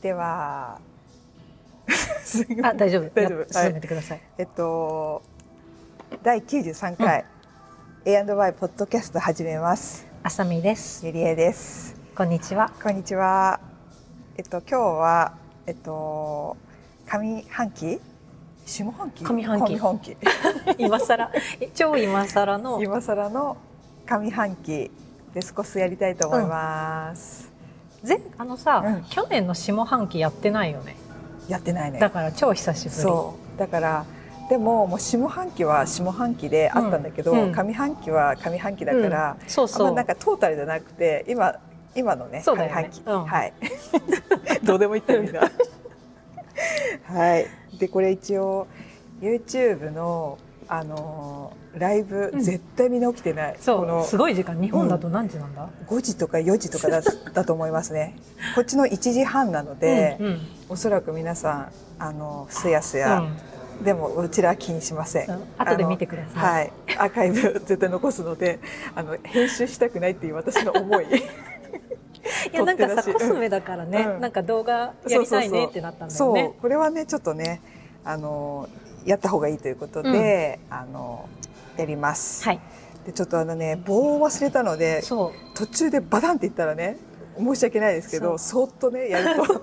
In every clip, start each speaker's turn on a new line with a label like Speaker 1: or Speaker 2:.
Speaker 1: では すごい
Speaker 2: あ大丈夫
Speaker 1: 大丈夫
Speaker 2: や
Speaker 1: はい
Speaker 2: 進めてください、
Speaker 1: えっと第93回、A&Y ポッドキャスト始めます
Speaker 2: あさみです
Speaker 1: ゆりえです
Speaker 2: こんにち は
Speaker 1: こんにちはえっと今日はえっと上半期下半期
Speaker 2: 上半期
Speaker 1: 上半期
Speaker 2: 今更超今更の
Speaker 1: 今更の上半期で少しやりたいと思います、
Speaker 2: 前あのさ、
Speaker 1: うん
Speaker 2: 去年の下半期やってないよね
Speaker 1: やってないね
Speaker 2: だから超久しぶり
Speaker 1: そうだからでももう下半期は下半期であったんだけど、
Speaker 2: うんうん
Speaker 1: 上半期は上半期だから、
Speaker 2: うんそう
Speaker 1: あん
Speaker 2: そ
Speaker 1: ま
Speaker 2: う
Speaker 1: なんかトータルじゃなくて今今のね
Speaker 2: そうだ
Speaker 1: 上
Speaker 2: よね
Speaker 1: 半期、
Speaker 2: うん
Speaker 1: はい どうでもいいってみん なはいでこれ一応 YouTube のあのーライブ、
Speaker 2: うん
Speaker 1: 絶対みんな起きてない
Speaker 2: そ
Speaker 1: こ
Speaker 2: う
Speaker 1: の
Speaker 2: すごい時間日本だと何時なんだ、
Speaker 1: 5時とか4時と かだだと思いますねこっちの1時半なので、
Speaker 2: うんうん
Speaker 1: おそらく皆さんあのすやす
Speaker 2: う
Speaker 1: や、
Speaker 2: ん
Speaker 1: でもうちらは気にしません、
Speaker 2: うん後で見てください
Speaker 1: はい、アーカイブ絶対残すのであの編集したくないっていう私の思い
Speaker 2: いやなんかさ
Speaker 1: 撮って
Speaker 2: コ
Speaker 1: たし
Speaker 2: スメだからね、
Speaker 1: うん
Speaker 2: なんか動画やりたいねってなったんだよ
Speaker 1: そう
Speaker 2: ね
Speaker 1: これはねちょっとねあのやった方がいいということで、あのやります、
Speaker 2: はい
Speaker 1: でちょっとあのね棒を忘れたので
Speaker 2: そう
Speaker 1: 途中でバタンって言ったらね申し訳ないですけどそーっとねやると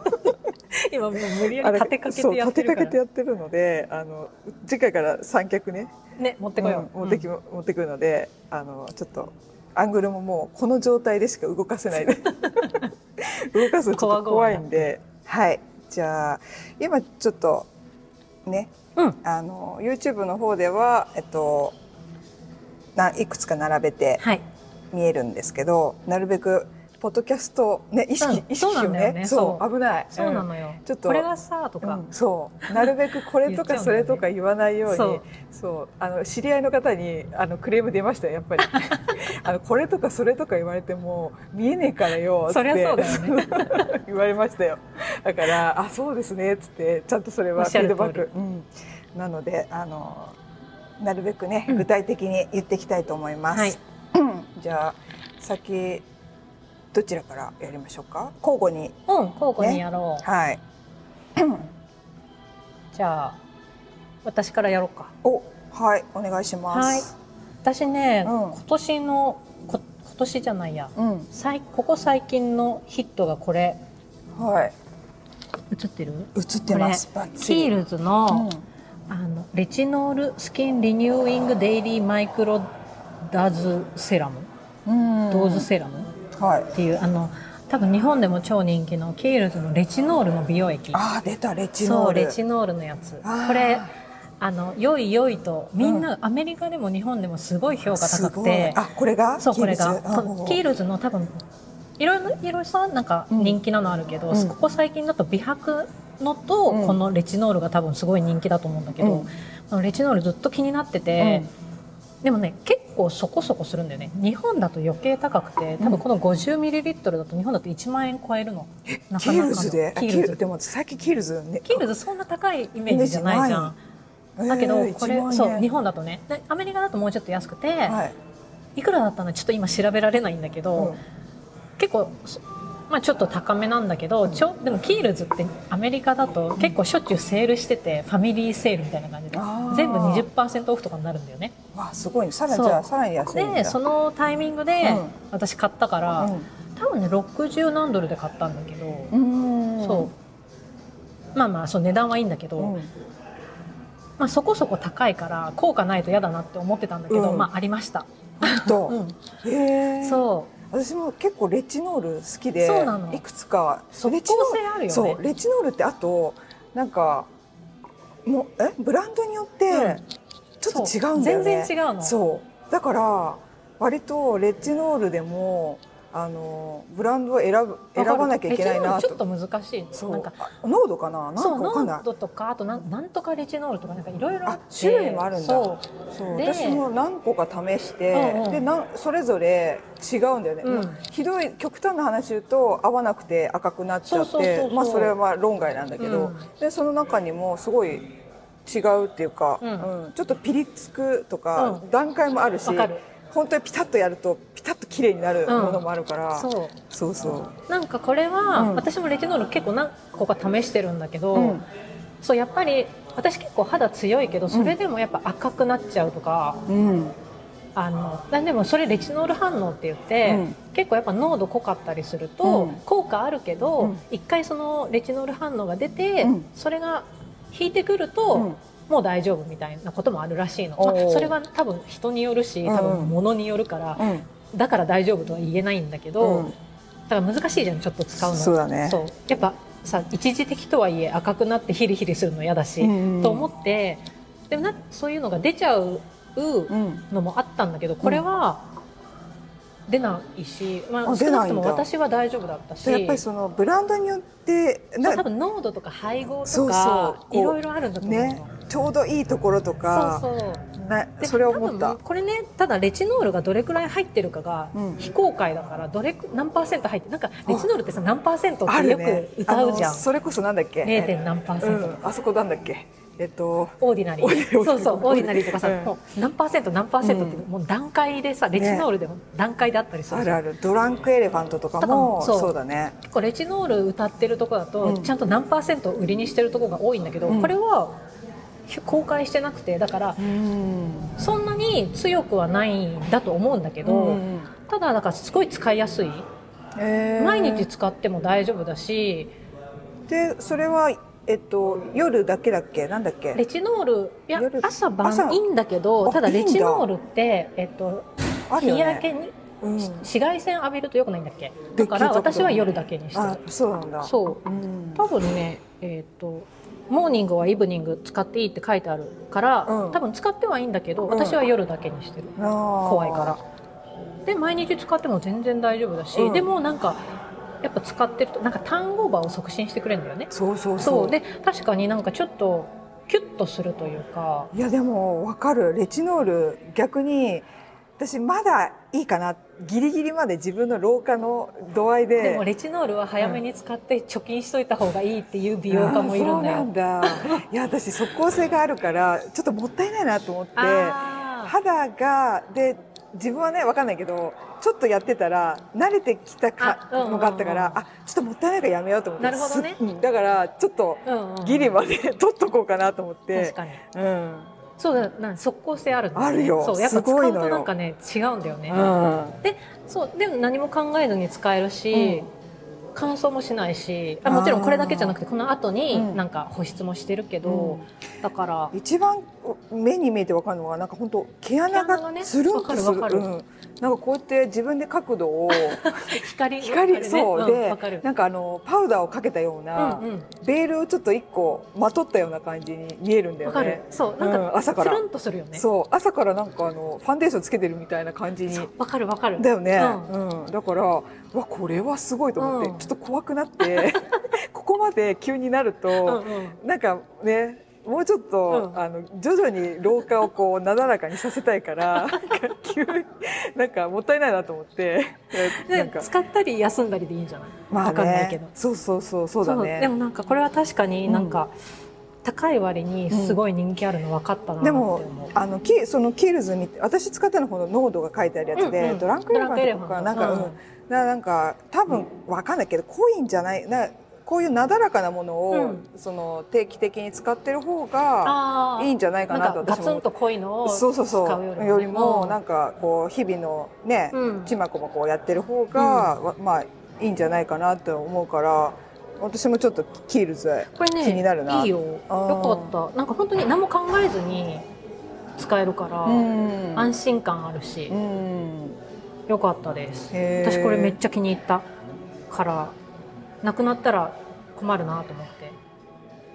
Speaker 2: 今もう無理や
Speaker 1: あれ
Speaker 2: り 立てかけ
Speaker 1: そう
Speaker 2: てやっ
Speaker 1: 立
Speaker 2: て
Speaker 1: て
Speaker 2: る
Speaker 1: かけ
Speaker 2: から
Speaker 1: てやってるのであの次回から三脚ね
Speaker 2: ね持ってこよ
Speaker 1: うん
Speaker 2: う、
Speaker 1: 持ってき、持ってくるのであのちょっとアングルももうこの状態でしか動かせ ないで動かすとちょっと怖いんではいじゃあ今ちょっとね
Speaker 2: うんうん
Speaker 1: あの YouTube の方ではえっとないくつか並べて
Speaker 2: はい
Speaker 1: 見えるんですけどなるべくポッドキャストね意識、
Speaker 2: うん
Speaker 1: 意識
Speaker 2: そうな
Speaker 1: を
Speaker 2: んだよ
Speaker 1: ね
Speaker 2: ね
Speaker 1: そう
Speaker 2: そ
Speaker 1: 危ない
Speaker 2: そうな
Speaker 1: うん
Speaker 2: のよ、
Speaker 1: ちょっと
Speaker 2: これがさとか、
Speaker 1: うんそうなるべくこれと
Speaker 2: 言
Speaker 1: か
Speaker 2: っ
Speaker 1: そ
Speaker 2: ちゃうんだよね
Speaker 1: れとか言わないようにそ
Speaker 2: そう
Speaker 1: うあの知り合いの方にあのクレーム出ましたよやっ ぱりあのこれとかそれとか言われても見えねえからよつって
Speaker 2: そりゃそうだよね
Speaker 1: 言われましたよだからあそうですねっつってちゃんとそれは
Speaker 2: おっ
Speaker 1: フ
Speaker 2: しゃ
Speaker 1: ィー
Speaker 2: る通
Speaker 1: ド
Speaker 2: り
Speaker 1: バック、うんなのであのなるべくね
Speaker 2: うん
Speaker 1: 具体的に言っていきたいと思います、
Speaker 2: はい
Speaker 1: じゃあ先どちらからやりましょうか交互に
Speaker 2: うん交互にやろう、
Speaker 1: はい
Speaker 2: じゃあ私からやろうか
Speaker 1: おはいお願いします、
Speaker 2: 私ね、
Speaker 1: うん
Speaker 2: 今年のこ今年じゃないや
Speaker 1: うん
Speaker 2: 最ここ最近のヒットがこれ
Speaker 1: はい
Speaker 2: 映ってる
Speaker 1: 映ってます。バッチ
Speaker 2: ヒ
Speaker 1: リ
Speaker 2: ールズの,、あのレチノールスキンリニューイングデイリーマイクロダズセラム
Speaker 1: うん、
Speaker 2: ドーズセラム
Speaker 1: はい。
Speaker 2: っていうあの多分日本でも超人気のキールズのレチノールの美容液
Speaker 1: ああ出たレチノ
Speaker 2: そ
Speaker 1: ー
Speaker 2: う
Speaker 1: ル。
Speaker 2: レチノールのやつ
Speaker 1: あー
Speaker 2: これあの良い良いとみんな、アメリカでも日本でもすごい評価
Speaker 1: す
Speaker 2: 高く
Speaker 1: ごい
Speaker 2: て
Speaker 1: あこれが
Speaker 2: そうこれ
Speaker 1: キー
Speaker 2: が
Speaker 1: ルズうん
Speaker 2: そうキールズの多分いろいろいろさなんか
Speaker 1: うん
Speaker 2: 人気なのあるけど、
Speaker 1: うん
Speaker 2: ここ最近だと美白のと、
Speaker 1: うん
Speaker 2: このレチノールが多分すごい人気だと思うんだけど、
Speaker 1: うん
Speaker 2: あのレチノールずっと気になってて、でもね結構そこそこするんだよね日本だと余計高くて多分この 50ml だと日本だと1万円超えるの、な
Speaker 1: キ
Speaker 2: かな
Speaker 1: ー
Speaker 2: かの
Speaker 1: ルズであキ
Speaker 2: キー
Speaker 1: ー
Speaker 2: ル
Speaker 1: ル
Speaker 2: ズ
Speaker 1: ズでもさっきキールズね。
Speaker 2: キールズそんな高いイメージじゃないじゃん。だけどこれ、そう
Speaker 1: 本
Speaker 2: 日本だとねでアメリカだともうちょっと安くて、
Speaker 1: はい。
Speaker 2: い、くらだったのちょっと今調べられないんだけど、結構、そまあ、ちょっと高めなんだけど、ちょでもキールズってアメリカだと結構しょっちゅうセールしててファミリーセールみたいな感じで
Speaker 1: あー
Speaker 2: 全部20%オフとかになるんだよね
Speaker 1: うんわすごいねさら
Speaker 2: そ
Speaker 1: に
Speaker 2: う
Speaker 1: じゃあさらに安いんだ。
Speaker 2: でそのタイミングで
Speaker 1: うん
Speaker 2: 私買ったから、多分ね60何ドルで買ったんだけど、
Speaker 1: うんうん
Speaker 2: そうまあまあそう値段はいいんだけど、
Speaker 1: うん
Speaker 2: まあ、そこそこ高いから効果ないと嫌だなって思ってたんだけど、
Speaker 1: うん
Speaker 2: まあありました、
Speaker 1: とへえ。
Speaker 2: そう
Speaker 1: 私も結構レチノール好きで
Speaker 2: そうなの
Speaker 1: いくつか
Speaker 2: 即
Speaker 1: レ
Speaker 2: 効
Speaker 1: チノール
Speaker 2: 性あるよね
Speaker 1: そうレチノールってあとなんかもうえブランドによっ
Speaker 2: う
Speaker 1: て
Speaker 2: ん
Speaker 1: ちょっと違うんだよね、
Speaker 2: そう全然違うの
Speaker 1: そうだから割とレチノールでもあのブランドを選ぶ選ばなきゃいけないな
Speaker 2: レチノー
Speaker 1: と
Speaker 2: ルちょっと難しい
Speaker 1: そう
Speaker 2: なんか
Speaker 1: あ濃度かななんか
Speaker 2: そう
Speaker 1: わかんな
Speaker 2: 濃
Speaker 1: い
Speaker 2: 度とかあとなんなんとかレチノールとかなんかいろいろ
Speaker 1: あ種類もあるんだ
Speaker 2: そう
Speaker 1: そう
Speaker 2: で
Speaker 1: 私も何個か試して、
Speaker 2: うんうん
Speaker 1: でなんそれぞれ違うんだよね、
Speaker 2: うん
Speaker 1: ひどい極端な話言うと合わなくて赤くなっちゃって
Speaker 2: そうそうそうそう
Speaker 1: まあそれは論外なんだけど、
Speaker 2: うん
Speaker 1: でその中にもすごい違うっていうか、
Speaker 2: うん
Speaker 1: うんちょっとピリつくとか、
Speaker 2: う
Speaker 1: 段階もあるし
Speaker 2: わかる
Speaker 1: 本当にピタッとやるとピタッと綺麗になるものもあるから、そう
Speaker 2: そ
Speaker 1: そう
Speaker 2: うなんかこれは、
Speaker 1: うん
Speaker 2: 私もレテノール結構何個か試してるんだけど、
Speaker 1: うん
Speaker 2: そうやっぱり私結構肌強いけどそれでもやっぱ赤くなっちゃうとか、
Speaker 1: うん
Speaker 2: あのなんでもそれレチノール反応って言って、
Speaker 1: うん
Speaker 2: 結構やっぱ濃度濃かったりすると、
Speaker 1: うん
Speaker 2: 効果あるけ
Speaker 1: う
Speaker 2: ど
Speaker 1: ん
Speaker 2: 一、回そのレチノール反応が出て、
Speaker 1: うん
Speaker 2: それが引いてくると、
Speaker 1: うん
Speaker 2: もう大丈夫みたいなこともあるらしいの、
Speaker 1: おー
Speaker 2: まあそれは多分人によるし多
Speaker 1: うんう
Speaker 2: 分
Speaker 1: ん
Speaker 2: 物によるから、
Speaker 1: うん
Speaker 2: だから大丈夫とは言えないんだけど、
Speaker 1: うん
Speaker 2: だから難しいじゃんちょっと使うの
Speaker 1: そうだね
Speaker 2: そうやっぱさ一時的とはいえ赤くなってヒリヒリするの嫌だし、
Speaker 1: うんうん
Speaker 2: と思ってでもなそういうのが出ちゃう
Speaker 1: うん
Speaker 2: のもあったんだけどこれは出ないし、まあ、
Speaker 1: あ
Speaker 2: 少
Speaker 1: 出
Speaker 2: な
Speaker 1: な
Speaker 2: く
Speaker 1: いんだ
Speaker 2: とも私は大丈夫だったし
Speaker 1: でやっぱりそのブランドによって
Speaker 2: そう
Speaker 1: な
Speaker 2: 多分濃度とか配合
Speaker 1: そ
Speaker 2: と
Speaker 1: う
Speaker 2: か
Speaker 1: そうこう
Speaker 2: いろいろあるんだと思うの。
Speaker 1: ねちょうどいいところとか
Speaker 2: そうそう
Speaker 1: な
Speaker 2: で
Speaker 1: それを思っ
Speaker 2: 多
Speaker 1: た
Speaker 2: 分これねただレチノールがどれくらい入ってるかが
Speaker 1: うん
Speaker 2: 非公開だからどれく何パーセント入ってなんかレチノールってさ何パーセントっ
Speaker 1: あ
Speaker 2: て
Speaker 1: る
Speaker 2: よ
Speaker 1: ね
Speaker 2: く歌うじゃ
Speaker 1: あ
Speaker 2: ん
Speaker 1: のそれこそなんだっけ
Speaker 2: 0. 点何パーセ
Speaker 1: う
Speaker 2: ント、
Speaker 1: んあそこなんだっけえっと
Speaker 2: オーディナリ
Speaker 1: オーディナリ
Speaker 2: ー
Speaker 1: ー
Speaker 2: そうそう
Speaker 1: オ
Speaker 2: オー
Speaker 1: ーディ
Speaker 2: ディナ
Speaker 1: ナ
Speaker 2: リ
Speaker 1: リー
Speaker 2: ーとかさ、
Speaker 1: うん
Speaker 2: もう何パーセント何パーセントって
Speaker 1: うん
Speaker 2: もう段階でさレチノールでも段階であったりする
Speaker 1: あ
Speaker 2: じゃん
Speaker 1: るあるドランクエレファントとか
Speaker 2: と
Speaker 1: も
Speaker 2: かもそう
Speaker 1: そうだね
Speaker 2: 結構レチノール歌ってるとこだと、
Speaker 1: うん
Speaker 2: ちゃんと何パーセントを売りにしてるとこが多いんだけど、
Speaker 1: うん
Speaker 2: これは公開してなくてだから
Speaker 1: うん
Speaker 2: そんなに強くはないんだと思うんだけど、ただだからすごい使いやすい
Speaker 1: えー
Speaker 2: 毎日使っても大丈夫だし
Speaker 1: でそれはえっと夜だけだっけなんだっ
Speaker 2: レ
Speaker 1: け
Speaker 2: チノールいや
Speaker 1: 夜
Speaker 2: 朝
Speaker 1: 朝
Speaker 2: 晩いいんだけど
Speaker 1: あ
Speaker 2: ただ
Speaker 1: いいんだ
Speaker 2: レチノールって、えっと、
Speaker 1: ある
Speaker 2: 日
Speaker 1: よ
Speaker 2: 焼
Speaker 1: ね
Speaker 2: けに
Speaker 1: うん
Speaker 2: 紫外線浴びると良くないんだっけ
Speaker 1: で
Speaker 2: だから
Speaker 1: 聞いたことない
Speaker 2: 私は夜だけにして
Speaker 1: あ
Speaker 2: る
Speaker 1: そうなんだ
Speaker 2: そううん多分ねえっ、とモーニングはイブニング使っていいって書いてあるから、
Speaker 1: うん
Speaker 2: 多分使ってはいいんだけど
Speaker 1: ん
Speaker 2: 私は夜だけにしてる、怖
Speaker 1: 怖
Speaker 2: いからで毎日使っても全然大丈夫だし、
Speaker 1: うん
Speaker 2: でもなんかやっぱ使ってるとなんかターンオーバーを促進してくれるんだよね
Speaker 1: そうそう
Speaker 2: そ
Speaker 1: そうう
Speaker 2: で確かになんかちょっとキュッとするというか
Speaker 1: いやでも分かるレチノール逆に私まだいいかなギリギリまで自分の老化の度合いで
Speaker 2: でもレチノールは早めに使って貯金しといた方がいいっていう美容家もいるんだ
Speaker 1: あーそ
Speaker 2: よ
Speaker 1: うなんだいや私即効性があるからちょっともったいないなと思って
Speaker 2: あー
Speaker 1: 肌がで自分はねわかんないけどちょっとやってたら慣れてきたか
Speaker 2: あうんうんうん
Speaker 1: のがあったからあちょっともったいないからやめようと思って
Speaker 2: なるほどね
Speaker 1: すうんだからちょっと
Speaker 2: うんうん
Speaker 1: ギリまで 取っとこうかなと思って
Speaker 2: 確、かに
Speaker 1: うん
Speaker 2: そうだなん即効性あるんだね
Speaker 1: あるよ
Speaker 2: そうやっぱ
Speaker 1: す
Speaker 2: 使う
Speaker 1: ごいのよ
Speaker 2: となんかね違うんだよね、
Speaker 1: うん、
Speaker 2: そうでも何も考えずに使える
Speaker 1: う
Speaker 2: し、
Speaker 1: ん
Speaker 2: 乾燥もしないしあもちろんこれだけじゃなくてこの後
Speaker 1: う
Speaker 2: に
Speaker 1: ん
Speaker 2: なんか保湿もしてるけど、だから
Speaker 1: 一番目に見えてわかるのがなんか本当毛穴
Speaker 2: 毛穴がね
Speaker 1: がつるんとす
Speaker 2: わ
Speaker 1: る
Speaker 2: かるわかる
Speaker 1: うん、なんかこうやって自分で角度 を
Speaker 2: 光
Speaker 1: 光、
Speaker 2: あれね
Speaker 1: そう
Speaker 2: うん
Speaker 1: で、
Speaker 2: わかる
Speaker 1: なんかあのパウダーをかけたような、
Speaker 2: うんうん
Speaker 1: ベールをちょっと一個まとったような感じに見えるんだよ
Speaker 2: わかる
Speaker 1: ね。
Speaker 2: そうなんか、
Speaker 1: うん朝から
Speaker 2: つるんとするよね
Speaker 1: そう朝からなんかあのファンデーションつけてるみたいな感じに
Speaker 2: そうわかるわかる
Speaker 1: だよね、
Speaker 2: う
Speaker 1: うんだからうわこれはすごいと思って、
Speaker 2: うん
Speaker 1: ちょっと怖くなって ここまで急になる
Speaker 2: うん
Speaker 1: と、
Speaker 2: うん
Speaker 1: なんかねもうちょっと、
Speaker 2: うん
Speaker 1: あの徐々に老化をこうなだらかにさせたい からなんか急になんかもったいないなと思ってなん
Speaker 2: で
Speaker 1: か
Speaker 2: 使ったり休んだりでいいんじゃない
Speaker 1: まあ
Speaker 2: わかんないけど
Speaker 1: そうそうそうそうだね
Speaker 2: でもなんかこれは確かになんか、高い割にすごい人気あるの分かったなって
Speaker 1: で
Speaker 2: 思
Speaker 1: も
Speaker 2: う、
Speaker 1: あのキそのキールズに私使ったのこの濃度が書いてあるやつで、
Speaker 2: うんうん
Speaker 1: ドランクエレファントとか
Speaker 2: ドラ
Speaker 1: な
Speaker 2: ン
Speaker 1: ん
Speaker 2: クエレ
Speaker 1: か、う
Speaker 2: ファ
Speaker 1: ん
Speaker 2: ント
Speaker 1: ななんか多分わかんないけど濃いんじゃないなこういうなだらかなものを、
Speaker 2: うん
Speaker 1: その定期的に使ってる方が
Speaker 2: あー
Speaker 1: いいんじゃないかな
Speaker 2: な
Speaker 1: と
Speaker 2: んかガ
Speaker 1: 私も
Speaker 2: ツンと濃いのを使
Speaker 1: そうそうそう
Speaker 2: うよりも
Speaker 1: よりもなん
Speaker 2: か、
Speaker 1: んかこう日々のね、
Speaker 2: うん
Speaker 1: ちまこまこうやってる方が、わまあいいんじゃないかなと思うから私もちょっとキールズ
Speaker 2: これね
Speaker 1: 気になるない
Speaker 2: いよよ
Speaker 1: あー
Speaker 2: かったなんか本当に何も考えずに使えるから、
Speaker 1: うん
Speaker 2: 安心感あるし、
Speaker 1: うん
Speaker 2: よかったです
Speaker 1: へー
Speaker 2: 私これめっちゃ気に入ったからなくなったら困るなと思って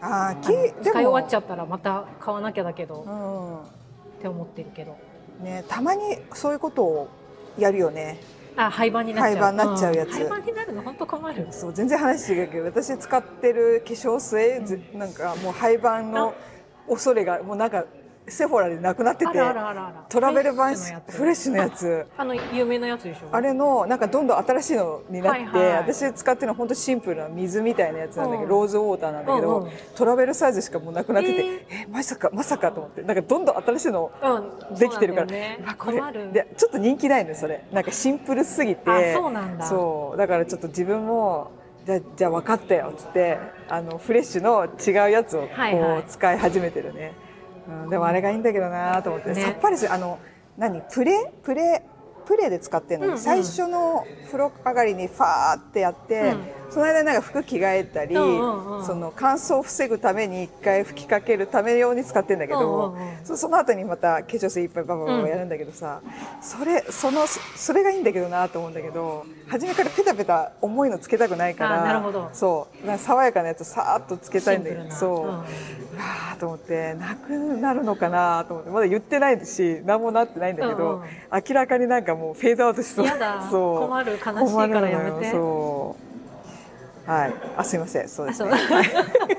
Speaker 1: あー
Speaker 2: あ
Speaker 1: キ
Speaker 2: の
Speaker 1: ーでも
Speaker 2: 使い終わっちゃったらまた買わなきゃだけど、
Speaker 1: うん
Speaker 2: って思ってるけど
Speaker 1: ね、たまにそういうことをやるよね
Speaker 2: あ廃盤になっちゃう
Speaker 1: 廃盤になっちゃうやつ
Speaker 2: ん廃盤になるの本当困る
Speaker 1: そう全然話違うけど私使ってる化粧水、ずなんかもう廃盤の恐れがもうなんかセフォラでなくなってて
Speaker 2: あらあらあらあら
Speaker 1: トラベル版
Speaker 2: フ
Speaker 1: フ
Speaker 2: レ
Speaker 1: レ
Speaker 2: ッ
Speaker 1: ッ
Speaker 2: シ
Speaker 1: シュ
Speaker 2: ュの
Speaker 1: の
Speaker 2: や
Speaker 1: や
Speaker 2: つ
Speaker 1: つ
Speaker 2: あの有名なやつでしょ
Speaker 1: あれのなんかどんどん新しいのになって、
Speaker 2: はいはい
Speaker 1: 私使ってるの本当シンプルな水みたいなやつなんだけど、
Speaker 2: うん
Speaker 1: ローズウォーターなんだけど、
Speaker 2: うんうん
Speaker 1: トラベルサイズしかもうなくなってて、えまさかまさかと思ってなんかどんどん新しいの
Speaker 2: うん
Speaker 1: できてるから、
Speaker 2: そうなんだよね
Speaker 1: あこれ
Speaker 2: 困る
Speaker 1: でちょっと人気ないのよそれなんかシンプルすぎて
Speaker 2: あそうなんだ
Speaker 1: そうだからちょっと自分もじゃあじゃあ分かったよっつってあのフレッシュの違うやつをこ
Speaker 2: はいはいう
Speaker 1: 使い始めてるね、うん、でもあれがいいんだけどなと思って、
Speaker 2: ね
Speaker 1: さっぱりするあの何プレプレプレで使ってるのに、
Speaker 2: うんうん
Speaker 1: 最初の風呂上がりにファーってやって、その間になんか服着替えたり、
Speaker 2: うんうんうん
Speaker 1: その乾燥を防ぐために一回吹きかけるため用に使ってんだけど、
Speaker 2: うんうんうん
Speaker 1: そその後にまた化粧水いっぱいババババやるんだけどさ、それそのそそれがいいんだけどなと思うんだけど初めからペタペタ重いのつけたくないから
Speaker 2: あーなるほど
Speaker 1: そうなんか爽やかなやつさーっとつけたいんだけ
Speaker 2: シンプル
Speaker 1: ど
Speaker 2: な
Speaker 1: そう、
Speaker 2: うん
Speaker 1: わーと思ってなくなるのかなと思ってまだ言ってないし何もなってないんだけど、
Speaker 2: うんうん
Speaker 1: 明らかになんかもうフェードアウトしそう
Speaker 2: やだ
Speaker 1: そう
Speaker 2: 困る悲しいからやめて
Speaker 1: 困るのよそうはいあすいませんそうで
Speaker 2: あ
Speaker 1: す
Speaker 2: そう
Speaker 1: ねキール
Speaker 2: で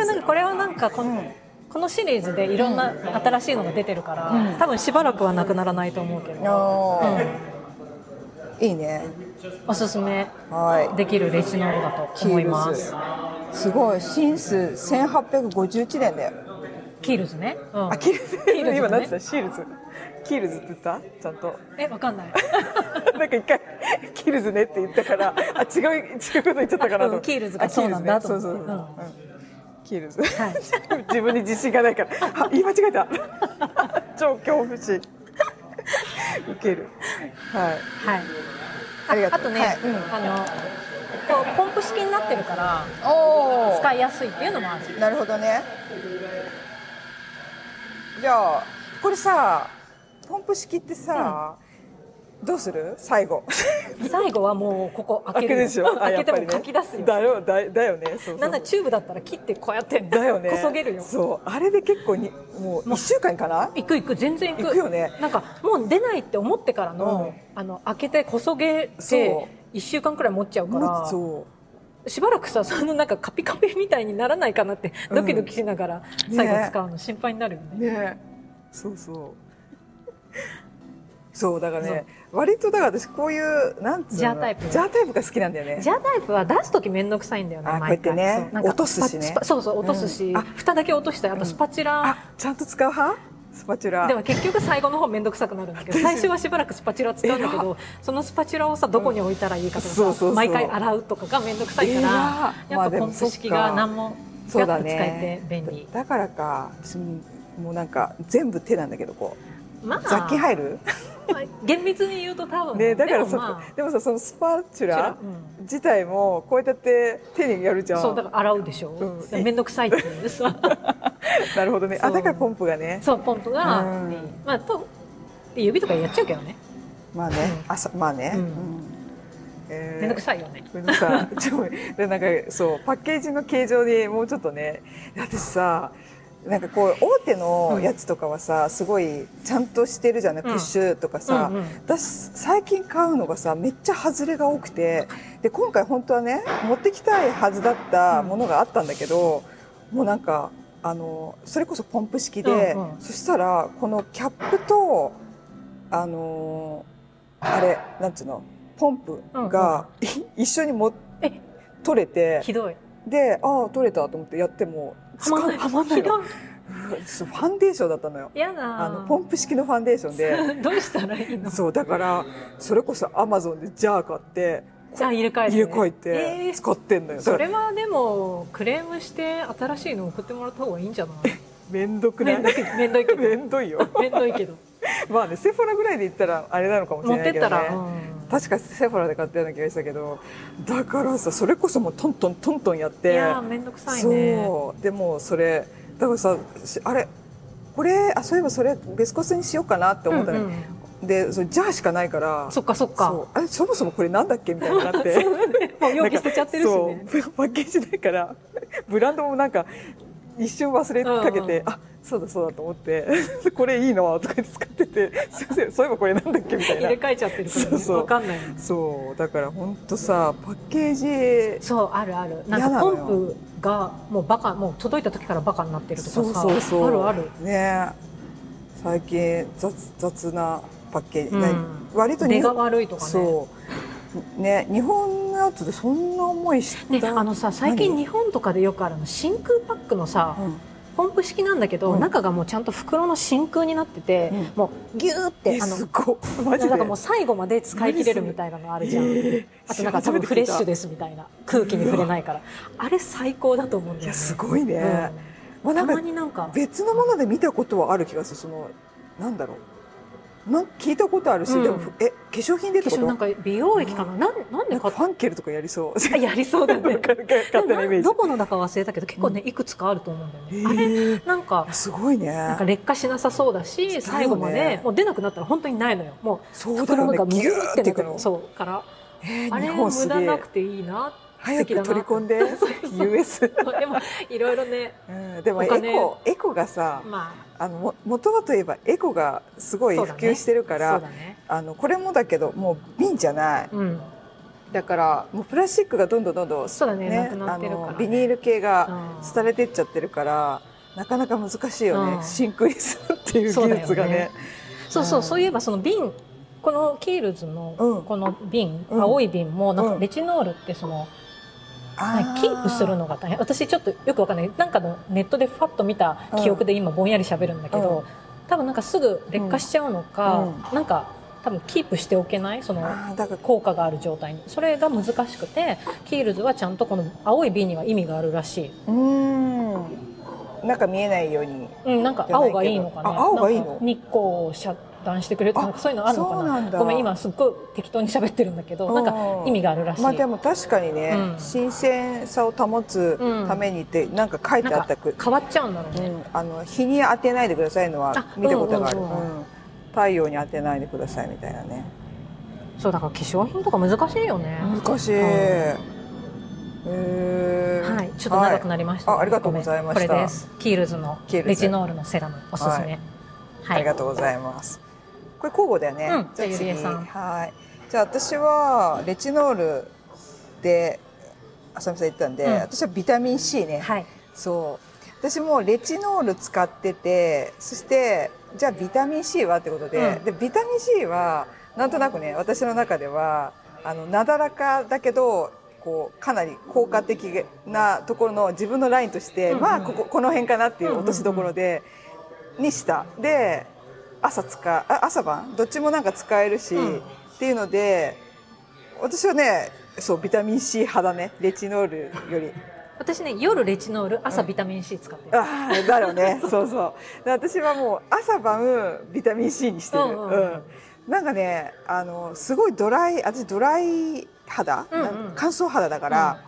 Speaker 2: も
Speaker 1: ズ
Speaker 2: なんかこれはなんかこの,、このシリーズでいろんな新しいのが出てるから、多分しばらくはなくならないと思うけど、
Speaker 1: あ
Speaker 2: う
Speaker 1: ーいいね
Speaker 2: んおすすめ
Speaker 1: はい
Speaker 2: できるレジノールだと思います
Speaker 1: すごいシンス1851年だよ
Speaker 2: キールズね、うん、
Speaker 1: あキールズ
Speaker 2: キールズね
Speaker 1: 今何て言ったシールズキールズって言ったちゃん と
Speaker 2: えわかんない
Speaker 1: なんか一回キールズねって言ったからあ違う違うこと言っちゃったかなと思って、
Speaker 2: うんキールズが
Speaker 1: あ
Speaker 2: そうなんだと思って
Speaker 1: キールズねそうそうそううんキールズ、
Speaker 2: はい
Speaker 1: 自分に自信がないからあ言い間違え た超恐怖心ウケるはい
Speaker 2: はい
Speaker 1: ありが
Speaker 2: あ
Speaker 1: と
Speaker 2: あ
Speaker 1: う
Speaker 2: とね、
Speaker 1: はいうん
Speaker 2: あのこうポンプ式になってるから
Speaker 1: おお
Speaker 2: 使いやすいっていうのもある
Speaker 1: なるほどねじゃあこれさポンプ式ってさ、どうする最後
Speaker 2: 最後はもうここ開ける
Speaker 1: でしょあ
Speaker 2: 開
Speaker 1: や
Speaker 2: け
Speaker 1: ってぱ
Speaker 2: も
Speaker 1: りね
Speaker 2: 書き出すよ、
Speaker 1: だよだだよねそうそう
Speaker 2: なんだチューブだったら切ってこうやって
Speaker 1: だよね
Speaker 2: こそげるよ
Speaker 1: そうあれで結構にもう
Speaker 2: もう
Speaker 1: 1週間かな
Speaker 2: 行く行く全然行く
Speaker 1: 行くよね
Speaker 2: なんかもう出ないって思ってからの,、あの開けてこそげ
Speaker 1: そう
Speaker 2: て1週間くらい持っちゃうか
Speaker 1: もう
Speaker 2: ら
Speaker 1: そ
Speaker 2: しばらくさそのなんかカピカピみたいにならないかなって
Speaker 1: うん
Speaker 2: ドキドキしながら
Speaker 1: ね
Speaker 2: 最後使うの心配になるよね
Speaker 1: うねそうそう そうだからね割とだから私こういうなんつうの
Speaker 2: ジャータイプ
Speaker 1: ジャータイプが好きなんだよね
Speaker 2: ジャータイプは出す時めんどくさいんだよね
Speaker 1: あ
Speaker 2: 毎回
Speaker 1: こうやってね
Speaker 2: そうなんか
Speaker 1: 落とすしね
Speaker 2: スパスパそうそう落とすし、
Speaker 1: うんあ
Speaker 2: 蓋だけ落としたりあとスパチ
Speaker 1: あ
Speaker 2: ラ、
Speaker 1: ちゃんと使う派スパチュラ
Speaker 2: でも結局最後の方めんどくさくなるんだけど最初はしばらくスパチュラ使うんだけどそのスパチュラをさどこに置いたらいいかとかさ、
Speaker 1: そうそうそう
Speaker 2: 毎回洗うとかがめんどくさいから、
Speaker 1: いやー
Speaker 2: や
Speaker 1: ま
Speaker 2: っ
Speaker 1: あ
Speaker 2: ぱ
Speaker 1: で
Speaker 2: ポ
Speaker 1: も
Speaker 2: ンプ式が何も
Speaker 1: そ
Speaker 2: や
Speaker 1: う
Speaker 2: っぱ
Speaker 1: だ
Speaker 2: 使え
Speaker 1: ね
Speaker 2: て便利、
Speaker 1: だからか私ももうなんか全部手なんだけどこう
Speaker 2: まあ
Speaker 1: 雑菌入る
Speaker 2: まあ厳密に言うと多分
Speaker 1: ねだから
Speaker 2: でも
Speaker 1: そ
Speaker 2: まあ
Speaker 1: でもさそのスパチュ
Speaker 2: チュラ
Speaker 1: ラ
Speaker 2: うん
Speaker 1: 自体もこうやって手にやるじゃ
Speaker 2: そうだ
Speaker 1: ん
Speaker 2: から洗うでしょ、
Speaker 1: うん
Speaker 2: だからめんどくさいって いうさ
Speaker 1: なるほどね
Speaker 2: そ
Speaker 1: あ
Speaker 2: う
Speaker 1: だからポンプがね
Speaker 2: そうポンプが、
Speaker 1: うん
Speaker 2: まあと指とかやっちゃうけどね
Speaker 1: まあねあさまあね
Speaker 2: うん
Speaker 1: うんえー
Speaker 2: めんどくさいよね
Speaker 1: ごめんなさいちょでなんかそうパッケージの形状にもうちょっとね私さなんかこう大手のやつとかはさすごいちゃんとしてるじゃない、
Speaker 2: うん
Speaker 1: プッシュとかさ、
Speaker 2: うんうん
Speaker 1: 私最近買うのがさめっちゃ外れが多くてで今回本当はね持ってきたいはずだったものがあったんだけど、もうなんかあのそれこそポンプ式で、
Speaker 2: うんうん
Speaker 1: そしたらこのキャップとあのあれなんつうのポンプが、一緒にも
Speaker 2: え
Speaker 1: 取れて
Speaker 2: ひどい
Speaker 1: でああ取れたと思ってやってもつか
Speaker 2: はまんない
Speaker 1: はまんない
Speaker 2: ひど
Speaker 1: の
Speaker 2: い
Speaker 1: うんそうファンデーションだったのよ
Speaker 2: やだー
Speaker 1: あのポンプ式のファンデーションで
Speaker 2: どうしたらいい の
Speaker 1: そうだからそれこそアマゾンでジャー買って
Speaker 2: じゃあ入れ替えて
Speaker 1: 入れ替え
Speaker 2: え
Speaker 1: て
Speaker 2: ー
Speaker 1: 使ってんのよ、
Speaker 2: そ
Speaker 1: だか
Speaker 2: れ
Speaker 1: ら
Speaker 2: はでもクレームして新しいの送ってもらった方がいいんじ ゃない
Speaker 1: めんどくな
Speaker 2: め
Speaker 1: い
Speaker 2: んどいめんど いけど
Speaker 1: めんどいよ
Speaker 2: めんどいけど
Speaker 1: まあねセフォラぐらいで言ったらあれなのかもし
Speaker 2: 持
Speaker 1: れ
Speaker 2: っ
Speaker 1: な
Speaker 2: て
Speaker 1: い
Speaker 2: っ
Speaker 1: け
Speaker 2: た
Speaker 1: どね
Speaker 2: ら、うん
Speaker 1: 確かセフォラで買ったような気がしたけどだからさそれこそもうトントントントンやっ
Speaker 2: い
Speaker 1: て
Speaker 2: やーめんどくさいね
Speaker 1: そうでもそれだからさしあれこれあそういえばそれベスコスにしようかなって思ったの、
Speaker 2: うん
Speaker 1: でそれじゃあしかないから
Speaker 2: そっかそっ
Speaker 1: そ
Speaker 2: か
Speaker 1: うあれそもそもこれなんだっけみたいに なって
Speaker 2: もう容器捨てちゃってるしね
Speaker 1: そうパッケージだからブランドもなんか一瞬忘れかけて、
Speaker 2: うんうん
Speaker 1: あそうだそうだと思って これいいなとか言って使ってて先生そういえばこれなんだっけみたい
Speaker 2: 入
Speaker 1: な
Speaker 2: れ替えちゃってるから、ね、
Speaker 1: そうそう
Speaker 2: わかんない
Speaker 1: そうだから本当さパッケージ
Speaker 2: そうあるあるなん
Speaker 1: 嫌
Speaker 2: か
Speaker 1: なの
Speaker 2: ポ
Speaker 1: よ
Speaker 2: ンプがもうバカもう届いた時からバカになってるとかさ
Speaker 1: そうそうそう
Speaker 2: あるある
Speaker 1: ね最近雑雑なパッケージ、
Speaker 2: うん
Speaker 1: ね割と
Speaker 2: 出
Speaker 1: 日
Speaker 2: が
Speaker 1: 本
Speaker 2: 悪いとかね
Speaker 1: そうね日本のやつでそんな思いした、
Speaker 2: ね、あのさ最近
Speaker 1: 何
Speaker 2: 日本とかでよくあるあの真空パックのさ、
Speaker 1: うん
Speaker 2: ポンプ式なんだけど、
Speaker 1: うん
Speaker 2: 中がもうちゃんと袋の真空になってて、
Speaker 1: うん
Speaker 2: もうギューって
Speaker 1: え
Speaker 2: あの
Speaker 1: すごいマジで
Speaker 2: なんかもう最後まで使い切れるみたいなのあるじゃん、
Speaker 1: えー
Speaker 2: あとなんか多分フレッシュですみたいな空気に触れないからあれ最高だと思うん
Speaker 1: い
Speaker 2: だよ
Speaker 1: や
Speaker 2: ね
Speaker 1: すごいね、
Speaker 2: う
Speaker 1: ま
Speaker 2: ん
Speaker 1: あな
Speaker 2: た
Speaker 1: ん
Speaker 2: ま
Speaker 1: か
Speaker 2: になんか
Speaker 1: 別のもので見たことはある気がするそのなんだろうなん聞いたことあるし、
Speaker 2: うん
Speaker 1: でもふえ化粧品でってこ
Speaker 2: 化粧
Speaker 1: と
Speaker 2: なんか美容液かな、なんなん
Speaker 1: な
Speaker 2: で
Speaker 1: んか
Speaker 2: 買っ
Speaker 1: ファンケルとかやりそう
Speaker 2: たやりそうだよ
Speaker 1: なん
Speaker 2: ね
Speaker 1: かなんか勝手なイメー
Speaker 2: な
Speaker 1: ジ
Speaker 2: どこのだか忘れたけど結構ね、いくつかあると思うんだよね、あれ
Speaker 1: えー
Speaker 2: なんか
Speaker 1: あすごいね
Speaker 2: なんか劣化しなさそうだし、
Speaker 1: ね
Speaker 2: 最後までもう出なくなったら本当にないのよも
Speaker 1: そううだ
Speaker 2: 袋
Speaker 1: ろう
Speaker 2: が
Speaker 1: ね
Speaker 2: ギ
Speaker 1: ギュ
Speaker 2: ュー
Speaker 1: ー
Speaker 2: っ
Speaker 1: ってて
Speaker 2: ないって
Speaker 1: く
Speaker 2: る
Speaker 1: の
Speaker 2: そうから
Speaker 1: え
Speaker 2: あ
Speaker 1: ー、日
Speaker 2: れ
Speaker 1: 本す
Speaker 2: 無
Speaker 1: げ
Speaker 2: 駄な
Speaker 1: え
Speaker 2: くていいな
Speaker 1: 早く
Speaker 2: 素敵だな
Speaker 1: 取り込んで US、
Speaker 2: でもいろいろね
Speaker 1: うん、でも
Speaker 2: お
Speaker 1: エ
Speaker 2: 金
Speaker 1: コエコがさ
Speaker 2: ま
Speaker 1: あのも元はといえばエコがすごい普
Speaker 2: そうだね
Speaker 1: 及してる
Speaker 2: あ
Speaker 1: から、
Speaker 2: そうだね
Speaker 1: あのこれもだけどもう瓶じゃない
Speaker 2: うん
Speaker 1: だからもうプラスチックがどんどんどんどん
Speaker 2: そうだねなくな
Speaker 1: あ
Speaker 2: ってるからね
Speaker 1: のビニール系が
Speaker 2: うん
Speaker 1: 廃れてっちゃってるから、なかなか難しいよね、
Speaker 2: うん
Speaker 1: 真空にするっていう技術がね
Speaker 2: そうそううんそういえばその瓶このキールズ
Speaker 1: うん
Speaker 2: のこの瓶、
Speaker 1: うん
Speaker 2: 青い瓶もなんか
Speaker 1: うん
Speaker 2: レチノールってその、
Speaker 1: あ
Speaker 2: キープするのが大変私ちょっとよくわかんないなんかのネットでファッと見た記憶で今ぼんやり喋るんだけど、多分なんかすぐ劣化しちゃうのか、
Speaker 1: う
Speaker 2: なんか多分キープしておけないその
Speaker 1: あーだから
Speaker 2: 効果がある状態にそれが難しくてキールズはちゃんとこの青い瓶には意味があるらしい、
Speaker 1: うーんなんか見えないように
Speaker 2: うん、なんか青がいいのかな
Speaker 1: じゃないけどあ青がいいの
Speaker 2: なんか日光を遮断してくれるとかなんかそういうのあるのか
Speaker 1: そう
Speaker 2: な
Speaker 1: なんだ
Speaker 2: ごめん今すっごい適当に喋ってるんだけどなんか
Speaker 1: か
Speaker 2: 意味があるらしい、
Speaker 1: まあでも確かにね、
Speaker 2: うん
Speaker 1: 新鮮さを保つためにってなんか書いてあったく、
Speaker 2: 変わっちゃうんだろう
Speaker 1: う
Speaker 2: ね、
Speaker 1: ん、あの日に当てないでくださいのは
Speaker 2: あ
Speaker 1: 見たことがある、
Speaker 2: う
Speaker 1: うんん
Speaker 2: うんうん
Speaker 1: 太陽に当てないでくださいみたいなね
Speaker 2: そうだから化粧品とか難しいよね、
Speaker 1: 難しい、
Speaker 2: うん
Speaker 1: へえ
Speaker 2: はい、ちょっと長くなりました、
Speaker 1: はいあありがとうございました
Speaker 2: これです。キールズの
Speaker 1: キールズ
Speaker 2: レジノールのセラムおすすめ。は
Speaker 1: ありが
Speaker 2: い。
Speaker 1: とうございます。これ交互だよね。
Speaker 2: うんじゃあゆりえさん
Speaker 1: はい。じゃあ私はレチノールで浅見さん言ったんで、
Speaker 2: うん
Speaker 1: 私はビタミン C ね。
Speaker 2: はい。
Speaker 1: そう。私もレチノール使ってて、そしてじゃあビタミン C はってことで、
Speaker 2: うん
Speaker 1: でビタミン C はなんとなくね私の中ではあのなだらかだけど。こうかなり効果的なところの自分のラインとして、
Speaker 2: うんうん
Speaker 1: まあこここの辺かなっていう落としどころで、にしたで朝使うあ朝晩どっちもなんか使えるし、
Speaker 2: うん
Speaker 1: っていうので私はねそうビタミン C 派だねレチノールより
Speaker 2: 私ね、夜レチノール、朝ビタミン C 使ってる。
Speaker 1: ああだろう ねそうそうで私はもう朝晩ビタミン C にしてる、
Speaker 2: うんうん
Speaker 1: うんなんかねあのすごいドライ私ドライ肌、
Speaker 2: うんうん
Speaker 1: なんか乾燥肌だから、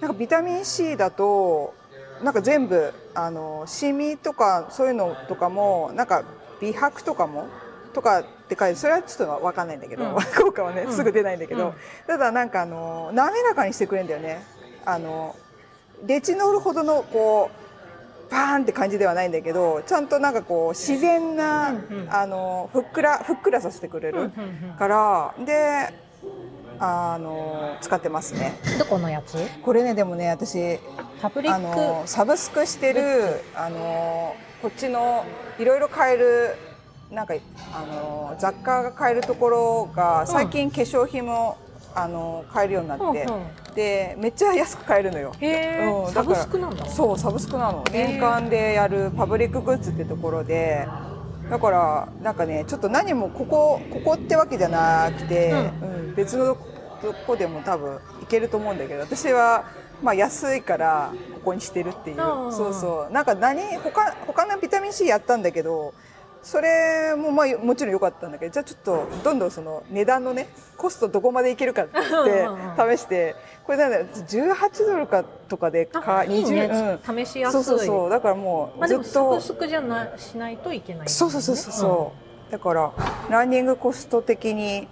Speaker 1: なんかビタミン C だとなんか全部あのシミとかそういうのとかもなんか美白とかもとかって書いてそれはちょっとわかんないんだけど、
Speaker 2: うん
Speaker 1: 効果はね
Speaker 2: うん
Speaker 1: すぐ出ないんだけど、
Speaker 2: うん
Speaker 1: ただなんかあの滑らかにしてくれるんだよねあのレチノールほどのこうパーンって感じではないんだけどちゃんとなんかこう自然な、
Speaker 2: うんうん
Speaker 1: あのふっくらふっくらさせてくれ
Speaker 2: うんうん
Speaker 1: る
Speaker 2: うん
Speaker 1: から、であの使ってますね
Speaker 2: どこのやつ？
Speaker 1: これねでもね私
Speaker 2: パブリ
Speaker 1: あ
Speaker 2: ッ
Speaker 1: の
Speaker 2: ク。
Speaker 1: サブスクしてるあのこっちのいろいろ買えるなんかあの雑貨が買えるところが最近化粧品も、あの買えるようになって、
Speaker 2: うんうん
Speaker 1: でめっちゃ安く買えるのよ。
Speaker 2: へえ
Speaker 1: うん。
Speaker 2: サ
Speaker 1: だ
Speaker 2: ブ
Speaker 1: から
Speaker 2: スクなんだ。
Speaker 1: そうサブスクなの
Speaker 2: へー
Speaker 1: 年間でやるパブリックグッズってところでだからなんかねちょっと何もここここってわけじゃなくて、
Speaker 2: う
Speaker 1: うん別のとこでも多分いけると思うんだけど私は、まあ、安いからここにしてるっていう
Speaker 2: うん
Speaker 1: そうそうなんか何他他のビタミン C やったんだけどそれもまあもちろん良かったんだけどじゃあちょっとどんどんその値段のねコストどこまでいけるかって
Speaker 2: うんうん
Speaker 1: 試してこれなんだよ18ドルかとかでか
Speaker 2: あ、いいね。
Speaker 1: うん
Speaker 2: 試しやす
Speaker 1: そう
Speaker 2: い。
Speaker 1: そうそうだからも
Speaker 2: ま
Speaker 1: う
Speaker 2: あ
Speaker 1: ず
Speaker 2: でも
Speaker 1: っ
Speaker 2: サブ
Speaker 1: と
Speaker 2: スクじゃなしないといけない。
Speaker 1: そうそうそうそうそうだからランニングコスト的に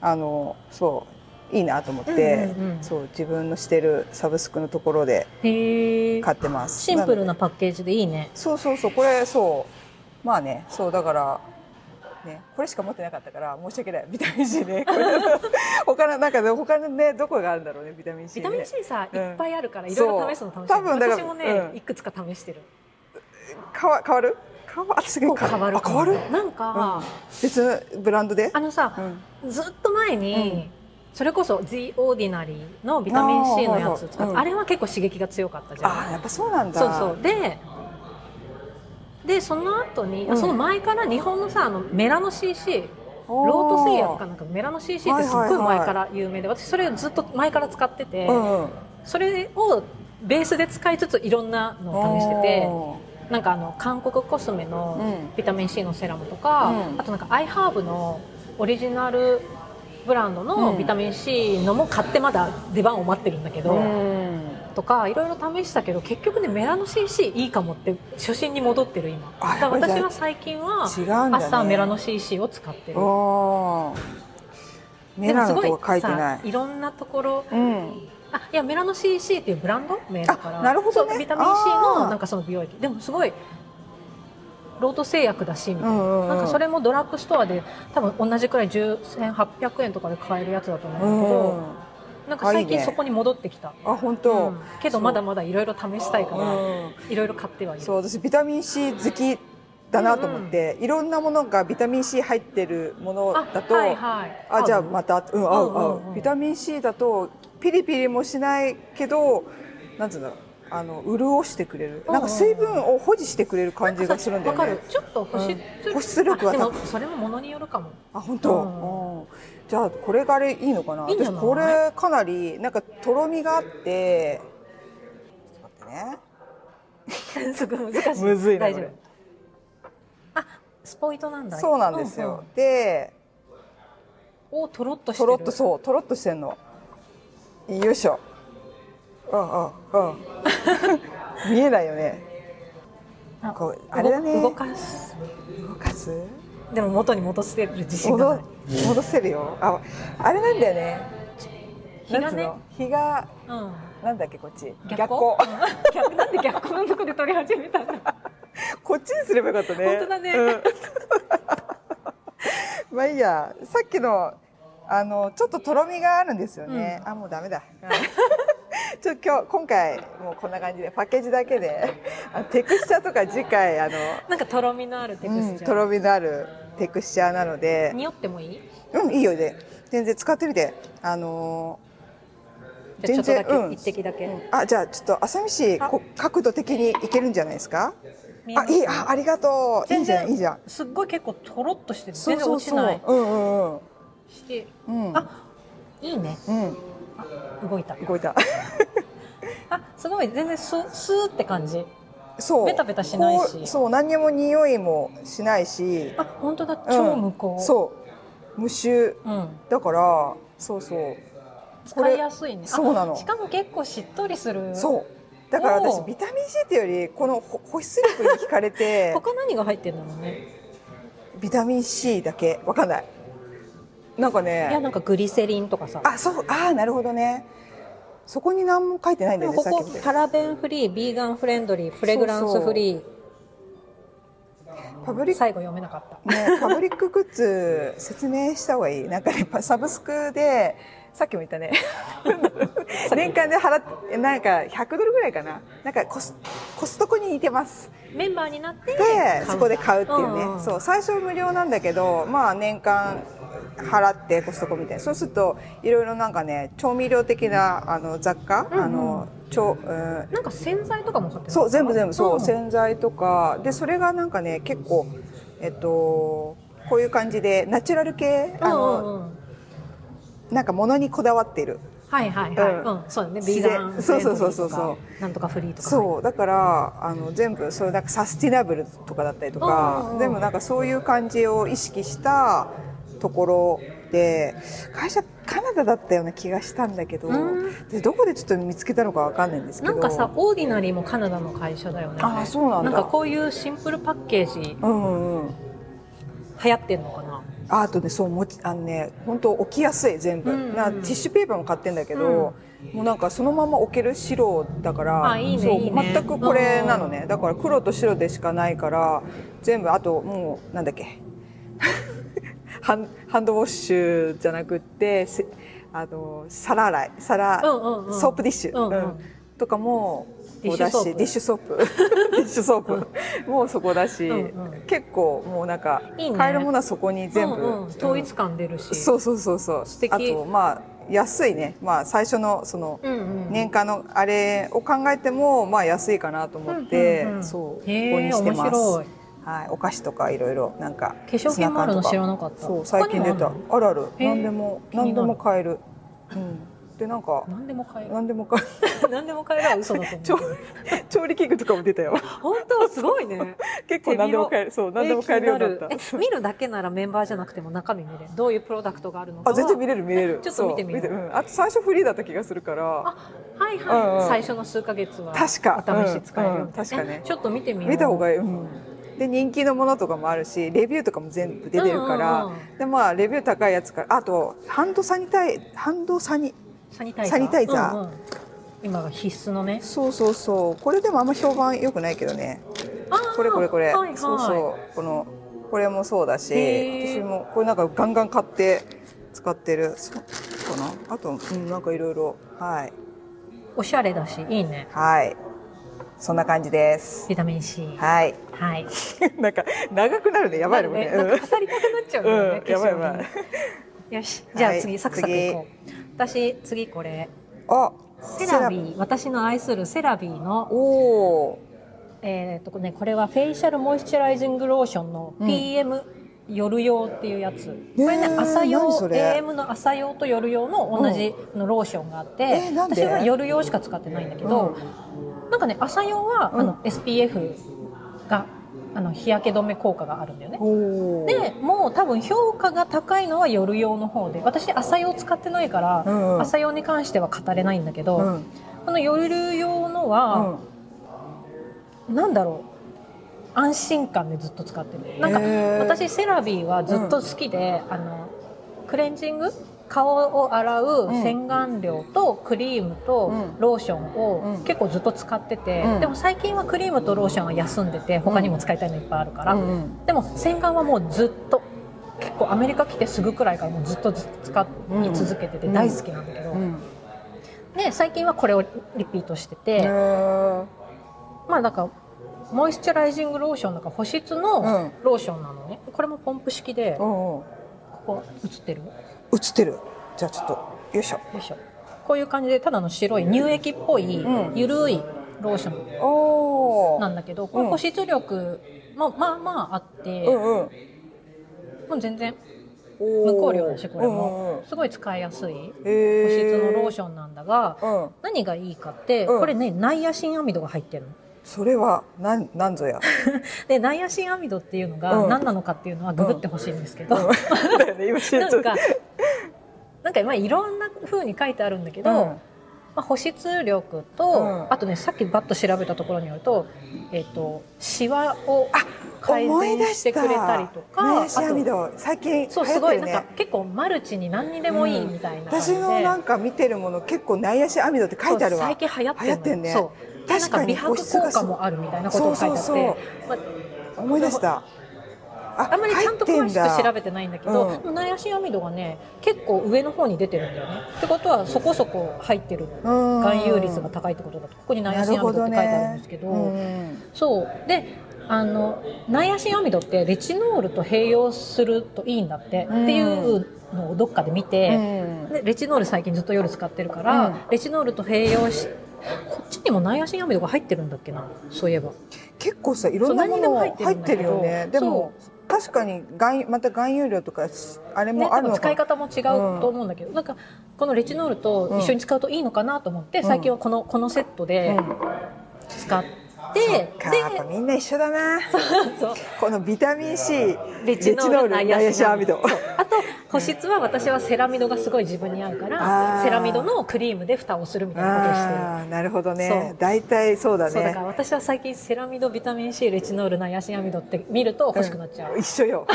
Speaker 1: あのそういいなと思って、そう自分のしてるサブスクのところで
Speaker 2: へえ
Speaker 1: 買ってます
Speaker 2: シンプル
Speaker 1: なの
Speaker 2: な
Speaker 1: で
Speaker 2: パッケージでいいね
Speaker 1: そうそうそうこれそうまあねそうだからね、これしか持ってなかったから申し訳ないビタミン C ね これ他のなんかね他のねどこがあるんだろうねビタミン C
Speaker 2: ビ
Speaker 1: ね
Speaker 2: タミン C さ、
Speaker 1: うん
Speaker 2: いっぱいあるからいろいろ試すの楽しい
Speaker 1: そう多分だから
Speaker 2: 私もね、
Speaker 1: うん
Speaker 2: いくつか試してる
Speaker 1: 変わ変わる変わ私が
Speaker 2: 結構変わる
Speaker 1: あ変わる
Speaker 2: なんか、
Speaker 1: 別のブランドで
Speaker 2: あのさ
Speaker 1: う、ん
Speaker 2: ずっと前に、それこそ「The Ordinary」のビタミン C のやつ使って
Speaker 1: あーはいはいうん
Speaker 2: あれは結構刺激が強かったじゃん
Speaker 1: あーやっぱそうなんだ
Speaker 2: そうそうででその後に、
Speaker 1: う
Speaker 2: あ
Speaker 1: ん
Speaker 2: その前から日本のさあのメラノ CC
Speaker 1: おー
Speaker 2: ロート製薬かなんかメラノ CC ってすっ
Speaker 1: はい
Speaker 2: ご
Speaker 1: はいは
Speaker 2: い
Speaker 1: い
Speaker 2: 前から有名で、私それをずっと前から使ってて、
Speaker 1: うんうん
Speaker 2: それをベースで使いつついろんなのを試してて
Speaker 1: お
Speaker 2: なんかあの韓国コスメ
Speaker 1: ー
Speaker 2: の
Speaker 1: う
Speaker 2: ビタミン C のセラムとか、
Speaker 1: うん
Speaker 2: あとなんかアイハーブのオリジナルブランド
Speaker 1: う
Speaker 2: の
Speaker 1: ん
Speaker 2: ビタミン C のも買ってまだ出番を待ってるんだけど、
Speaker 1: んうん
Speaker 2: とかいろいろ試したけど結局ねメラノ CC いいかもって初心に戻ってる今
Speaker 1: あ
Speaker 2: だ
Speaker 1: や
Speaker 2: から
Speaker 1: っぱり
Speaker 2: 私は最近は
Speaker 1: 違うんだ、ね、
Speaker 2: 朝メラノ CC を使ってる
Speaker 1: おーメラノとか書いてない
Speaker 2: でもすごいさいろんなところ
Speaker 1: うん
Speaker 2: あいやメラノ CC っていうブランド名だから
Speaker 1: あなるほどね
Speaker 2: そうビタミン C
Speaker 1: あー
Speaker 2: のなんかその美容液でもすごいロート製薬だしみたいな,、
Speaker 1: うんうんうん
Speaker 2: なんかそれもドラッグストアで多分同じくらい1800円とかで買えるやつだと
Speaker 1: う
Speaker 2: 思うんだけど、
Speaker 1: ん
Speaker 2: なんか最近そこに戻ってきた
Speaker 1: あ本当、
Speaker 2: うんけどまだまだいろいろ試したいか
Speaker 1: う
Speaker 2: ら、
Speaker 1: ん
Speaker 2: いろいろ買ってはいる
Speaker 1: そう私ビタミン C 好きだなと思って、いろんなものがビタミン C 入ってるものだとあ,、
Speaker 2: はいはい、
Speaker 1: じゃあまた、うん、合う合う
Speaker 2: うんうんうん
Speaker 1: ビタミン C だとピリピリもしないけどなんつうんだろうあの潤してくれる、
Speaker 2: うん
Speaker 1: なんか水分を保持してくれる感じがするんだよ
Speaker 2: わか
Speaker 1: ね
Speaker 2: るちょっと保湿,、
Speaker 1: うん保湿力は
Speaker 2: あでもそれもものによるかも
Speaker 1: あ本当、
Speaker 2: うん
Speaker 1: うんじゃあこれがあれいいのかない
Speaker 2: いんじゃな
Speaker 1: 私
Speaker 2: い
Speaker 1: これかなりなんかとろみがあってちょっと待ってね
Speaker 2: すごい難しい
Speaker 1: むずいな
Speaker 2: 大
Speaker 1: こ
Speaker 2: 丈
Speaker 1: れ
Speaker 2: 夫あスポイトなんだ
Speaker 1: そうなんですよ、、で
Speaker 2: うんうんおとろっとして
Speaker 1: と
Speaker 2: る
Speaker 1: ろっとそうとろっとしてんのよいしょああ ああ見えないよね
Speaker 2: なん
Speaker 1: こ
Speaker 2: か
Speaker 1: うあれだね
Speaker 2: 動かす
Speaker 1: 動かす
Speaker 2: でも元に戻せる自信がな
Speaker 1: 戻
Speaker 2: い
Speaker 1: 戻せるよああれなんだよね
Speaker 2: 日がね
Speaker 1: なんつうの日が
Speaker 2: うん
Speaker 1: なんだっけこっち
Speaker 2: 逆光
Speaker 1: 光
Speaker 2: 逆なんで逆光のとこで撮り始めたんだ
Speaker 1: こっちにすればよかったね
Speaker 2: 本当だね
Speaker 1: うん まあいいやさっきのあのちょっととろみがあるんですよね、あもうダメだ、 ちょ今日今回もうこんな感じでパッケージだけであのテクスチャーとか次回あの
Speaker 2: なんかとろみのあるテク
Speaker 1: うん
Speaker 2: スチャ
Speaker 1: と
Speaker 2: ー、
Speaker 1: ろみのあるテクスチャーなので
Speaker 2: 匂ってもいい
Speaker 1: うんいいよで全然使ってみてあの
Speaker 2: じゃあちょっとだけ、
Speaker 1: 全然うん
Speaker 2: 一滴だけ、
Speaker 1: ーあじゃあちょっと浅見市
Speaker 2: あ
Speaker 1: こ角度的にいけるんじゃないですか
Speaker 2: 見えま
Speaker 1: あ
Speaker 2: す
Speaker 1: いいあありがとういいじゃんいいじゃん
Speaker 2: すっごい結構とろっとしてる
Speaker 1: そ
Speaker 2: 全
Speaker 1: う
Speaker 2: 然
Speaker 1: そう
Speaker 2: 落ち
Speaker 1: そ
Speaker 2: な
Speaker 1: う
Speaker 2: い
Speaker 1: うんうんうん
Speaker 2: して
Speaker 1: うん
Speaker 2: あいいね
Speaker 1: うん
Speaker 2: 動いた
Speaker 1: 動い た
Speaker 2: あすごい全然ススーって感じ
Speaker 1: そう
Speaker 2: ベタベタしないし
Speaker 1: こうそう何にも匂いもしないし
Speaker 2: あ本当だ
Speaker 1: うん
Speaker 2: 超向こう、うん、
Speaker 1: そう無臭だからそうそうこれ
Speaker 2: 使いやすいねあ
Speaker 1: そうなの
Speaker 2: しかも結構しっとりする
Speaker 1: そうだから
Speaker 2: お
Speaker 1: 私
Speaker 2: ー
Speaker 1: ビタミン C っていうよりこのほ保湿力に惹かれ て
Speaker 2: 他何が入ってるんだろうね
Speaker 1: ビタミン C だけわかんないなんか
Speaker 2: いや
Speaker 1: ね
Speaker 2: なんかグリセリンとかさ
Speaker 1: あそうあーなるほどねそこに何も書いてないんだ
Speaker 2: で
Speaker 1: よ
Speaker 2: も
Speaker 1: ね
Speaker 2: こ
Speaker 1: さっ
Speaker 2: こ
Speaker 1: きみたいに
Speaker 2: パラベンフリービーガンフレンドリーフレグランスフリー
Speaker 1: パブリック
Speaker 2: 最後読めなかった
Speaker 1: ね、パブリックグッズ 説明した方がいいなんかねパサブスクでさっきも言った ね年間で払ってなんか100ドルぐらいかななんかコスコストコに似てます
Speaker 2: メンバーになって
Speaker 1: でそこで買うっていうね、
Speaker 2: んん
Speaker 1: そう最初無料なんだけどまあ年間払ってコストコみたいなそうするといろいろなんかね調味料的なあの雑貨、
Speaker 2: うんうん
Speaker 1: あの調うん
Speaker 2: なんか洗剤とかも買って
Speaker 1: そう全部全部そう、
Speaker 2: 洗
Speaker 1: 洗剤とかでそれがなんかね結構えっとこういう感じでナチュラル系あ
Speaker 2: 剤
Speaker 1: の、
Speaker 2: うんうんうん
Speaker 1: なんか物にこだわってる
Speaker 2: はいはいはい、
Speaker 1: う
Speaker 2: うんん、そうだね、ビ
Speaker 1: 自
Speaker 2: ー
Speaker 1: 然
Speaker 2: ガンフレンドリーとか、
Speaker 1: そうそうそうそうそ
Speaker 2: なんとかフリーとか、
Speaker 1: そうだからあの全部そういうなんかサスティナブルとかだったりと
Speaker 2: うんうん
Speaker 1: か
Speaker 2: うん
Speaker 1: 全部なんかそういう感じを意識したところで会社カナダだったような気がしたんだけど
Speaker 2: うん
Speaker 1: でどこでちょっと見つけたのかわかんないんですけ
Speaker 2: な
Speaker 1: ど
Speaker 2: んかさ、オーディナリーもカナダの会社だよね。
Speaker 1: あそうなんだ
Speaker 2: なんかこういうシンプルパッケージ、流
Speaker 1: うんうんうん
Speaker 2: 行ってんのかな。
Speaker 1: ああとねそう持ちあのね本当置きやすい全部、
Speaker 2: うんうん
Speaker 1: なティッシュペーパーも買ってんだけど、もうなんかそのまま置ける白だから
Speaker 2: あいいね
Speaker 1: そう
Speaker 2: いいね
Speaker 1: 全くこれなのねだから黒と白でしかないから全部あともうなんだっけ ハンハンドウォッシュじゃなくってせあの皿洗い皿、
Speaker 2: うんうんうん
Speaker 1: ソープディッシュ、
Speaker 2: うんうん
Speaker 1: うんとかも
Speaker 2: ディッシュ
Speaker 1: こうだし
Speaker 2: ソープ
Speaker 1: ディッシュソープディッシュソープ もうそこだし、
Speaker 2: うんうん
Speaker 1: 結構もうなんか
Speaker 2: いいね
Speaker 1: 買えるものはそこに全部、
Speaker 2: うんうん統一感出るし、
Speaker 1: うんそうそうそうそう
Speaker 2: 素敵
Speaker 1: あとまあ安いね、まあ、最初のその
Speaker 2: うんうん、
Speaker 1: 年間のあれを考えてもまあ安いかなと思って、
Speaker 2: うんうんうん
Speaker 1: そうここ
Speaker 2: へー
Speaker 1: にしてま
Speaker 2: 面白い
Speaker 1: す。はい、お菓子とかいろいろなんか
Speaker 2: 化粧品もあるの
Speaker 1: ツナ缶とか
Speaker 2: 知らなかった
Speaker 1: そう最近出
Speaker 2: 他
Speaker 1: た
Speaker 2: にも
Speaker 1: あるある
Speaker 2: へー
Speaker 1: 何でも
Speaker 2: 気になる
Speaker 1: 何でも買える、うん、でなんか
Speaker 2: あるの何でも 買える
Speaker 1: 何でも買える
Speaker 2: 何でも買えるは嘘だと
Speaker 1: 調
Speaker 2: 思う
Speaker 1: 調理器具とかも出たよ
Speaker 2: 本当すごい ね
Speaker 1: 結構何でも買えるそう何でも買えるようになった
Speaker 2: え気になるえ見るだけならメンバーじゃなくても中身見れるどういうプロダクトがあるの
Speaker 1: あ
Speaker 2: かは
Speaker 1: 全然見れる見れる
Speaker 2: ちょっと見てみよう
Speaker 1: そんあと最初フリーだった気がするから
Speaker 2: あはいはい、
Speaker 1: うんうん
Speaker 2: 最初の数ヶ月は
Speaker 1: 確か
Speaker 2: お試し使える、
Speaker 1: うんうん確かね
Speaker 2: えちょっと見てみよう
Speaker 1: 見た方
Speaker 2: いい
Speaker 1: がいい、うん、で人気のものとかもあるしレビューとかも全部出てるから、
Speaker 2: うんうんうん
Speaker 1: でまあレビュー高いやつからあとハンドサニタイハンドサニ
Speaker 2: サニタイザー
Speaker 1: サニタイザー
Speaker 2: うんうん今が必須のね
Speaker 1: そうそうそうこれでもあんま評判良くないけどね
Speaker 2: あー
Speaker 1: これこれこれ、
Speaker 2: はいはい、
Speaker 1: そうそうこのこれもそうだし
Speaker 2: へー
Speaker 1: 私もこれなんかガンガン買って使ってるそうかなあと、うん、なんかいろいろはい
Speaker 2: おしゃれだしいいね
Speaker 1: はいそんな感じです
Speaker 2: ビタミン C はい、
Speaker 1: はい
Speaker 2: はい、
Speaker 1: なんか長くなるねやばいねこれ、
Speaker 2: なんかねなんか語りたくなっちゃう
Speaker 1: うん
Speaker 2: よね、
Speaker 1: うんやばいやば
Speaker 2: 化粧
Speaker 1: い
Speaker 2: 品よしじゃあ次、
Speaker 1: はい
Speaker 2: サクサクいこう私次これ
Speaker 1: あ
Speaker 2: セラビー私の愛するセラビーの
Speaker 1: おお
Speaker 2: えーっとね、これはフェイシャルモイスチャライジングローションの
Speaker 1: うん
Speaker 2: PM 夜用っていうやつ、これね
Speaker 1: ー
Speaker 2: 朝用
Speaker 1: 何それ
Speaker 2: AM の朝用と夜用の同じのローションがあって、
Speaker 1: えーなんで
Speaker 2: 私は夜用しか使ってないんだけど、なんかね朝用は、
Speaker 1: うん
Speaker 2: あの SPF があの日焼け止め効果があるんだよね
Speaker 1: おー
Speaker 2: でもう多分評価が高いのは夜用の方で私朝用使ってないから、
Speaker 1: うんうん
Speaker 2: 朝用に関しては語れないんだけど、
Speaker 1: うん
Speaker 2: この夜用のは、なんだろう安心感でずっと使ってるなんか
Speaker 1: へー
Speaker 2: 私セラビーはずっと好きで、あのクレンジング顔を洗う
Speaker 1: うん
Speaker 2: 洗顔料とクリームと
Speaker 1: うん
Speaker 2: ローションを
Speaker 1: うん
Speaker 2: 結構ずっと使ってて、
Speaker 1: うん
Speaker 2: でも最近はクリームとローションは休んでて他にも使いたいのいっぱいあるから、
Speaker 1: うんうん
Speaker 2: でも洗顔はもうずっと結構アメリカ来てすぐくらいからもうずっとず使い続けてて
Speaker 1: うん
Speaker 2: 大好きなんだけど、
Speaker 1: うん
Speaker 2: で最近はこれをリピートしてて。
Speaker 1: へー
Speaker 2: まあなんかモイスチャライジングローションなんか保湿
Speaker 1: うん
Speaker 2: のローションなのね、これもポンプ式でこ
Speaker 1: うんうん
Speaker 2: こ映ってるよ
Speaker 1: 映ってるじゃあちょっとよいしょ
Speaker 2: いしょこういう感じでただの白い乳液っぽい
Speaker 1: うん
Speaker 2: ゆるいローション
Speaker 1: お
Speaker 2: な
Speaker 1: お
Speaker 2: んだけどこれ保湿力もまあまああって、
Speaker 1: うんうん
Speaker 2: もう全然
Speaker 1: おー
Speaker 2: 無香料だしこれ
Speaker 1: うんうんう
Speaker 2: も
Speaker 1: ん
Speaker 2: すごい使いやすい保
Speaker 1: へー
Speaker 2: 湿のローションなんだが
Speaker 1: うん
Speaker 2: 何がいいかって
Speaker 1: うん
Speaker 2: これねナイアシンアミドが入ってるの。
Speaker 1: それはなんなん ぞや
Speaker 2: でナイアシンアミドっていうの
Speaker 1: う
Speaker 2: が
Speaker 1: ん
Speaker 2: 何なのかっていうのはググってほしいんですけど、
Speaker 1: だよね今知っ
Speaker 2: な
Speaker 1: ちゃ
Speaker 2: ん
Speaker 1: った
Speaker 2: か、なんかまあいろんな風に書いてあるんだけど、
Speaker 1: うん
Speaker 2: まあ、保湿力と、
Speaker 1: うん
Speaker 2: あとねさっきバッと調べたところによると,、えっとシワを改
Speaker 1: 思い出
Speaker 2: 善してくれたりとか、
Speaker 1: ねシアミ
Speaker 2: あと
Speaker 1: ド最近
Speaker 2: そう
Speaker 1: 流行
Speaker 2: す
Speaker 1: って
Speaker 2: ごい
Speaker 1: る
Speaker 2: なん
Speaker 1: ね
Speaker 2: か結構マルチに何にでもいいみたいな感じ
Speaker 1: 私
Speaker 2: で、
Speaker 1: のなんか見てるもの結構ナイアシアミドって書いてあるわ
Speaker 2: そう最近流行ってる
Speaker 1: 流行ってんね
Speaker 2: そうで
Speaker 1: 確かに
Speaker 2: なんか美白効果もあるみたいなことが書いてあって
Speaker 1: そうそう
Speaker 2: まあ
Speaker 1: 思い出したあ
Speaker 2: あんまりちゃんと詳しく調べてないんだけど
Speaker 1: 入ってんだうん
Speaker 2: でもナイアシンアミドがね結構上の方に出てるんだよねってことはそこそこ入ってる含
Speaker 1: 含
Speaker 2: 有率が高いってことだとここにナイアシンアミドって書いてあるんですけどそうであのナイアシンアミドってレチノールと併用するといいんだって、
Speaker 1: うん
Speaker 2: っていうのをどっかで見て、でレチノール最近ずっと夜使ってるから、
Speaker 1: うん
Speaker 2: レチノールと併用しこっちにもナイアシンアミドが入ってるんだっけなそういえば
Speaker 1: 結構さいろんなもの入ってるよねで
Speaker 2: そう何にでも入ってるんだけど
Speaker 1: も確かに含また含有量とかあれ
Speaker 2: ね、
Speaker 1: もあ
Speaker 2: 多
Speaker 1: る
Speaker 2: 分
Speaker 1: の
Speaker 2: 使
Speaker 1: か
Speaker 2: い方も違うと思うんだけど、なんかこのレチノールと一緒に使うといいのかなと思って、
Speaker 1: うん
Speaker 2: 最近はこのこのセット
Speaker 1: う
Speaker 2: で
Speaker 1: ん
Speaker 2: 使って、
Speaker 1: かやっぱみんな一緒だな
Speaker 2: でそう
Speaker 1: このビタミン C
Speaker 2: レチノールナイアシンアミド
Speaker 1: ナイアシンアミ
Speaker 2: あと保湿は私はセラミドがすごい自分に合うから
Speaker 1: あー
Speaker 2: セラミドのクリームで蓋をするみたいなことをしてる。
Speaker 1: あーなるほど
Speaker 2: そ
Speaker 1: ね
Speaker 2: う
Speaker 1: 大体そうだ
Speaker 2: そうだか
Speaker 1: ね
Speaker 2: ら私は最近セ ラミドビタミン C レチノールナイアシンアミドって見ると欲しくなっちゃう、
Speaker 1: 一緒よ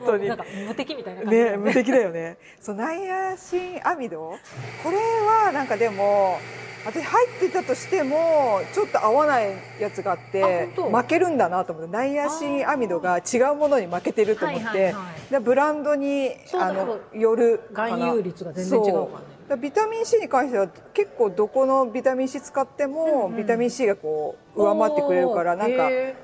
Speaker 1: 本当に
Speaker 2: なんか無敵みたいな感じだ
Speaker 1: ね
Speaker 2: よ
Speaker 1: 無敵だよねそうナイアシンアミドこれはなんかでも私入ってたとしてもちょっと合わないやつがあって
Speaker 2: あ本当
Speaker 1: 負けるんだなと思ってナイアシンアミドが違うものに負けてると思って、
Speaker 2: はいはいはい
Speaker 1: でブランドに
Speaker 2: そうだ
Speaker 1: あ
Speaker 2: そ
Speaker 1: の
Speaker 2: う
Speaker 1: よるかな
Speaker 2: 含有率が全然違うから
Speaker 1: そ
Speaker 2: ね
Speaker 1: うだらビタミン C に関しては結構どこのビタミン C 使っても、
Speaker 2: うんうん
Speaker 1: ビタミン C がこう上回ってくれるから
Speaker 2: おー
Speaker 1: なんか
Speaker 2: へ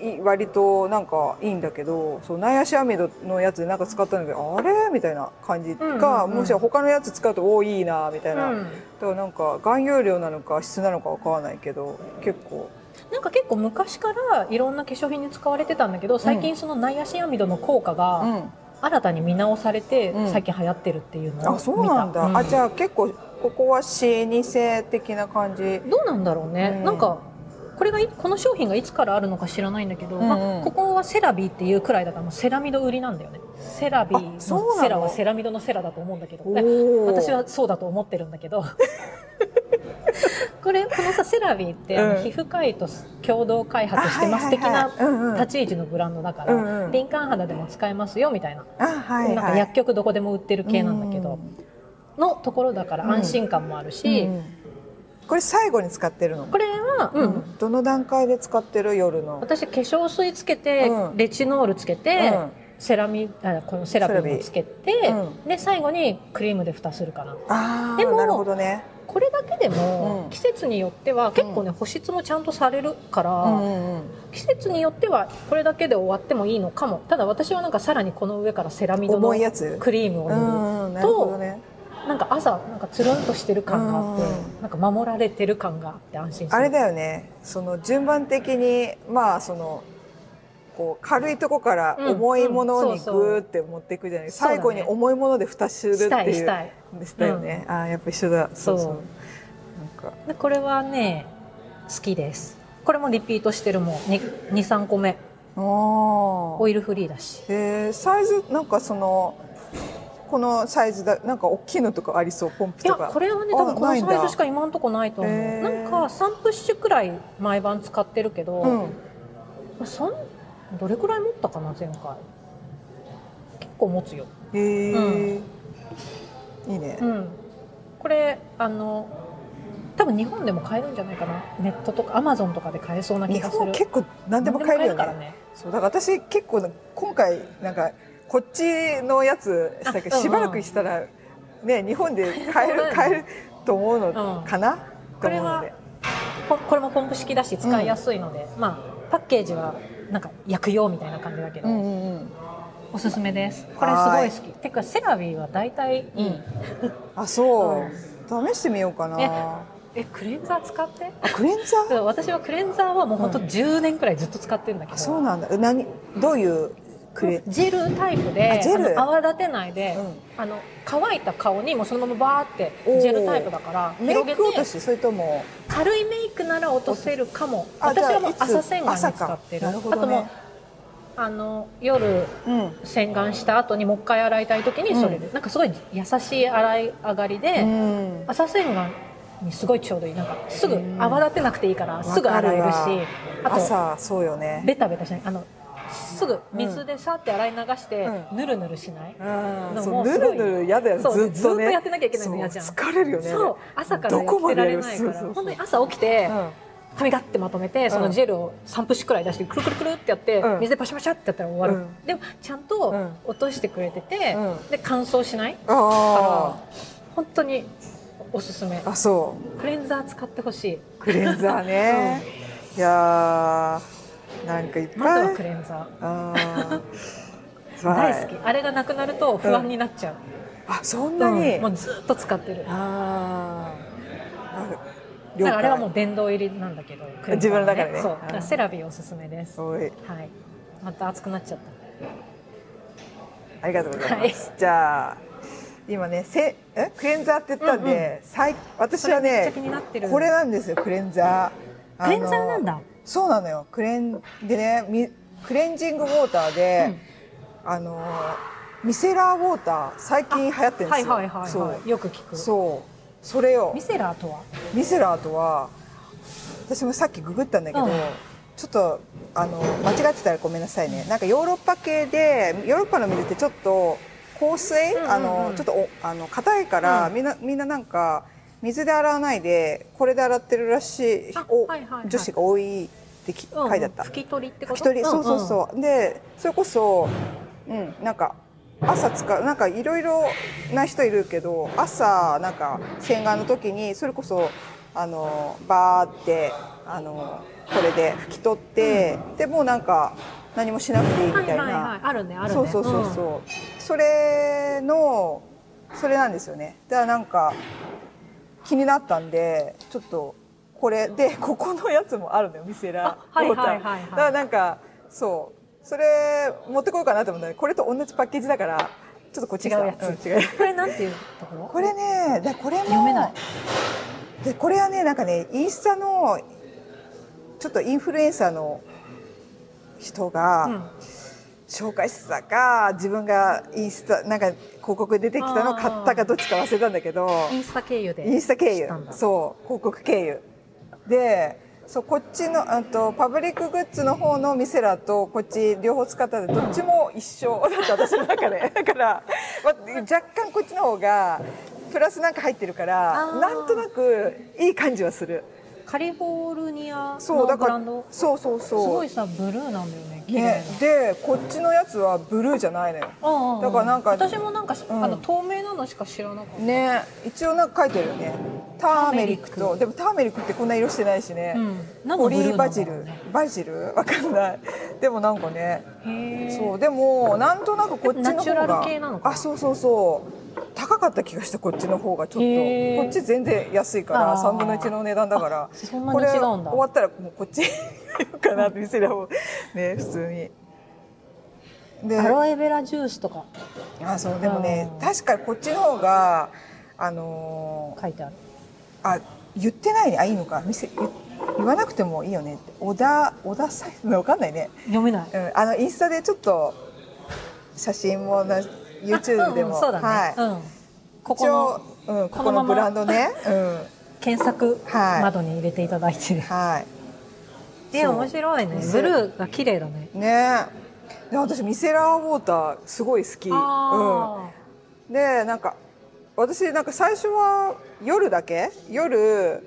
Speaker 1: い割となんかいいんだけどそうナイアシアミドのやつなんか使ったんだけどあれみたいな感じか、
Speaker 2: うんうんうん
Speaker 1: もしは他のやつ使うとおーいいなみたい
Speaker 2: ー
Speaker 1: な、
Speaker 2: う
Speaker 1: だから
Speaker 2: ん
Speaker 1: なんか含有量なのか質なのかわからないけど結構
Speaker 2: なんか結構昔からいろんな化粧品に使われてたんだけど最近そのナイアシンアミドの効果
Speaker 1: う
Speaker 2: が
Speaker 1: ん
Speaker 2: 新たに見直されて
Speaker 1: うん
Speaker 2: 最近流行ってるっていうのを見た、
Speaker 1: あそうなんだ、
Speaker 2: う
Speaker 1: あじゃあ結構ここは老舗的な感じ
Speaker 2: どうなんだろうね、
Speaker 1: うん
Speaker 2: なんかこれがいこの商品がいつからあるのか知らないんだけど、
Speaker 1: うんうん
Speaker 2: まあ、ここはセラビーっていうくらいだからもうセラミド売りなんだよねセラビー
Speaker 1: あ
Speaker 2: の
Speaker 1: そうなの
Speaker 2: セラはセラミドのセラだと思うんだけど
Speaker 1: お
Speaker 2: だから
Speaker 1: ー
Speaker 2: 私はそうだと思ってるんだけど これこのさセラビーって、あの
Speaker 1: うん
Speaker 2: 皮膚科医と共同開発してます的
Speaker 1: あ
Speaker 2: な
Speaker 1: はいはいはい
Speaker 2: 立ち位置のブランドだから、
Speaker 1: うんうん
Speaker 2: 敏感肌でも使えますよみたいな,、
Speaker 1: うんうんあはいはい
Speaker 2: なんか薬局どこでも売ってる系なんだけど、
Speaker 1: うん
Speaker 2: のところだから安心感もあるし、
Speaker 1: うんこれ最後に使ってるの
Speaker 2: これは、
Speaker 1: う
Speaker 2: うん、
Speaker 1: んどの段階で使ってる夜の
Speaker 2: 私化粧水つけて、
Speaker 1: うん
Speaker 2: レチノールつけて、
Speaker 1: うん
Speaker 2: セラミあこのセラピンをつけて、
Speaker 1: セラピ
Speaker 2: で最後にクリームで蓋するかな
Speaker 1: あ
Speaker 2: で
Speaker 1: あ
Speaker 2: も
Speaker 1: なるほどね
Speaker 2: これだけでも、
Speaker 1: うん
Speaker 2: 季節によっては結構ね保湿もちゃんとされるから、
Speaker 1: うんうん
Speaker 2: 季節によってはこれだけで終わってもいいのかもただ私はなんかさらにこの上からセラミドの
Speaker 1: 重いやつ
Speaker 2: クリームを
Speaker 1: う
Speaker 2: 塗る、
Speaker 1: んうんなるほどね
Speaker 2: なんか朝なんかつるんとしてる感があって、
Speaker 1: う
Speaker 2: なんか守られてる感があって安心する
Speaker 1: あれだよねその順番的にまあそのこう軽いとこから
Speaker 2: うん
Speaker 1: 重いもの
Speaker 2: うん
Speaker 1: にグ
Speaker 2: そうそう
Speaker 1: ーって持っていくじゃない、
Speaker 2: そうだね
Speaker 1: 最後に重いもので蓋するっていう
Speaker 2: したいしたい
Speaker 1: でしたよね、ああやっぱ一緒だそうそう
Speaker 2: そう
Speaker 1: なんか
Speaker 2: でこれはね好きですこれもリピートしてるもん23個目
Speaker 1: あ
Speaker 2: オイルフリーだし
Speaker 1: あへえサイズなんかそのこのサイズだなんか大きいのとかありそうポンプ
Speaker 2: いや
Speaker 1: とか
Speaker 2: これはね
Speaker 1: あ
Speaker 2: 多分このサ
Speaker 1: ないんだ
Speaker 2: イズしか今んとこないと思う、
Speaker 1: へー
Speaker 2: なんか3プッシュくらい毎晩使ってるけど、
Speaker 1: うん
Speaker 2: そんどれくらい持ったかな前回結構持つよ、
Speaker 1: へえ、いいね
Speaker 2: うん、これあの多分日本でも買えるんじゃないかなネットとかアマゾンとかで買えそうな気
Speaker 1: 日
Speaker 2: がする
Speaker 1: 本結構何でも買えるよ
Speaker 2: 何でも
Speaker 1: ねそうだから私結構今回なんかこっちのやつしたけど
Speaker 2: あうんうん
Speaker 1: しばらくしたらね日本で買え
Speaker 2: そうだよね
Speaker 1: る買えると思うのかな、と
Speaker 2: これ
Speaker 1: 思うの
Speaker 2: は
Speaker 1: で
Speaker 2: ここれもポンプ式だし使いやすいので、まあパッケージはなんか薬用みたいな感じだけど、
Speaker 1: うんうんうん
Speaker 2: おすすめですこれすごい好きてかセラビーは大体いい、
Speaker 1: うんあそう
Speaker 2: う、
Speaker 1: 試してみようかな
Speaker 2: ええクレンザー使って
Speaker 1: あクレンザー
Speaker 2: 私はクレンザーはもうほんと
Speaker 1: うん
Speaker 2: 10年くらいずっと使ってるんだけど、
Speaker 1: あそうなんだえ何どういうクレ
Speaker 2: ジェルタイプ
Speaker 1: あ
Speaker 2: で
Speaker 1: ジェル
Speaker 2: あの泡立てないで、
Speaker 1: うん
Speaker 2: あの乾いた顔にもうそのままバーって
Speaker 1: おー
Speaker 2: ジェルタイプだから
Speaker 1: メ
Speaker 2: 広げ
Speaker 1: イ
Speaker 2: て
Speaker 1: ク落としそれとも
Speaker 2: 軽いメイクなら落とせるかも
Speaker 1: あ
Speaker 2: 私はもう
Speaker 1: じゃあいつ
Speaker 2: 朝洗顔に使ってる
Speaker 1: 朝かなるほどね
Speaker 2: あともうあの夜
Speaker 1: うん
Speaker 2: 洗顔した後にもう一回洗いたい時にそれで、なんかすごい優しい洗い上がりで、
Speaker 1: うん
Speaker 2: 朝洗顔にすごいちょうどいいなんかすぐ
Speaker 1: うん
Speaker 2: 泡立てなくていいからすぐ洗えるし
Speaker 1: わかるわ
Speaker 2: あと
Speaker 1: 朝そうよね
Speaker 2: ベタベタしないあのすぐ水でさって洗い流して、
Speaker 1: う
Speaker 2: ぬるぬるしない、
Speaker 1: うん、そ
Speaker 2: も
Speaker 1: う
Speaker 2: うす
Speaker 1: ぬ
Speaker 2: ごい
Speaker 1: るぬる嫌だよね
Speaker 2: そう
Speaker 1: ずっと
Speaker 2: ずっと
Speaker 1: ね
Speaker 2: やってなきゃいけないの嫌じゃん
Speaker 1: そう疲れるよね
Speaker 2: そう朝から
Speaker 1: ど
Speaker 2: や
Speaker 1: こ
Speaker 2: っ
Speaker 1: ま
Speaker 2: て
Speaker 1: で
Speaker 2: ら
Speaker 1: や
Speaker 2: れ
Speaker 1: る
Speaker 2: ないから
Speaker 1: そうそうそう
Speaker 2: 本当に朝起きて、髪がってまとめてそのジェルを3プッシュくらい出してくるくるくるってやって、
Speaker 1: うん
Speaker 2: 水でパシャパシャってやったら終わる、
Speaker 1: うん
Speaker 2: でもちゃん
Speaker 1: う
Speaker 2: と
Speaker 1: ん
Speaker 2: 落としてくれてて、
Speaker 1: うん
Speaker 2: で乾燥しない
Speaker 1: うん、あ
Speaker 2: 本当におすすめ
Speaker 1: ああそう
Speaker 2: クレンザー使ってほしい
Speaker 1: クレンザー ね、いやーなんかいっ
Speaker 2: まず
Speaker 1: ぱ、
Speaker 2: はいクレンザー
Speaker 1: あーはい
Speaker 2: 大好きあれがなくなると不安になっちゃう、
Speaker 1: あそんなに、
Speaker 2: うんもうずっと使ってるだか
Speaker 1: あーなる了
Speaker 2: ら
Speaker 1: 解
Speaker 2: あれはもう殿堂入りなんだけどクレン
Speaker 1: 自
Speaker 2: ザー
Speaker 1: 分
Speaker 2: は
Speaker 1: の中でね
Speaker 2: そう
Speaker 1: うん
Speaker 2: だからセラビーおすすめですは
Speaker 1: おい
Speaker 2: いまた熱くなっちゃっ
Speaker 1: ありがとうございます、じゃあ今ねせえクレンザーって言ったんで、最私は
Speaker 2: それめっちゃ
Speaker 1: ね
Speaker 2: 気になってる
Speaker 1: これなんですよクレンザー
Speaker 2: たクレンザーなんだ
Speaker 1: そうなのよクレンでねみクレンジングウォーターで、あのーミセラーウォーター最近流行ってるんで
Speaker 2: は
Speaker 1: す
Speaker 2: い
Speaker 1: よ
Speaker 2: はいはいは
Speaker 1: そ
Speaker 2: いよく聞く
Speaker 1: うそうそれよ
Speaker 2: ミセラーとは
Speaker 1: ミセラーとは私もさっきググったんだけど、
Speaker 2: うん
Speaker 1: ちょっちょっとあの間違ってたらごめんなさいねなんかヨーロッパ系でヨーロッパの水ってちょっと硬水、
Speaker 2: うんうん
Speaker 1: あのちょっとおあの硬いから、
Speaker 2: うん
Speaker 1: みんなみんななんか水で洗わないでこれで洗ってるらしい
Speaker 2: あ
Speaker 1: お、
Speaker 2: はいはいはい
Speaker 1: 女子が多いってき書いてあった。
Speaker 2: 拭き取りってこ
Speaker 1: 拭
Speaker 2: と
Speaker 1: き取り、そうそう
Speaker 2: う
Speaker 1: そう、でそれこそうんなんか朝使うなんかいろいろな人いるけど朝なんか洗顔の時にそれこそあのバーってあのこれで拭き取って、でもうなんか何もしなくていいみ
Speaker 2: んは
Speaker 1: た
Speaker 2: い
Speaker 1: い
Speaker 2: は
Speaker 1: な、
Speaker 2: いはいあるねあるね
Speaker 1: そうそうそうそう、それのそれなんですよねだからなんか気になったんでちょっとこれでここのやつもあるのよミセラ
Speaker 2: あはい
Speaker 1: ウォーター
Speaker 2: はいはいはい
Speaker 1: だからなんかそうそれ持ってこようかなと思ったらこれと同じパッケージだからちょっとこっちにした
Speaker 2: 違うやつ
Speaker 1: ん違う
Speaker 2: うんこれなんていうところ
Speaker 1: これねだこれも
Speaker 2: 読めない
Speaker 1: でこれはねなんかねインスタのちょっとインフルエンサーの人が、
Speaker 2: うん
Speaker 1: 紹介してたか自分がインスタなんか広告出てきたの
Speaker 2: あー
Speaker 1: 買ったかどっちか忘れたんだけど
Speaker 2: インスタ経由で
Speaker 1: インスタ経
Speaker 2: 知
Speaker 1: 由
Speaker 2: ったんだ
Speaker 1: そう広告経由でそうこっちのあとパブリックグッズの方のミセラとこっち両方使ったんでどっちも一緒だった私の中で だから、ま若干こっちの方がプラスなんか入ってるから
Speaker 2: あー
Speaker 1: なんとなくいい感じはする
Speaker 2: カリフォルニア
Speaker 1: そう
Speaker 2: の
Speaker 1: だ
Speaker 2: ブ
Speaker 1: か
Speaker 2: ラ
Speaker 1: ら
Speaker 2: ンド
Speaker 1: そうそう
Speaker 2: すご
Speaker 1: そ
Speaker 2: いうさブルーなんだよね綺麗な
Speaker 1: ね、でこっちのやつはブルーじゃないのよ
Speaker 2: ああ
Speaker 1: だからなんか
Speaker 2: 私もなんか、
Speaker 1: うん
Speaker 2: あの透明なのしか知らなかった、
Speaker 1: ね一応なんか書いてあるよねターメリック
Speaker 2: ター
Speaker 1: と
Speaker 2: メリック
Speaker 1: でもターメリックってこんな色してないしね、
Speaker 2: うん、なん
Speaker 1: オ
Speaker 2: か
Speaker 1: リ
Speaker 2: ブル
Speaker 1: ー
Speaker 2: ー
Speaker 1: ブバ
Speaker 2: な
Speaker 1: ジ
Speaker 2: の
Speaker 1: ル
Speaker 2: ね
Speaker 1: バジルわかんないでもなんかね
Speaker 2: へえ
Speaker 1: そうでもなんとなくこっちの
Speaker 2: ナチ
Speaker 1: 方
Speaker 2: ュラ
Speaker 1: が
Speaker 2: ル系なのかな
Speaker 1: あそうそうそう高かった気がしたこっちの方がちょっ
Speaker 2: へ
Speaker 1: と
Speaker 2: ー
Speaker 1: こっち全然安いから
Speaker 2: あー
Speaker 1: 3分の1の値段だから
Speaker 2: そんな
Speaker 1: こ
Speaker 2: に
Speaker 1: れ
Speaker 2: 違
Speaker 1: 終
Speaker 2: うんだ
Speaker 1: わったらもうこっち 行こうかなって店でもね普通に。で
Speaker 2: アロエベラジュースとか
Speaker 1: あそうでもね
Speaker 2: うん
Speaker 1: 確かにこっちの方があのー
Speaker 2: 書いてある
Speaker 1: あ言ってないねあいいのか見せ言言わなくてもいいよねって小田小田サイズわかんないね、
Speaker 2: 読めない
Speaker 1: うん、あのインスタでちょっと写真もな YouTube で
Speaker 2: あうんう
Speaker 1: も、
Speaker 2: ん そうだね、
Speaker 1: はい、
Speaker 2: うん、ここ
Speaker 1: 一応
Speaker 2: の
Speaker 1: うん、ここ
Speaker 2: こ
Speaker 1: の
Speaker 2: のまま
Speaker 1: ブランドね、うん、
Speaker 2: 検索
Speaker 1: はい
Speaker 2: 窓に入れていただいて、
Speaker 1: はい
Speaker 2: い、や面白いね
Speaker 1: そう
Speaker 2: ブルーが綺麗だね
Speaker 1: ねで私ミセラーウォーターすごい好き、うん、
Speaker 2: あ
Speaker 1: でなんか私なんか最初は夜だけ夜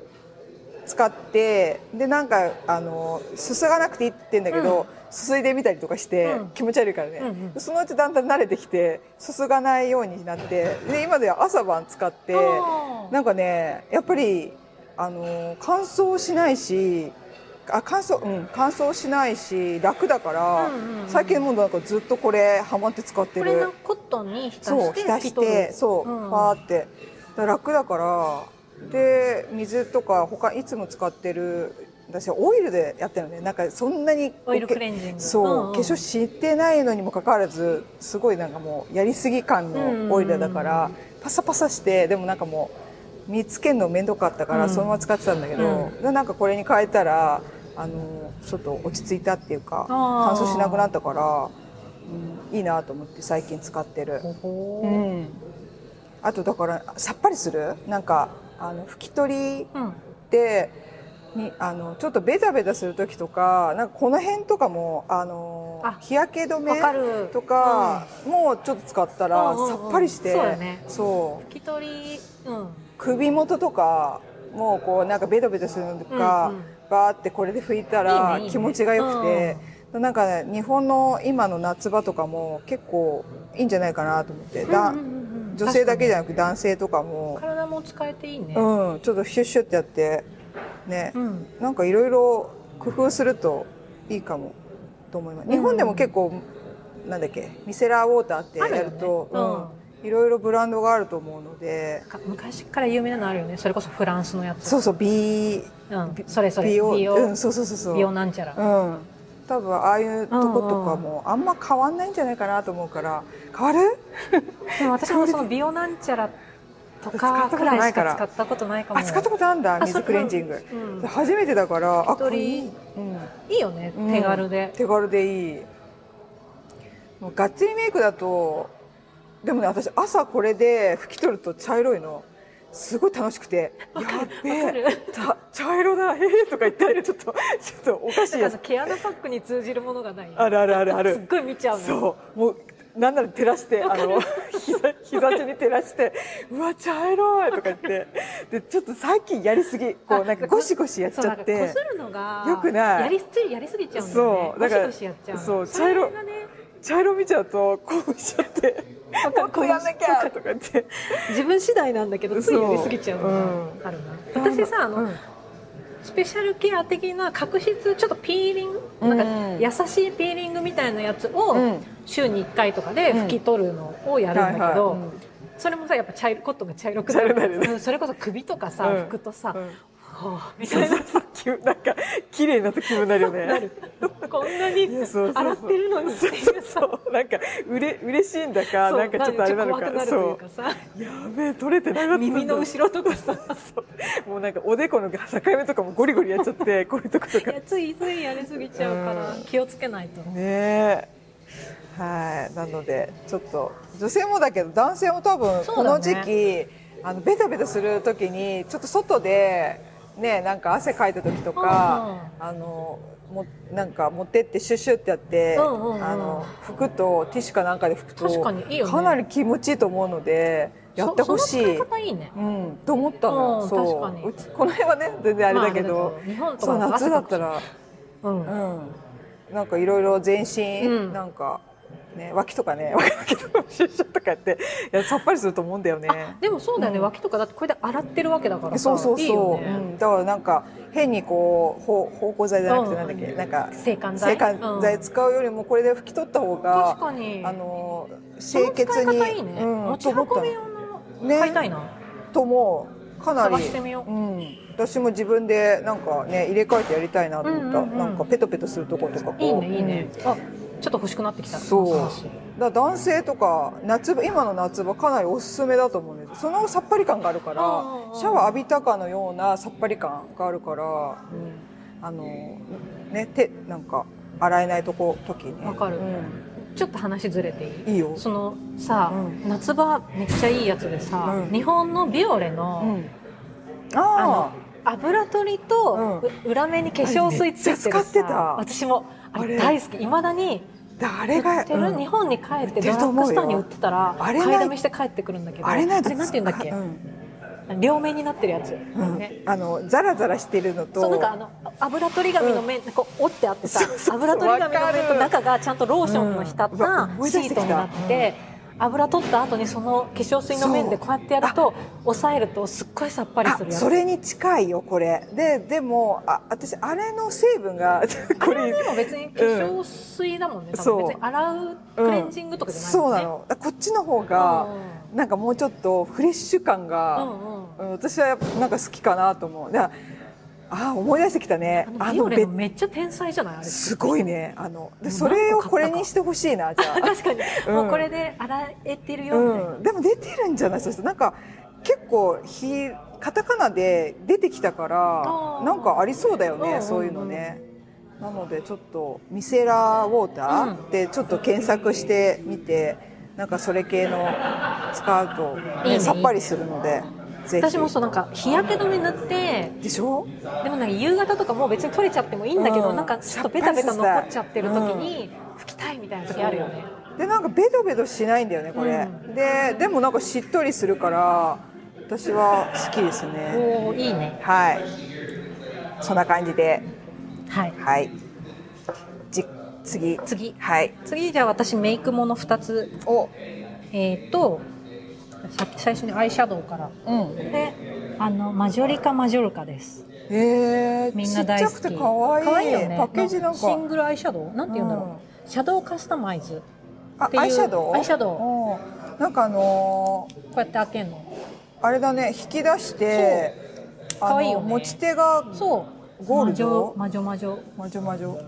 Speaker 1: 使ってでなんかあのすすがなくていいって言ってんだけど、すすいでみたりとかして、
Speaker 2: うん
Speaker 1: 気持ち悪いからね、
Speaker 2: うんうん
Speaker 1: そのうちだんだん慣れてきてすすがないようになってで今では朝晩使って
Speaker 2: ーあー
Speaker 1: なんかねやっぱりあの乾燥しないしあ乾燥うん乾燥しないし楽だから、
Speaker 2: うんうんうん
Speaker 1: 最近もうなんかずっとこれハマって使って
Speaker 2: こ
Speaker 1: る。
Speaker 2: れのコットンに浸
Speaker 1: そう
Speaker 2: して
Speaker 1: 浸
Speaker 2: 拭き
Speaker 1: し
Speaker 2: 取
Speaker 1: て
Speaker 2: る
Speaker 1: そう、
Speaker 2: うん
Speaker 1: パーってだから楽だからで水とか他いつも使ってる私はオイルでやってるのねなんかそんなに
Speaker 2: オイルク
Speaker 1: ン
Speaker 2: レンジング
Speaker 1: そう、
Speaker 2: んん
Speaker 1: 化粧してないのにもかかわらずすごいなんかもうやりすぎ感のオイルだから、
Speaker 2: うん
Speaker 1: パサパサしてでもなんかもう見つけるの面倒かったから
Speaker 2: うん
Speaker 1: そのまま使ってたんだけど、でなんかこれに変えたらあのちょっと落ち着いたっていうか乾
Speaker 2: あー
Speaker 1: 燥しなくなったから、うんいいなと思って最近使ってる。
Speaker 2: ほほ
Speaker 1: う
Speaker 2: ーうん
Speaker 1: ん、あとだからさっぱりするなんかあの拭き取りってにあのちょっとベタベタする時とかなんかこの辺とかもあの
Speaker 2: あ
Speaker 1: 日焼け止
Speaker 2: わか
Speaker 1: め
Speaker 2: る
Speaker 1: とか、もうちょっと使ったら
Speaker 2: うんうん
Speaker 1: さ
Speaker 2: うん
Speaker 1: っぱりして、
Speaker 2: そうだね
Speaker 1: そう
Speaker 2: 拭き取りうん
Speaker 1: 首元とかもうこうなんかベタベタするのとか、
Speaker 2: うんうん
Speaker 1: バーってこれで拭いたら
Speaker 2: いいねいいね
Speaker 1: 気持ちが良くて。なんかね、日本の今の夏場とかも結構いいんじゃないかなと思って、だ
Speaker 2: うんうんうんうん
Speaker 1: 女性だけじゃ
Speaker 2: 確
Speaker 1: なく男性とかも
Speaker 2: かに体も使えていいね
Speaker 1: うん、ちょっとシュッシュってやってね、
Speaker 2: うん
Speaker 1: なんかいろいろ工夫するといいかもと思います、
Speaker 2: うん
Speaker 1: 日本でも結構なんだっけミセラーウォーターってやると
Speaker 2: あるよね
Speaker 1: うんいろいろブランドがあると思うので
Speaker 2: なんか昔から有名なのあるよねそれこそフランスのやつ
Speaker 1: そうそう B
Speaker 2: うん、それそれ
Speaker 1: 美
Speaker 2: 美
Speaker 1: 容
Speaker 2: 容
Speaker 1: うんそうそうそうそう
Speaker 2: 美容なんちゃら、
Speaker 1: うん多分ああいうとことかもあんま変わんないんじゃないかなと思うから変わる
Speaker 2: でも私も その美容なんちゃらと
Speaker 1: 使ったこ
Speaker 2: かく
Speaker 1: とな
Speaker 2: ら
Speaker 1: い
Speaker 2: いし
Speaker 1: から
Speaker 2: か使ったことないかも
Speaker 1: あ使ったことあるんだ
Speaker 2: あそ
Speaker 1: 水
Speaker 2: う
Speaker 1: クレンジング、
Speaker 2: うん
Speaker 1: 初めてだからあこれいい、
Speaker 2: 一
Speaker 1: うん、
Speaker 2: いいよね、
Speaker 1: うん
Speaker 2: 手軽で
Speaker 1: 手軽でいいもうがっつりメイクだとでもね私朝これで拭き取ると茶色いのすごい楽しくて「や
Speaker 2: わか
Speaker 1: っ
Speaker 2: る
Speaker 1: べ
Speaker 2: わか
Speaker 1: え
Speaker 2: る
Speaker 1: た茶色だへえ」とか言ってちょっとちょっとおかしい
Speaker 2: なん
Speaker 1: や
Speaker 2: か
Speaker 1: つ
Speaker 2: あの毛穴パックに通じるものがない
Speaker 1: あるあるあるあ
Speaker 2: すっ
Speaker 1: る
Speaker 2: ごい見ちゃうの
Speaker 1: そうもうなんなら照らしてあの膝膝手に照らして「うわ茶色い」とか言ってでちょっとさっきやりすぎこうなんかゴシゴシやっち
Speaker 2: そう
Speaker 1: ゃ
Speaker 2: なん
Speaker 1: っ
Speaker 2: か
Speaker 1: て
Speaker 2: こするのが
Speaker 1: よくない
Speaker 2: やりついやりすぎちゃうんだよね
Speaker 1: そうだから
Speaker 2: ゴシゴシやっちゃうの
Speaker 1: そう
Speaker 2: それがね
Speaker 1: 茶色見ちゃうと興奮しちゃって「もっとやんなきゃ」とか言って
Speaker 2: 自分次第なんだけどついやりすぎちゃうの
Speaker 1: そうう
Speaker 2: があるな私さあの、
Speaker 1: うん
Speaker 2: スペシャルケア的な角質ちょっとピーリング、
Speaker 1: うん
Speaker 2: なんか優しいピーリングみたいなやつ
Speaker 1: う
Speaker 2: を
Speaker 1: ん
Speaker 2: 週に1回とかで拭き取るのをやるんだけど、
Speaker 1: はいはいうん
Speaker 2: それもさやっぱ茶色コットンが茶色く
Speaker 1: 茶色になるね
Speaker 2: うんそれこそ首とかさ、
Speaker 1: うん
Speaker 2: 服とさ、
Speaker 1: うん
Speaker 2: ほうみ
Speaker 1: そ
Speaker 2: た
Speaker 1: う
Speaker 2: いな
Speaker 1: そうそう気分なんか綺麗になった気分になるよね
Speaker 2: なるこんなに
Speaker 1: いやそうそうそう
Speaker 2: 洗ってるのにっていうさ
Speaker 1: そうなんかうれ嬉しいんだか
Speaker 2: そう
Speaker 1: なんかちょっとあれなの
Speaker 2: ちょ
Speaker 1: か
Speaker 2: っと怖くなるという
Speaker 1: そ
Speaker 2: かさ
Speaker 1: うやべえ取れてなかったんだ
Speaker 2: 耳の後ろとかさ
Speaker 1: そうもうなんかおでこの境目とかもゴリゴリやっちゃってこういうとこと
Speaker 2: い
Speaker 1: か
Speaker 2: やついついやりすぎちゃうから、
Speaker 1: うん
Speaker 2: 気をつけないと
Speaker 1: ねえはいなのでちょっと女性もだけど男性も多分
Speaker 2: そ
Speaker 1: こ
Speaker 2: うだ
Speaker 1: の
Speaker 2: ね
Speaker 1: 時期、あのベタベタする時にちょっと外でねなんか汗かいた時とか、あのもなんか持ってってシュッシュってやって、
Speaker 2: うんうんうん
Speaker 1: あの服とティッシュかなんかで拭くと
Speaker 2: 確かにいいよね
Speaker 1: かなり気持ちいいと思うのでやってほし
Speaker 2: そその
Speaker 1: い
Speaker 2: 使い。方いいね
Speaker 1: うん、と思ったの、
Speaker 2: うん
Speaker 1: そう
Speaker 2: 確かに
Speaker 1: うちこの辺はね全然あれだけど,、
Speaker 2: まああれだけど日本とか
Speaker 1: そう
Speaker 2: だと
Speaker 1: 夏だったら
Speaker 2: う
Speaker 1: う
Speaker 2: ん
Speaker 1: ん、なんかいろいろ全身、
Speaker 2: うん
Speaker 1: なんか、ね、脇とかね脇とかシュッシュッとかやっていやさっぱりすると思うんだよね。
Speaker 2: でもそうだよね、
Speaker 1: うん
Speaker 2: 脇とかだってこれで洗ってるわけだからさ
Speaker 1: そうそうそう
Speaker 2: いよ
Speaker 1: う
Speaker 2: ね
Speaker 1: ん、だからなんか変にこう方向剤じゃなくて
Speaker 2: うん
Speaker 1: なんだっけ、なんか
Speaker 2: 制汗剤
Speaker 1: 制汗剤使うよりもこれで拭き取った方
Speaker 2: うん
Speaker 1: が
Speaker 2: 確かに
Speaker 1: あの
Speaker 2: その
Speaker 1: 清
Speaker 2: 使い
Speaker 1: 潔に
Speaker 2: 方いいね、
Speaker 1: うん、
Speaker 2: 持ち
Speaker 1: と
Speaker 2: 運
Speaker 1: 思った
Speaker 2: び
Speaker 1: の
Speaker 2: 用の
Speaker 1: ね
Speaker 2: 買いたいな、
Speaker 1: と思うかなり
Speaker 2: 探してみよう
Speaker 1: うん、私も自分でなんかね入れ替えてやりたいなと思った、
Speaker 2: うんうんうん
Speaker 1: なんかペトペトするとことかこう
Speaker 2: いいねいいね
Speaker 1: うん、
Speaker 2: あちょっと欲しくなってきた
Speaker 1: そうだ
Speaker 2: の話
Speaker 1: から男性とか夏場今の夏場かなりおすすめだと思うんですそのさっぱり感があるから
Speaker 2: うんうんうん
Speaker 1: シャワー浴びたかのようなさっぱり感があるから、うんあのね手なんか洗えないとこ時ね
Speaker 2: わかる
Speaker 1: うん
Speaker 2: ちょっと話ずれていい
Speaker 1: いいよ
Speaker 2: そのさ、
Speaker 1: う
Speaker 2: 夏場めっちゃいいやつでさ、
Speaker 1: うん
Speaker 2: 日本のビオレ
Speaker 1: う
Speaker 2: の、
Speaker 1: ん
Speaker 2: あ
Speaker 1: あ
Speaker 2: の油取りと、う裏面に化粧水
Speaker 1: あれめ
Speaker 2: ついてる
Speaker 1: っちゃ使ってた
Speaker 2: さ私もあれ
Speaker 1: あれ
Speaker 2: 大好きいまだに
Speaker 1: あ誰
Speaker 2: 売
Speaker 1: が
Speaker 2: ってる、
Speaker 1: うん
Speaker 2: 日本に帰って
Speaker 1: 売ってる
Speaker 2: ドラ
Speaker 1: と
Speaker 2: ッ
Speaker 1: 思うよ
Speaker 2: グストアに売ってたら
Speaker 1: あ
Speaker 2: 買
Speaker 1: れ
Speaker 2: い
Speaker 1: ない
Speaker 2: だめして帰ってくるんだけど
Speaker 1: あれないと
Speaker 2: なんて言うんだっけ、
Speaker 1: うん
Speaker 2: 両面になってるやつ、
Speaker 1: うん
Speaker 2: ね
Speaker 1: あのザラザラしてるのと
Speaker 2: そうなんかあの油取り紙の面、こう折ってあってさ
Speaker 1: そうそうそう
Speaker 2: 油取り紙の面と中がちゃんとローションの浸っ
Speaker 1: うんうわ
Speaker 2: た
Speaker 1: 思い
Speaker 2: シ
Speaker 1: 出してき
Speaker 2: ー
Speaker 1: た
Speaker 2: トになって、油取った後にその化粧水の面でこうやってやると押さえるとすっごいさっぱりする
Speaker 1: あ
Speaker 2: やつ
Speaker 1: それに近いよこれででもあ私あれの成分が これ
Speaker 2: でも別に化粧水だもんね、多
Speaker 1: そ
Speaker 2: 分
Speaker 1: う
Speaker 2: 別に洗うクレンジングとかじゃない
Speaker 1: そう
Speaker 2: もんね、
Speaker 1: なのこっちの方が、なんかもうちょっとフレッシュ感
Speaker 2: うん
Speaker 1: が、
Speaker 2: うんうん
Speaker 1: うん私はやっぱなんか好きかなと思うだからあー思い出してきたね
Speaker 2: あのビオレのめっちゃ天才じゃないあれ
Speaker 1: べすごいねあので
Speaker 2: もう何個
Speaker 1: それをこれにしてほしいなじゃ
Speaker 2: 確かに、
Speaker 1: うん
Speaker 2: もうこれで洗えてる
Speaker 1: あ、
Speaker 2: よみたいな、
Speaker 1: うん、でも出てるんじゃないそうするとなんか結構ひカタカナで出てきたから
Speaker 2: あー
Speaker 1: なんかありそうだよ
Speaker 2: うんうんう
Speaker 1: ね
Speaker 2: ん
Speaker 1: そういうのねなのでちょっとミセラーウォーターでちょっと検索してみてなんかそれ系の使うとね、
Speaker 2: いいね
Speaker 1: さっぱりするのでぜひ
Speaker 2: 私もそうなんか日焼け止め塗って
Speaker 1: でしょ
Speaker 2: でもなんか夕方とかもう別に取れちゃってもいいんだけど、
Speaker 1: うん
Speaker 2: なんかちょっとベタベタ残っちゃってる時に拭きたいみたいな時あるよね、
Speaker 1: でなんかベトベトしないんだよねこれ、
Speaker 2: う
Speaker 1: ででもなんかしっとりするから私は好きですね
Speaker 2: おおいいね
Speaker 1: はいそんな感じで
Speaker 2: はい
Speaker 1: はいじ次
Speaker 2: 次
Speaker 1: はい
Speaker 2: 次じゃあ私メイクもの2つ
Speaker 1: お
Speaker 2: えっ、とさっき最初にアイシャドウから
Speaker 1: うん
Speaker 2: であのマジョリカマジョルカです
Speaker 1: えー、
Speaker 2: みんな大好き
Speaker 1: ちっちゃくて可愛い
Speaker 2: 可愛いよね
Speaker 1: パッケージなんか
Speaker 2: シングルアイシャドウなんて言うんだろう、シャドウカスタマイズ
Speaker 1: あ
Speaker 2: っていう
Speaker 1: アイシャドウ
Speaker 2: アイシャドウ
Speaker 1: うんなんかあのー
Speaker 2: こうやって開けるの
Speaker 1: あれだね引き出してあの
Speaker 2: 可愛いよね
Speaker 1: 持ち手が
Speaker 2: そう
Speaker 1: ゴールド
Speaker 2: 魔女魔女魔
Speaker 1: まじょまじょ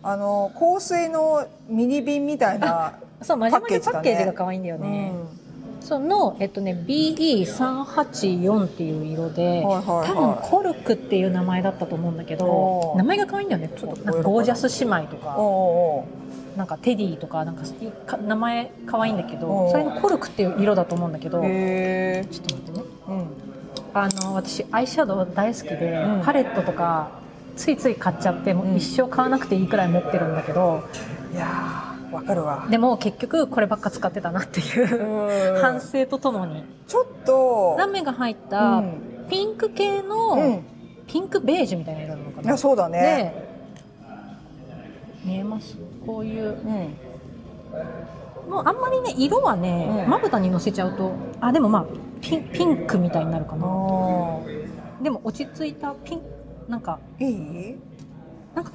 Speaker 1: あの香水のミニ瓶みたいな、
Speaker 2: 女そう魔女魔女パ
Speaker 1: パッケージだね
Speaker 2: ッケージが可愛いんだよ
Speaker 1: う
Speaker 2: ね、
Speaker 1: ん、
Speaker 2: その、えっとね、BE384 っていう色
Speaker 1: は
Speaker 2: で、
Speaker 1: いはい
Speaker 2: 多分
Speaker 1: は
Speaker 2: コルクっていう名前だったと思うんだけど
Speaker 1: おー
Speaker 2: 名前が可愛いんだよねちょっとなんかゴージャス姉妹と
Speaker 1: い
Speaker 2: か
Speaker 1: おうおう
Speaker 2: なんかテディとかなんかか名前可愛いんだけ
Speaker 1: お
Speaker 2: ど
Speaker 1: ー
Speaker 2: それのコルクっていう色だと思うんだけど
Speaker 1: おう
Speaker 2: ちょ
Speaker 1: へえ
Speaker 2: っと待ってね
Speaker 1: うん
Speaker 2: あの私アイシャドウ大好きで、
Speaker 1: うん
Speaker 2: パレットとかついつい買っちゃってもう一生買わなくていいくらい持ってるんだけど、
Speaker 1: いやーわかるわ
Speaker 2: でも結局こればっか使ってたなっていう、
Speaker 1: うん
Speaker 2: 反省とともに
Speaker 1: ちょっと
Speaker 2: ラメが入っ
Speaker 1: う
Speaker 2: た
Speaker 1: ん
Speaker 2: ピンク系
Speaker 1: う
Speaker 2: の
Speaker 1: ん
Speaker 2: ピンクベージュみたいな色なのか
Speaker 1: い
Speaker 2: な、
Speaker 1: やそうだね
Speaker 2: で見えますこういう
Speaker 1: うん
Speaker 2: もうあんまりね色はね
Speaker 1: うん
Speaker 2: まぶたにのせちゃうとあでもまあピンピンクみたいになるか
Speaker 1: あ
Speaker 2: なでも落ち着いたピンなんか
Speaker 1: ーいい
Speaker 2: なんか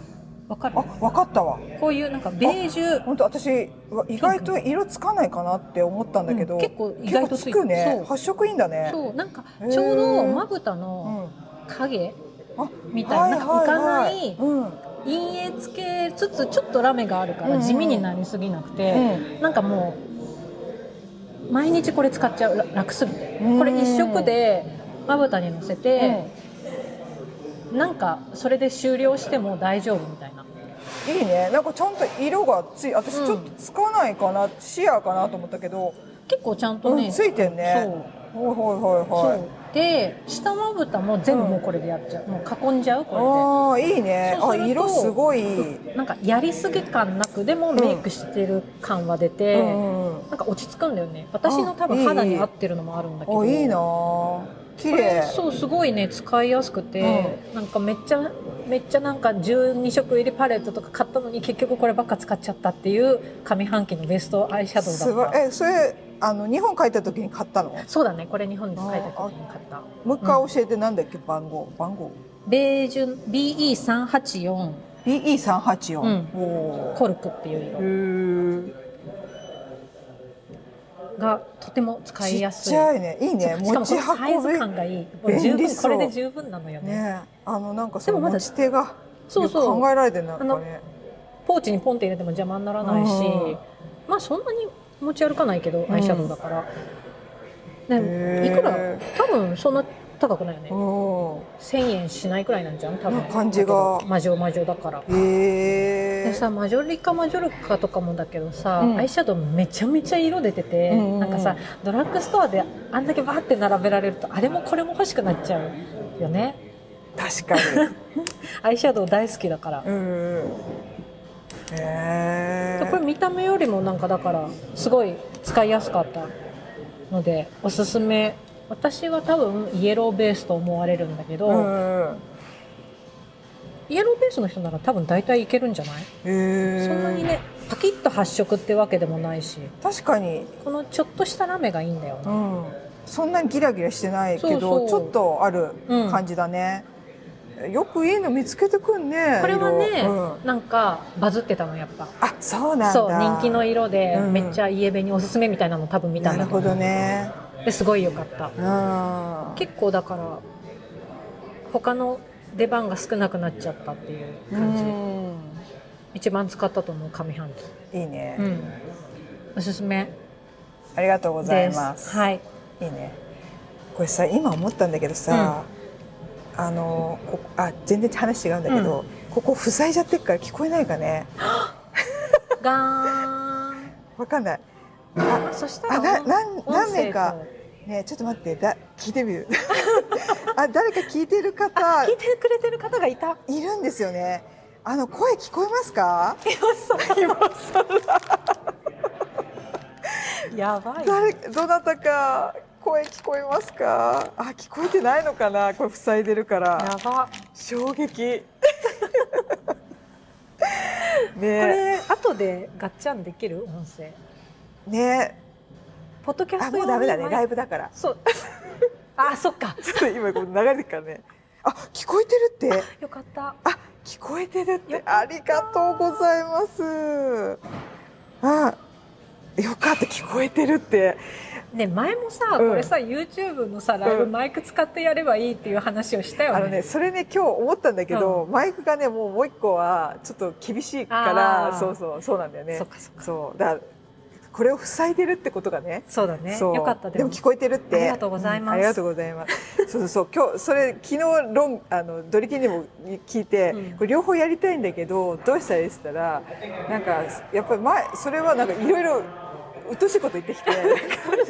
Speaker 2: わかる
Speaker 1: あわかったわ
Speaker 2: こういうなんかベージュ
Speaker 1: 本当私わ意外と色つかないかなって思ったんだけど、
Speaker 2: うん結構意外と
Speaker 1: 結構つくね
Speaker 2: そう
Speaker 1: 発色いいんだね
Speaker 2: そうなんか
Speaker 1: へー
Speaker 2: ちょうどまぶた
Speaker 1: う
Speaker 2: の
Speaker 1: ん
Speaker 2: 影
Speaker 1: あ
Speaker 2: みたいななんか浮かな
Speaker 1: はいうん
Speaker 2: 陰影つけつつちょっとラメがあるか
Speaker 1: うんう
Speaker 2: ら
Speaker 1: ん
Speaker 2: 地味になりすぎなくて、
Speaker 1: う
Speaker 2: なんかもう毎日これ使っちゃうら楽すぎて
Speaker 1: うん
Speaker 2: これ一色でまぶたにのせて、なんかそれで終了しても大丈夫みたいない
Speaker 1: いねなんかちゃんと色がつい私
Speaker 2: うん
Speaker 1: ちょっとつかないかな、シアーかなと思ったけど、
Speaker 2: 結構ちゃんとね、
Speaker 1: うんついてんね
Speaker 2: そう
Speaker 1: はいはいはいはい
Speaker 2: そうで下まぶたも全部もうこれでやっちゃう、もう囲んじゃうこ
Speaker 1: ああーいいね
Speaker 2: そう
Speaker 1: あ
Speaker 2: すると
Speaker 1: 色すごい、
Speaker 2: れでなんかやりすぎ感なくでもメイクしてる感は出て、
Speaker 1: うんうんうん
Speaker 2: なんか落ち着くんだよね私の多分
Speaker 1: あ
Speaker 2: 肌
Speaker 1: いい
Speaker 2: に合ってるのもあるんだけど
Speaker 1: おいいなー綺麗
Speaker 2: そうすごいね使いやすくて、なんかめっちゃめっちゃなんか12色入りパレットとか買ったのに結局こればっか使っちゃったっていう上半期のベストアイシャド
Speaker 1: す
Speaker 2: ウだ
Speaker 1: ごい
Speaker 2: った
Speaker 1: えそれあの日本帰った時に買ったの
Speaker 2: そうだねこれ日本で使いたくて買った
Speaker 1: もう一回教えてなんだっけ番号番号
Speaker 2: ベージュ BE384
Speaker 1: BE384、
Speaker 2: うん
Speaker 1: お
Speaker 2: コルクっていう色
Speaker 1: ーへえ
Speaker 2: がとても使いやすい
Speaker 1: ちっちゃいねいいね
Speaker 2: しかも
Speaker 1: 持
Speaker 2: こ
Speaker 1: ち
Speaker 2: のサイ
Speaker 1: 運
Speaker 2: ズ
Speaker 1: び
Speaker 2: 感がいいもう
Speaker 1: 便利
Speaker 2: 十分
Speaker 1: そう
Speaker 2: これで十分なのよね
Speaker 1: ねあのなんかその
Speaker 2: でもまだ
Speaker 1: 持ち手が
Speaker 2: そうそう
Speaker 1: よく考えられてるなんかね
Speaker 2: ポーチにポンって入れても邪魔にならないし、
Speaker 1: うん
Speaker 2: まあそんなに持ち歩かないけど
Speaker 1: ん
Speaker 2: アイシャドウだから、
Speaker 1: へ
Speaker 2: ね、い
Speaker 1: ー
Speaker 2: くら多分そんな高くないよね、
Speaker 1: う
Speaker 2: 1000円しないくらいなんじゃん多分
Speaker 1: な感じが
Speaker 2: だけど魔女魔女だから、
Speaker 1: んへ
Speaker 2: で
Speaker 1: え
Speaker 2: さマジョリカマジョルカとかもだけどさ、
Speaker 1: うん
Speaker 2: アイシャドウめちゃめちゃ色出てて、
Speaker 1: うんうんうん
Speaker 2: なんかさドラッグストアであんだけバーって並べられるとあれもこれも欲しくなっちゃうよね
Speaker 1: 確かに
Speaker 2: アイシャドウ大好きだから、
Speaker 1: うん うんへえ
Speaker 2: これ見た目よりもなんかだからすごい使いやすかったのでおすすめ私は多分イエローベースと思われるんだけど、
Speaker 1: うんうん
Speaker 2: イエローベースの人なら多分大体いけるんじゃない、
Speaker 1: へえ
Speaker 2: そんなにねパキッと発色ってわけでもないし
Speaker 1: 確かに
Speaker 2: このちょっとしたラメがいいんだよ
Speaker 1: う
Speaker 2: な、
Speaker 1: んそんなにギラギラしてないけど
Speaker 2: そうそう
Speaker 1: ちょっとある
Speaker 2: うん
Speaker 1: 感じだね、よくいいの見つけてくんね
Speaker 2: これはね、
Speaker 1: 色うん
Speaker 2: なんかバズってたのやっぱ
Speaker 1: あそうなんだ
Speaker 2: そう人気の色で
Speaker 1: うん
Speaker 2: めっちゃイエベにおすすめみたいなの多分見た
Speaker 1: なんる
Speaker 2: だと
Speaker 1: ほ
Speaker 2: 思
Speaker 1: どね
Speaker 2: うですごい良かった
Speaker 1: うん
Speaker 2: 結構だから他の出番が少なくなっちゃったっていう感じ、
Speaker 1: うん
Speaker 2: 一番使ったと思う上半期、
Speaker 1: いいね、
Speaker 2: うん、おすすめ
Speaker 1: ありがとうござい
Speaker 2: です
Speaker 1: ます、
Speaker 2: はい
Speaker 1: いいねこれさ今思ったんだけどさ、あのこあ全然話違うんだけど、ここ塞いじゃってっから聞こえないかね
Speaker 2: ガーン
Speaker 1: わかんない
Speaker 2: あ そしたら
Speaker 1: あななん
Speaker 2: 音声と
Speaker 1: 何名かねちょっと待ってだ聞いてみる あ誰か聞いてる方
Speaker 2: 聞いてくれてる方がい た
Speaker 1: いるんですよねあの声聞こえますか
Speaker 2: やばい
Speaker 1: 誰どなたか声聞こえますかあ聞こえてないのかなこれ塞いでるから
Speaker 2: やばこ
Speaker 1: 衝撃 ね
Speaker 2: れ後でガッチャンできる音声
Speaker 1: ね
Speaker 2: ポッドキャ
Speaker 1: あ
Speaker 2: スト
Speaker 1: も
Speaker 2: 用
Speaker 1: うダメ
Speaker 2: に
Speaker 1: だねライブだから
Speaker 2: そう あそっか
Speaker 1: ちょっと今こう流れてるからねあ聞こえてるって
Speaker 2: よかった
Speaker 1: あ、聞こえてるって
Speaker 2: よかった
Speaker 1: ありがとうございます。あ、よかった聞こえてるって。
Speaker 2: ね前もさ、
Speaker 1: うん
Speaker 2: これさ YouTube のさライブ
Speaker 1: うん
Speaker 2: マイク使ってやればいいっていう話をしたよね
Speaker 1: あのね、それね今日思ったんだけど、マイクがねもうもう一個はちょっと厳しいか
Speaker 2: あ
Speaker 1: ら、
Speaker 2: ー
Speaker 1: そうそうそうなんだよね
Speaker 2: そっ。かそっか
Speaker 1: そうだからこれを塞いでるってことがね。
Speaker 2: そうだね
Speaker 1: そう
Speaker 2: よかった
Speaker 1: でも聞こえてるって
Speaker 2: ありがとうございます
Speaker 1: んありがとうございますそうそうそう今日それ昨日論あのドリキンでも聞いて、
Speaker 2: うん
Speaker 1: これ両方やりたいんだけどどうしたらいいって言ったらなんかやっぱり前それはなんかいろいろうっとうしいこと言ってきて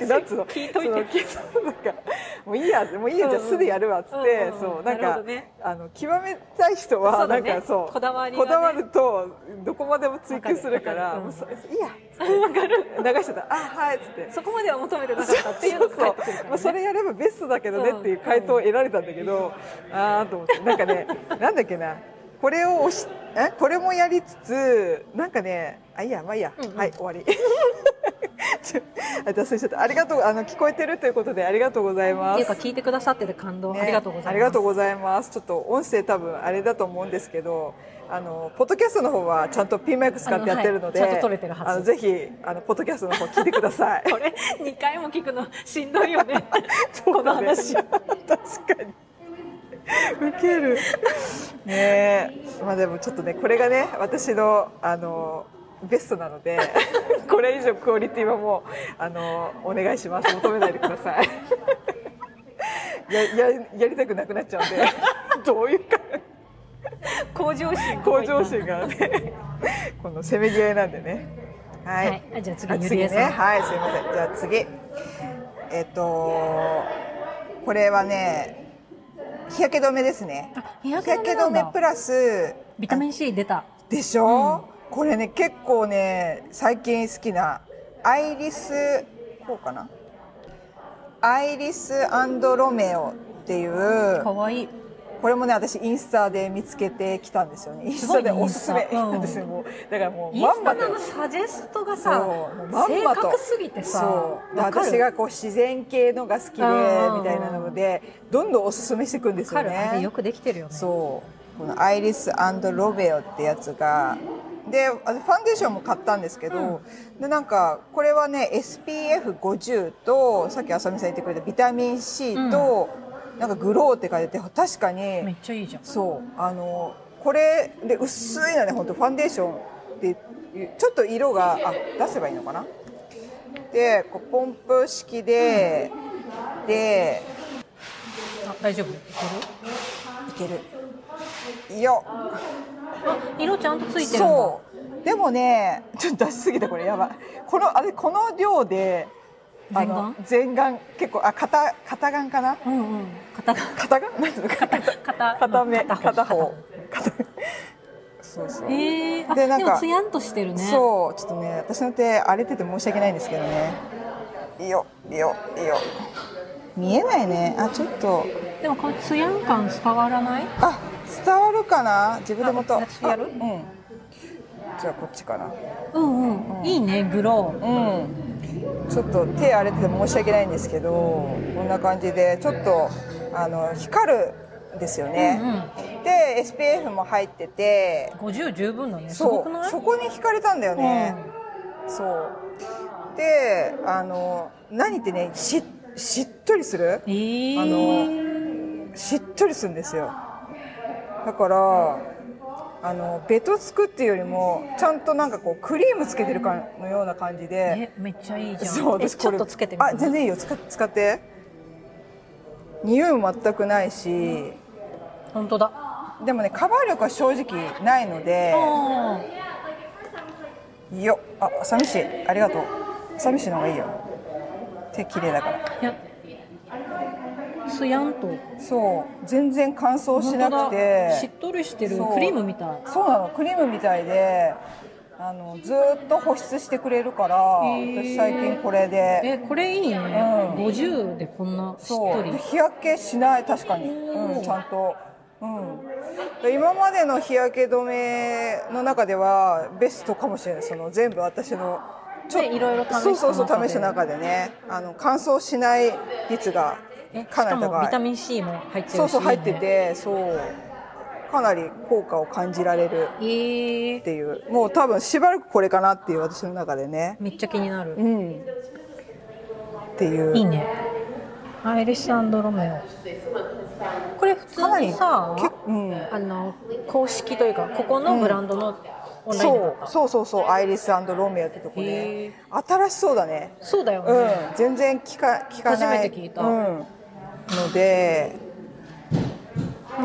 Speaker 1: なんつうの
Speaker 2: 聞いといて
Speaker 1: その聞いとなんかもういいやもういいやじゃあすぐやるわっつって、そうなんか、ね、あの極めたい人はなんかそう、ね、
Speaker 2: こだわり、
Speaker 1: ね、こだわるとどこまでも追求するからもうそいいや
Speaker 2: 分かる
Speaker 1: 流してたあはいっつって
Speaker 2: そこまでは求めてなかったっていうのが返って
Speaker 1: まあ、それやればベストだけどねっていう回答を得られたんだけど、うん、ああと思ってなんかねなんだっけなこれを押しえこれもやりつつなんかねあいいやまあいいや、うんうん、はい終わり脱線しちゃったありがとうあの聞こえてるということでありがとうございます
Speaker 2: っていうか聞いてくださってて感動、ね、ありがとうございますあ
Speaker 1: りがとうございますちょっと音声多分あれだと思うんですけどあのポッドキャストの方はちゃんと P マイク使ってやってるので、
Speaker 2: はい、ちゃんと取れてるは
Speaker 1: ずぜひあのポッドキャストの方聞いてください
Speaker 2: これ2回も聞くのしんどい よねねこの話
Speaker 1: 確かにウケるねまあでもちょっとねこれがね私のあのベストなの でこれ以上クオリティはもうあのお願いします求めないでくださいやややりたくなくなっちゃうん でどういうか
Speaker 2: 向上心
Speaker 1: 向上心がねこのせめぎ合いなんでねはい、
Speaker 2: はい、じゃあ次ゆりえ
Speaker 1: ねはいすいませんじゃあ次えっ、ー、とこれはね日焼け止めですね
Speaker 2: 日焼け
Speaker 1: 止めプラス
Speaker 2: ビタミン C 出た
Speaker 1: でしょ、うん、これね結構ね最近好きなアイリスこうかなアイリスロメオっていう
Speaker 2: かわいい
Speaker 1: これもね私インスタで見つけてきたんですよねインスタでおすすめなんですよ、うん、だからもう
Speaker 2: まんまとサジェストがさまんまとすぎてさ
Speaker 1: 私がこう自然系のが好きでみたいなのでどんどんおすすめしていくんですよね
Speaker 2: よくできてるよね
Speaker 1: そうこのアイリスロベオってやつがでファンデーションも買ったんですけど、うん、でなんかこれはね SPF50 とさっきあさみさん言ってくれたビタミン C と、うんなんかグローって書いてて確かに
Speaker 2: めっちゃいいじゃん
Speaker 1: そうあのこれで薄いのね本当ファンデーションでちょっと色があ出せばいいのかなでこうポンプ式で、うん、で
Speaker 2: あ大丈夫い
Speaker 1: けるいけるよ
Speaker 2: あ色ちゃんとついてる
Speaker 1: そうでもねちょっと出しすぎたこれやばいこのあれこの量であの前眼結構あ片片眼かな、
Speaker 2: うんうん、片眼
Speaker 1: 片眼なんていうの片
Speaker 2: 片
Speaker 1: 片目片方片そうそう、
Speaker 2: えー、でなんかつやんとしてるね
Speaker 1: そうちょっとね私の手荒れてて申し訳ないんですけどねいいよいいよいいよ見えないねあちょっと
Speaker 2: でもこのつやん感伝わらない
Speaker 1: あ伝わるかな自分でもと
Speaker 2: やるうん
Speaker 1: じゃあこっちかな
Speaker 2: うんうん、うん、いいねグロ
Speaker 1: ーうんちょっと手荒れてて申し訳ないんですけどこんな感じでちょっとあの光るんですよね、うんうん、で SPF も入ってて
Speaker 2: 50十分のね
Speaker 1: そうそこに惹かれたんだよね、うん、そうであの何ってねししっとりする、
Speaker 2: えー、
Speaker 1: あのしっとりするんですよだからあのベトつくっていうよりもちゃんとなんかこうクリームつけてるかのような感じで
Speaker 2: えめっちゃいいじゃん
Speaker 1: そう私
Speaker 2: これあ
Speaker 1: 全然いいよ使使って匂いも全くないし
Speaker 2: 本当だ
Speaker 1: でもねカバー力は正直ないのでよあ寂しいありがとう寂しいのがいいよ手綺麗だから
Speaker 2: いやすやんと
Speaker 1: そう全然乾燥しなくて
Speaker 2: しっとりしてるクリームみたい
Speaker 1: そうなのクリームみたいであのずっと保湿してくれるから、私最近これで
Speaker 2: えこれいいね、うん、50でこんなしっとり
Speaker 1: 日焼けしない確かに、うん、ちゃんと、うん、今までの日焼け止めの中ではベストかもしれないその全部私の
Speaker 2: ちょっといろいろ試
Speaker 1: そうそうそう試した中でねあの乾燥しない率が
Speaker 2: かなり高いビタミン C も入ってるし、
Speaker 1: そうそう入っててそうかなり効果を感じられるっていう、えー、もう多分しばらくこれかなっていう私の中でね
Speaker 2: めっちゃ気になる、
Speaker 1: うん、っていう
Speaker 2: いいねアイリシアンドロメオこれ普通にさ、うん、あの公式というかここのブランドの、うん
Speaker 1: そうそうそうそうアイリスロメオってとこね新しそうだね
Speaker 2: そうだよね、
Speaker 1: うん、全然聞か聞かない
Speaker 2: 初めて聞いた、
Speaker 1: うん、ので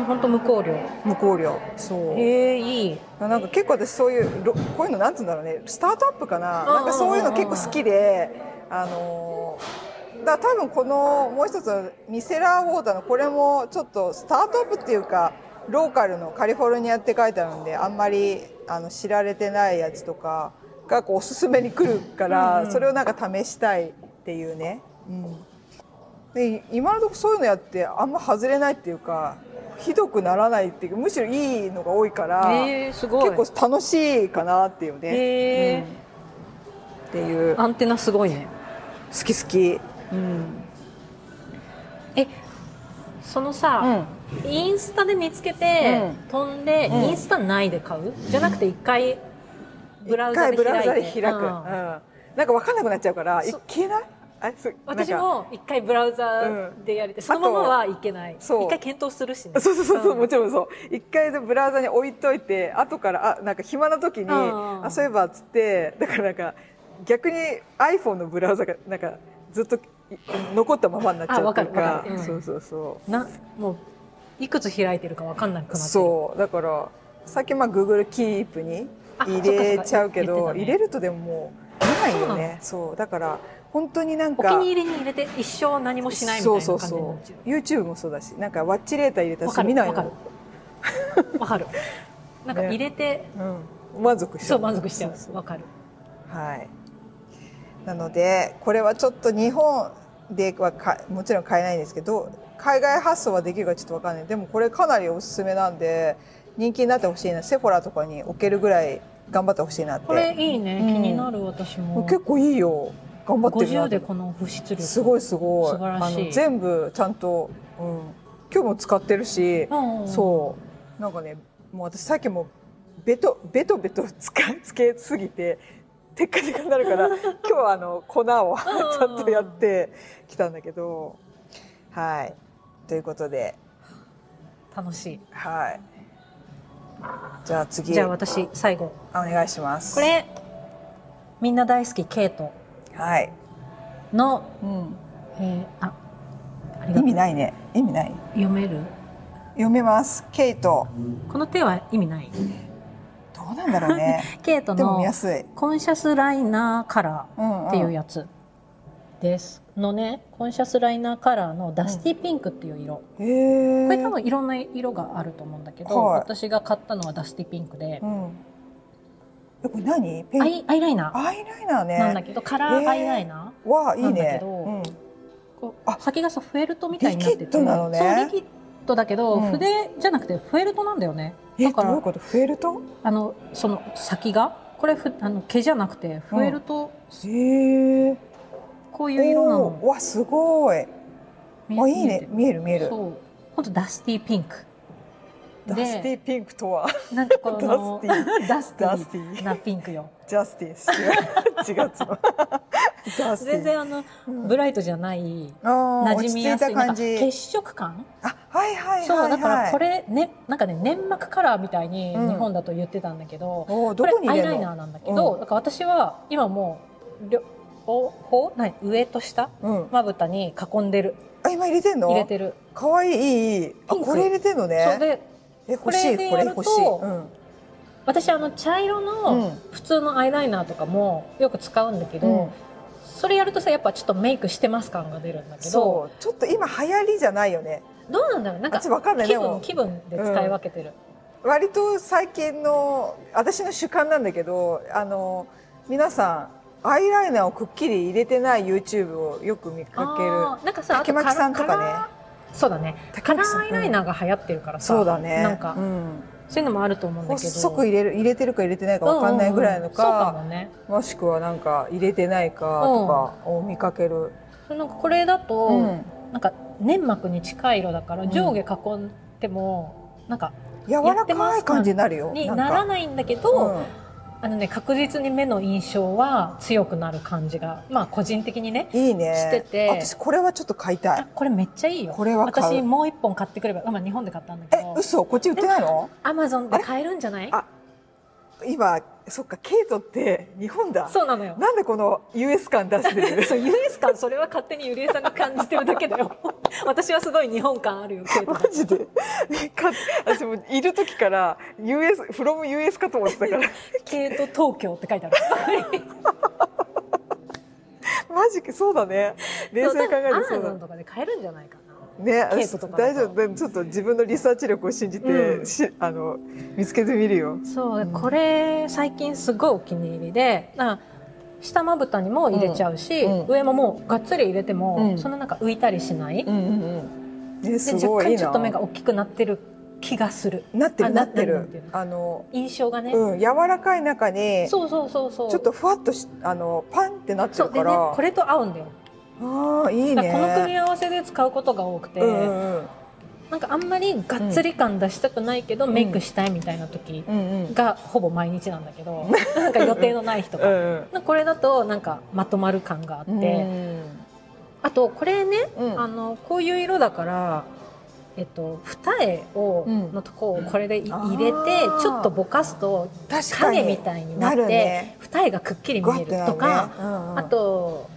Speaker 2: 本当無香料
Speaker 1: 無香料そう
Speaker 2: ええー、いい
Speaker 1: なんか結構私そういうこういうのなんつうんだろうねスタートアップかななんかそういうの結構好きであのーだから多分このもう一つのミセラーウォーターのこれもちょっとスタートアップっていうかローカルのカリフォルニアって書いてあるんであんまりあの知られてないやつとかがこうおすすめに来るから、
Speaker 2: うんうん
Speaker 1: それをなんか試したいっていうね、うん、で今のところそういうのやってあんま外れないっていうかひどくならないっていうかむしろいいのが多いから、
Speaker 2: えー、すごい
Speaker 1: 結構楽しいかなっていうね、
Speaker 2: え
Speaker 1: うんっていう
Speaker 2: ー、アンテナすごいね
Speaker 1: 好き好き、うん
Speaker 2: えそのさ、インスタで見つけて、
Speaker 1: うん
Speaker 2: 飛んで、
Speaker 1: うん
Speaker 2: インスタ内で買うじゃなくて一回ブラウ
Speaker 1: 一
Speaker 2: ザ
Speaker 1: 回ブ
Speaker 2: で開いて
Speaker 1: ラウザで開く、うん
Speaker 2: うん
Speaker 1: なんか分かんなくなっちゃうからい
Speaker 2: そ
Speaker 1: けないあそう
Speaker 2: 私
Speaker 1: なんか
Speaker 2: も一回ブラウザでやれて、そのままはいけない
Speaker 1: あとそう
Speaker 2: 一回検討するしね
Speaker 1: そうそうそうそう、
Speaker 2: ん
Speaker 1: もちろんそう一回ブラウザに置いといて後からあなんか暇な時に、
Speaker 2: うん
Speaker 1: あそういえばっつってだからなんか逆に iPhone のブラウザがなんかずっとい残ったままになっちゃ
Speaker 2: あ
Speaker 1: う
Speaker 2: わ
Speaker 1: ってい
Speaker 2: かる
Speaker 1: うか
Speaker 2: わかるうん
Speaker 1: そうそうそう
Speaker 2: なもういくつ開いてるかわかんなくなってる
Speaker 1: そうだから最近まあ Google キープに
Speaker 2: あ
Speaker 1: 入れちゃうけ
Speaker 2: そっ
Speaker 1: ど、
Speaker 2: かそっか言ってたね
Speaker 1: 入れるとでももう出ないよねそうだから本当になん
Speaker 2: お
Speaker 1: か
Speaker 2: 気に入りに入れて一生何もしないみたいな
Speaker 1: そう
Speaker 2: 感
Speaker 1: そう
Speaker 2: じになっ
Speaker 1: そ
Speaker 2: ちゃう
Speaker 1: う YouTube もそうだしなんかワッチレーター入れた
Speaker 2: わからる
Speaker 1: 見ない
Speaker 2: わかる
Speaker 1: の、
Speaker 2: わかるなんか入れて、
Speaker 1: うん、満足しちゃ
Speaker 2: そうう満足しちゃう
Speaker 1: そそ
Speaker 2: わかる
Speaker 1: はいなのでこれはちょっと日本ではかもちろん買えないんですけど海外発送はできるかちょっとわかんないでもこれかなりおすすめなんで人気になってほしいなセフォラとかに置けるぐらい頑張ってほしいなって
Speaker 2: これいいね、
Speaker 1: うん
Speaker 2: 気になる私も
Speaker 1: 結構いいよ頑張ってるな
Speaker 2: 50
Speaker 1: って
Speaker 2: でこの保湿力
Speaker 1: すごいすごい
Speaker 2: 素晴らしい
Speaker 1: あの全部ちゃんと、うん、今日も使ってるし、
Speaker 2: うんうん
Speaker 1: そうなんかねもう私さっきもベトベトベトつかつけすぎてテッカテカになる から今日はあの粉をちゃんとやってきたんだけどはいということで
Speaker 2: 楽しい
Speaker 1: はいじゃあ次
Speaker 2: じゃあ私最後
Speaker 1: お願いします
Speaker 2: これみんな大好きケイト
Speaker 1: はい、
Speaker 2: の、
Speaker 1: うん、
Speaker 2: えー、ああり
Speaker 1: 意
Speaker 2: がと
Speaker 1: 味
Speaker 2: う
Speaker 1: ないね意味ない
Speaker 2: 読める
Speaker 1: 読めますケイト
Speaker 2: この手は意味ない
Speaker 1: どうなんだろうね
Speaker 2: ケイト
Speaker 1: でも
Speaker 2: の
Speaker 1: 見やすい
Speaker 2: コンシャスライナーカラーっていうやつです、のねコンシャスライナーカラーのダスティピンクっていう色、
Speaker 1: へえ
Speaker 2: これ多分いろんな色があると思うんだけど、
Speaker 1: はい
Speaker 2: 私が買ったのはダスティピンクで、
Speaker 1: うんえこれ何ペン
Speaker 2: アイアイライナ
Speaker 1: アイライナーね
Speaker 2: ーなんだけど、カラーアイライナ
Speaker 1: わあいい
Speaker 2: なんだけ
Speaker 1: ね
Speaker 2: ど
Speaker 1: うん
Speaker 2: ー、
Speaker 1: あ
Speaker 2: 先がさフェルトみたいになってて
Speaker 1: リキッドなのね
Speaker 2: そうリキッドだけど、
Speaker 1: うん
Speaker 2: 筆じゃなくてフェルトなんだよね
Speaker 1: え
Speaker 2: だか
Speaker 1: ど
Speaker 2: ら
Speaker 1: ういうことフェルト
Speaker 2: あのその先がこれふあの毛じゃなくてフェルト、
Speaker 1: へえ
Speaker 2: こういう色な
Speaker 1: おー
Speaker 2: の
Speaker 1: わすごい
Speaker 2: 見
Speaker 1: あ
Speaker 2: え
Speaker 1: いいね見える見える
Speaker 2: そう本当ダスティピンク
Speaker 1: ダスティピンクとは
Speaker 2: ィなんかこの
Speaker 1: ダステダ
Speaker 2: ダステ
Speaker 1: ステ
Speaker 2: ィ
Speaker 1: ィ
Speaker 2: なピンクよ
Speaker 1: ジャスティス違う違う違うダスティ
Speaker 2: 全然あのブライトじゃない
Speaker 1: あー
Speaker 2: 馴染みやすいなんか血色感
Speaker 1: あはいはいはいはい
Speaker 2: そうだからこれねなんかね粘膜カラーみたいに日
Speaker 1: うん
Speaker 2: 本だと言ってたんだけど、
Speaker 1: おーど
Speaker 2: これ
Speaker 1: こに
Speaker 2: ア
Speaker 1: 入
Speaker 2: イ
Speaker 1: れ
Speaker 2: ライ
Speaker 1: る
Speaker 2: ナー
Speaker 1: の
Speaker 2: なんだけど、
Speaker 1: うん
Speaker 2: だから私は今もう両方ない上と下
Speaker 1: うん
Speaker 2: まぶたに囲んでる
Speaker 1: あ今入れてんの
Speaker 2: 入れてる、
Speaker 1: 可愛いいいいあ
Speaker 2: ピンク
Speaker 1: これ入れてんのね
Speaker 2: そうで
Speaker 1: え欲しい
Speaker 2: これで
Speaker 1: これ
Speaker 2: やると
Speaker 1: 欲しいうん
Speaker 2: 私あの茶色
Speaker 1: う
Speaker 2: の
Speaker 1: ん
Speaker 2: 普通のアイライナーとかもよく使うんだけど、
Speaker 1: うん
Speaker 2: それやるとさやっぱちょっとメイクしてます感が出るんだけど
Speaker 1: そうちょっと今流行りじゃないよね
Speaker 2: どうなんだろうなん
Speaker 1: あ
Speaker 2: か
Speaker 1: ちょっとわかんない
Speaker 2: 気
Speaker 1: でも
Speaker 2: 分気分で使い分けてる、
Speaker 1: 割と最近の私の主観なんだけどあの皆さんアイライナーをくっきり入れてない YouTube をよく見かける
Speaker 2: あーなんかさあと
Speaker 1: 竹巻さんとかね
Speaker 2: カラーそうだねカ
Speaker 1: 竹
Speaker 2: ラ
Speaker 1: 内さん
Speaker 2: ーアイライナーが流行ってるからさ、
Speaker 1: そうだね
Speaker 2: なんか、
Speaker 1: うん、
Speaker 2: そういうのもあると思うんだけど
Speaker 1: 細く入れる入れてるか入れてないかわかんないぐらいの
Speaker 2: うんうんうんそう
Speaker 1: か,、
Speaker 2: かもね
Speaker 1: もしくはなんか入れてないかとかを見かける、
Speaker 2: それなんかこれだと、
Speaker 1: うん
Speaker 2: なんか粘膜に近い色だから
Speaker 1: ん
Speaker 2: 上下囲んでも、なんか
Speaker 1: 柔らかい感じになるよ
Speaker 2: に
Speaker 1: ん
Speaker 2: な
Speaker 1: から
Speaker 2: ないんだけど、あのね確実に目の印象は強くなる感じがまあ個人的にね
Speaker 1: うん、いいね
Speaker 2: してて
Speaker 1: 私これはちょっと買いた
Speaker 2: あ
Speaker 1: い
Speaker 2: これめっちゃいいよ
Speaker 1: これは買う
Speaker 2: 私もう一本買ってくればまあ日本で買ったんだけ
Speaker 1: え
Speaker 2: ど
Speaker 1: 嘘こっち売ってないの
Speaker 2: アマゾンで買えるんじゃない
Speaker 1: あ今そっかケイトって日本だ
Speaker 2: そうなのよ
Speaker 1: なんでこの US 感出してる
Speaker 2: そう US 感それは勝手にゆりえさんが感じてるだけ だよ私はすごい日本感あるよけど
Speaker 1: マジでか私もいる時から US from US かと思ってたから
Speaker 2: 「ケイト東京」って書いてある
Speaker 1: ママジかそうだね冷静に考えると
Speaker 2: そ
Speaker 1: そう
Speaker 2: 多分アー
Speaker 1: う
Speaker 2: ロンとかで買えるんじゃないかな
Speaker 1: だね
Speaker 2: ケイトとかだと
Speaker 1: 大丈夫でもちょっと自分のリサーチ力を信じて、
Speaker 2: うん
Speaker 1: しあの見つけてみるよ
Speaker 2: そう、
Speaker 1: うん
Speaker 2: これ最近すごいお気に入りでだから下まぶたにも入れちゃうし、
Speaker 1: うん
Speaker 2: 上ももうがっつり入れても、
Speaker 1: うん
Speaker 2: そんななんか浮いたりしない、
Speaker 1: うんうんうんね
Speaker 2: です若
Speaker 1: ごいいいな
Speaker 2: 干ちょっと目が大きくなってる気がする
Speaker 1: なって
Speaker 2: あ
Speaker 1: るなって
Speaker 2: なっ
Speaker 1: る
Speaker 2: てるなってる
Speaker 1: あの
Speaker 2: 印象がね、
Speaker 1: うん柔らかい中にちょ
Speaker 2: そうそうそうそう
Speaker 1: っとふわっとしあのパンってなって
Speaker 2: そ
Speaker 1: る
Speaker 2: うで
Speaker 1: か
Speaker 2: ね
Speaker 1: ら
Speaker 2: これと合うんだよ
Speaker 1: ああいい
Speaker 2: だか
Speaker 1: ね
Speaker 2: らこの組み合わせで使うことが多くて、
Speaker 1: うんうん
Speaker 2: なんかあんまりがっつり感出したくないけど、メイクしたいみたいな時
Speaker 1: うんうん
Speaker 2: がほぼ毎日なんだけど、なんか予定のない日と
Speaker 1: う
Speaker 2: か。
Speaker 1: んうん
Speaker 2: これだとなんかまとまる感があって、あとこれね、
Speaker 1: うん
Speaker 2: あのこういう色だから、えっと、二重を、
Speaker 1: うん
Speaker 2: のとこをこれでい
Speaker 1: あー
Speaker 2: 入れてちょっとぼかすと
Speaker 1: 確かに
Speaker 2: 影みたいになっ
Speaker 1: な
Speaker 2: て
Speaker 1: るね
Speaker 2: 二重がくっきり見えると
Speaker 1: グワッてなる
Speaker 2: か、
Speaker 1: ねうんうん
Speaker 2: あと、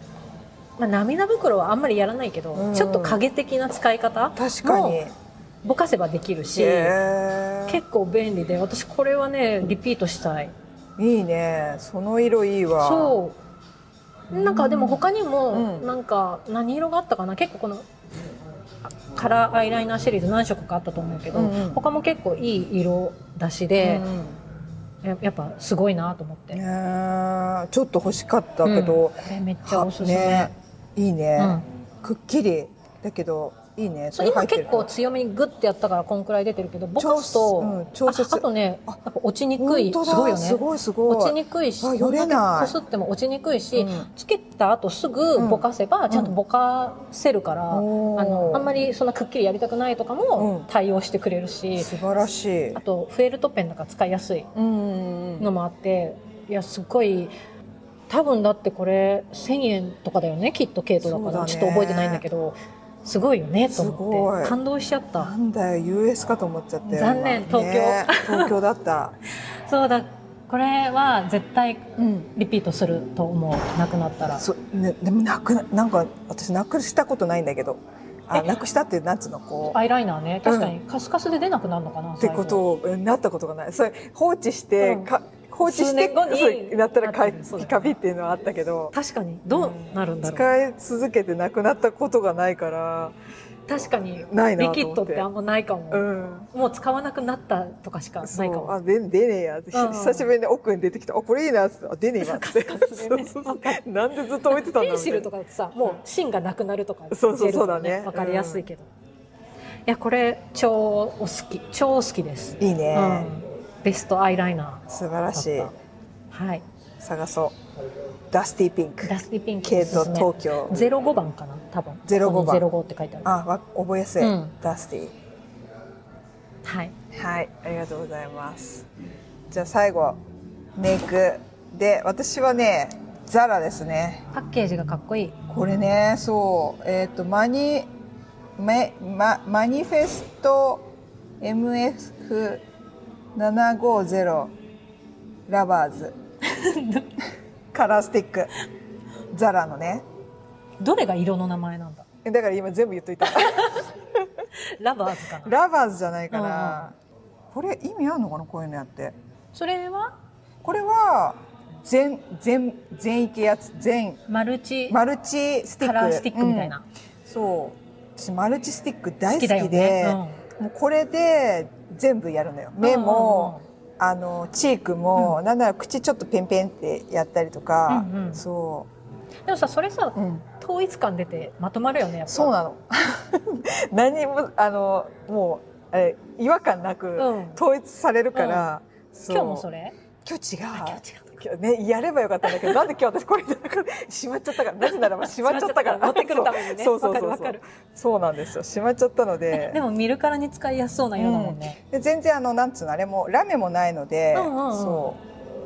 Speaker 2: まあ、涙袋はあんまりやらないけど、
Speaker 1: うん
Speaker 2: ちょっと影的な使い方
Speaker 1: 確かに
Speaker 2: もぼかせばできるし、
Speaker 1: へー
Speaker 2: 結構便利で私これはねリピートしたい。
Speaker 1: いいねその色いいわ
Speaker 2: そうなんかでも他にも
Speaker 1: うん
Speaker 2: なんか何色があったかな結構このあカラーアイライナーシリーズ何色かあったと思うけど、
Speaker 1: うんうん
Speaker 2: 他も結構いい色出し
Speaker 1: う
Speaker 2: で
Speaker 1: ん、うん
Speaker 2: ややっぱすごいなと思って、
Speaker 1: ねーちょっと欲しかったけど、
Speaker 2: うんこれめっちゃおすすめ、
Speaker 1: はねいいね、
Speaker 2: うん
Speaker 1: くっきりだけどいいね
Speaker 2: そう今結構
Speaker 1: ち
Speaker 2: 強めにグッてやったからこんくらい出てるけどぼかすと、
Speaker 1: 調節うん調節
Speaker 2: ああとね
Speaker 1: あ
Speaker 2: やっぱ落ちにくいすごいよね
Speaker 1: すごいすごい
Speaker 2: 落ちにくいし
Speaker 1: あよれない
Speaker 2: こすっても落ちにくいし、
Speaker 1: うん
Speaker 2: つけた後すぐぼかせばちゃんとぼかせるから、
Speaker 1: うん
Speaker 2: あ
Speaker 1: お
Speaker 2: の
Speaker 1: ー
Speaker 2: あんまりそんなくっきりやりたくないとか
Speaker 1: うん
Speaker 2: も対応してくれるし、
Speaker 1: 素晴らしい
Speaker 2: あとフェルトペンなんか使いやすい
Speaker 1: うん
Speaker 2: のもあっていやすごい多分だってこれ1000円とかだよねきっとケイトだか
Speaker 1: そうだ
Speaker 2: ら
Speaker 1: ね
Speaker 2: ちょっと覚えてないんだけどすごいよねと
Speaker 1: す
Speaker 2: 思っ
Speaker 1: ごい
Speaker 2: て感動しちゃった
Speaker 1: なんだよ US かと思っちゃったよ
Speaker 2: 残念
Speaker 1: 今ね東京だ った、
Speaker 2: そうだこれは絶対
Speaker 1: うん
Speaker 2: リピートすると思うなくなったら
Speaker 1: そね、でもなくななんか私なくしたことないんだけどあなくしたってなんつうのこう
Speaker 2: アイライナーね確かにカスカスで出なくなるのかな、
Speaker 1: ってことをうんなったことがないそれ放置して、
Speaker 2: うん
Speaker 1: か放置して
Speaker 2: 数年後に
Speaker 1: そうなったらかい
Speaker 2: なってるそうだ
Speaker 1: ピカピっていうのはあったけど
Speaker 2: 確かにどうなるんだろう、
Speaker 1: 使い続けてなくなったことがないから
Speaker 2: 確かにリ
Speaker 1: ないなと思って
Speaker 2: キッドってあんまないかも、
Speaker 1: うん
Speaker 2: もう使わなくなったとかしか
Speaker 1: そ
Speaker 2: ないか
Speaker 1: う
Speaker 2: も
Speaker 1: あで出ねえや、ひ
Speaker 2: うん
Speaker 1: 久しぶりに奥に出てきたあこれいいなっつってあ出ねえわっつ って
Speaker 2: カスカスでね
Speaker 1: そうそうそうなんでずっと置いてたんだろう
Speaker 2: ペン
Speaker 1: み
Speaker 2: シ
Speaker 1: たい
Speaker 2: ル
Speaker 1: な
Speaker 2: とかだとさもう芯がなくなるとか
Speaker 1: そうそう
Speaker 2: ジェルとか
Speaker 1: そうだね
Speaker 2: わかりやすいけど、いやこれ超お好き超好きです、
Speaker 1: いいね、
Speaker 2: うん、ベストアイライナ
Speaker 1: 素晴らし
Speaker 2: ー
Speaker 1: い
Speaker 2: だったはい
Speaker 1: 探そうダスティピンク
Speaker 2: ダスティピンク
Speaker 1: ケイ
Speaker 2: おす
Speaker 1: ト
Speaker 2: すめ
Speaker 1: 東京
Speaker 2: 05番かな多分
Speaker 1: 05番
Speaker 2: ここに05って書いてある
Speaker 1: あわ覚えやすい、
Speaker 2: うん
Speaker 1: ダスティ
Speaker 2: はい
Speaker 1: はい、ありがとうございます。じゃあ最後メイクで私はねザラですね。
Speaker 2: パッケージがかっこいい
Speaker 1: これね、そうえっ、とマニメママニフェスト MF 750ラバーズ カラースティックザラのね。
Speaker 2: どれが色の名前なんだ
Speaker 1: だから今全部言っといた。
Speaker 2: ラバーズかな
Speaker 1: ラバーズじゃないかな。これ意味あるのかなこういうのやって。
Speaker 2: それは
Speaker 1: これは全全全域やつ全
Speaker 2: マルチ
Speaker 1: マルチスティック
Speaker 2: カラースティックみたいな、
Speaker 1: うんそう私マルチスティック大好
Speaker 2: 好
Speaker 1: き
Speaker 2: き
Speaker 1: で
Speaker 2: だよね、
Speaker 1: もうこれで全部やるのよ目も、あのチークも、なんなら口ちょっとペンペンってやったりとか、
Speaker 2: うんうん
Speaker 1: そ
Speaker 2: うん、でもさそれさ
Speaker 1: う、うん、
Speaker 2: 統一感出てまとまるよねやっぱ
Speaker 1: そうなの 何もあのもうあれ違和感なく、
Speaker 2: うん
Speaker 1: 統一されるから、そう
Speaker 2: 今日もそれ
Speaker 1: 今日違う
Speaker 2: あ今日違う
Speaker 1: 今日ね、やればよかったんだけど、なんで今日私これじゃなくて、しまっちゃったから、なぜならばしまっちゃったから。
Speaker 2: 持ってくるためにね
Speaker 1: そうそ
Speaker 2: わ
Speaker 1: うそ
Speaker 2: か
Speaker 1: うそ
Speaker 2: る
Speaker 1: う。
Speaker 2: わかる
Speaker 1: そうなんですよ。しまっちゃったので。
Speaker 2: でも見るからに使いやすそうな色だもんね、
Speaker 1: で全然あの、なんつうの、あれも、ラメもないので、
Speaker 2: うんうんうん
Speaker 1: そ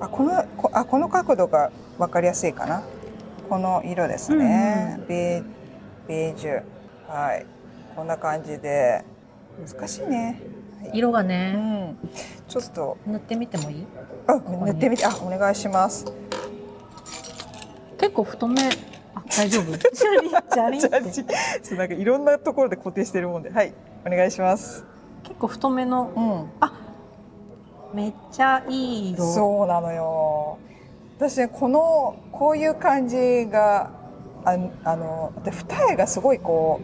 Speaker 1: う。あ、この、こあ、この角度がわかりやすいかな。この色ですね。ベー、ベージュ。はい。こんな感じで。難しいね。
Speaker 2: 色が
Speaker 1: う
Speaker 2: ね、
Speaker 1: ん。ちょっと、
Speaker 2: 塗ってみてもいい
Speaker 1: あ、
Speaker 2: こに
Speaker 1: 塗ってみて、あ、お願いします。
Speaker 2: 結構太めあ大丈夫ジ ャリンジャリ ン
Speaker 1: ジ
Speaker 2: って
Speaker 1: ャージそうなんかいろんなところで固定してるもんで、はい、お願いします。
Speaker 2: 結構太めの
Speaker 1: うん、
Speaker 2: めっちゃいい色
Speaker 1: そうなのよ。私ねこのこういう感じがああので二重がすごいこ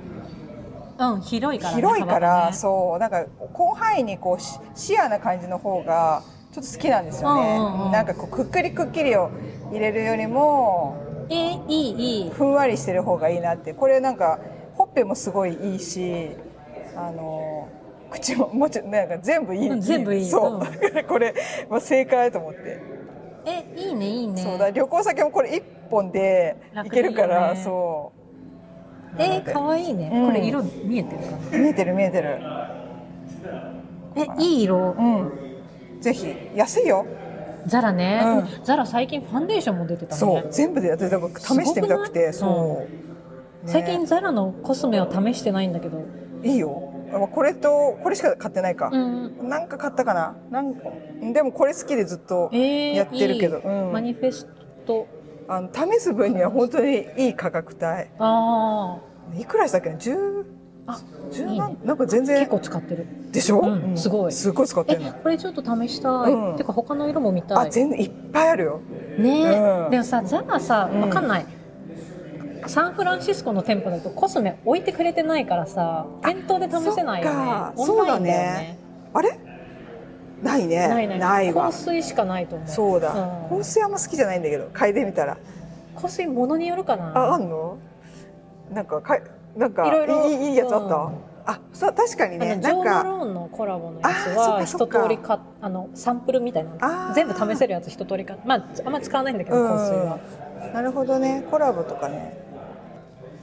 Speaker 1: う
Speaker 2: うん、広いから、ね、
Speaker 1: 広いから、
Speaker 2: 幅がね
Speaker 1: そうなんか広範囲にこうシシアな感じの方がちょっと好きなんですよね、
Speaker 2: うんうんうん
Speaker 1: なんかこうくっくりくっきりを入れるよりも
Speaker 2: えーいいいい
Speaker 1: ふんわりしてる方がいいなってこれなんかほっぺもすごいいいしあの口ももうちょなんか全部いい、
Speaker 2: うん全部いい
Speaker 1: そう、
Speaker 2: うん
Speaker 1: だから これ、まあ、正解だと思って、
Speaker 2: えいいねいいね
Speaker 1: そうだ旅行先もこれ一本で行けるから
Speaker 2: 楽でいいよね
Speaker 1: そう
Speaker 2: え
Speaker 1: なの
Speaker 2: ー、
Speaker 1: で
Speaker 2: かわいいね、
Speaker 1: うん
Speaker 2: これ色見えてるかな
Speaker 1: 見えてる見えてる
Speaker 2: えいい色
Speaker 1: うんぜひ安いよ
Speaker 2: ザラね、
Speaker 1: う
Speaker 2: ザラ最近ファンデーションも出てた
Speaker 1: そ
Speaker 2: ね
Speaker 1: う全部でやってたから試してみたくて
Speaker 2: すご
Speaker 1: そう、ね
Speaker 2: 最近ザラのコスメを試してないんだけど
Speaker 1: いいよあこれとこれしか買ってないか
Speaker 2: う、ん
Speaker 1: なんか買ったかななんかでもこれ好きでずっと
Speaker 2: えー、
Speaker 1: やってるけど
Speaker 2: いい
Speaker 1: うん
Speaker 2: マニフェスト
Speaker 1: あの試す分には本当にいい価格帯
Speaker 2: あ
Speaker 1: いくらしたっけな10
Speaker 2: ーあ
Speaker 1: 十
Speaker 2: いい
Speaker 1: 何
Speaker 2: ね
Speaker 1: なんか全然
Speaker 2: 結構使ってる
Speaker 1: でしょ、
Speaker 2: うんすごい
Speaker 1: すごい使って
Speaker 2: え
Speaker 1: るの
Speaker 2: これちょっと試したい、
Speaker 1: うん
Speaker 2: てか他の色も見た
Speaker 1: あ
Speaker 2: い
Speaker 1: 全然いっぱいあるよ
Speaker 2: ねえ、
Speaker 1: うん
Speaker 2: でもさザラさ
Speaker 1: うん
Speaker 2: わかんない、サンフランシスコの店舗だとコスメ置いてくれてないからさ店頭で試せないよね
Speaker 1: そっか
Speaker 2: オンラインだよね
Speaker 1: あれないね
Speaker 2: ないない
Speaker 1: わ
Speaker 2: 香水しかないと思う
Speaker 1: そうだ、
Speaker 2: うん
Speaker 1: 香水あんま好きじゃないんだけど嗅いでみたら
Speaker 2: 香水ものによるか
Speaker 1: あ、あ
Speaker 2: なん
Speaker 1: の。なんか、かい、なんか、
Speaker 2: いろいろ
Speaker 1: いいいいやつあった。
Speaker 2: うん
Speaker 1: あ、そう、確かにね、
Speaker 2: あのジ
Speaker 1: な
Speaker 2: ョ
Speaker 1: ん
Speaker 2: ー・マ
Speaker 1: か。
Speaker 2: ローンのコラボのやつ
Speaker 1: あ
Speaker 2: は
Speaker 1: ー
Speaker 2: 一
Speaker 1: そっ
Speaker 2: 通
Speaker 1: かそっか
Speaker 2: り買っあのサンプルみたいな
Speaker 1: あー
Speaker 2: の全部試せるやつ一通り買っまああんま使わないんだけど
Speaker 1: うん
Speaker 2: 香水は、
Speaker 1: なるほどね、コラボとかね。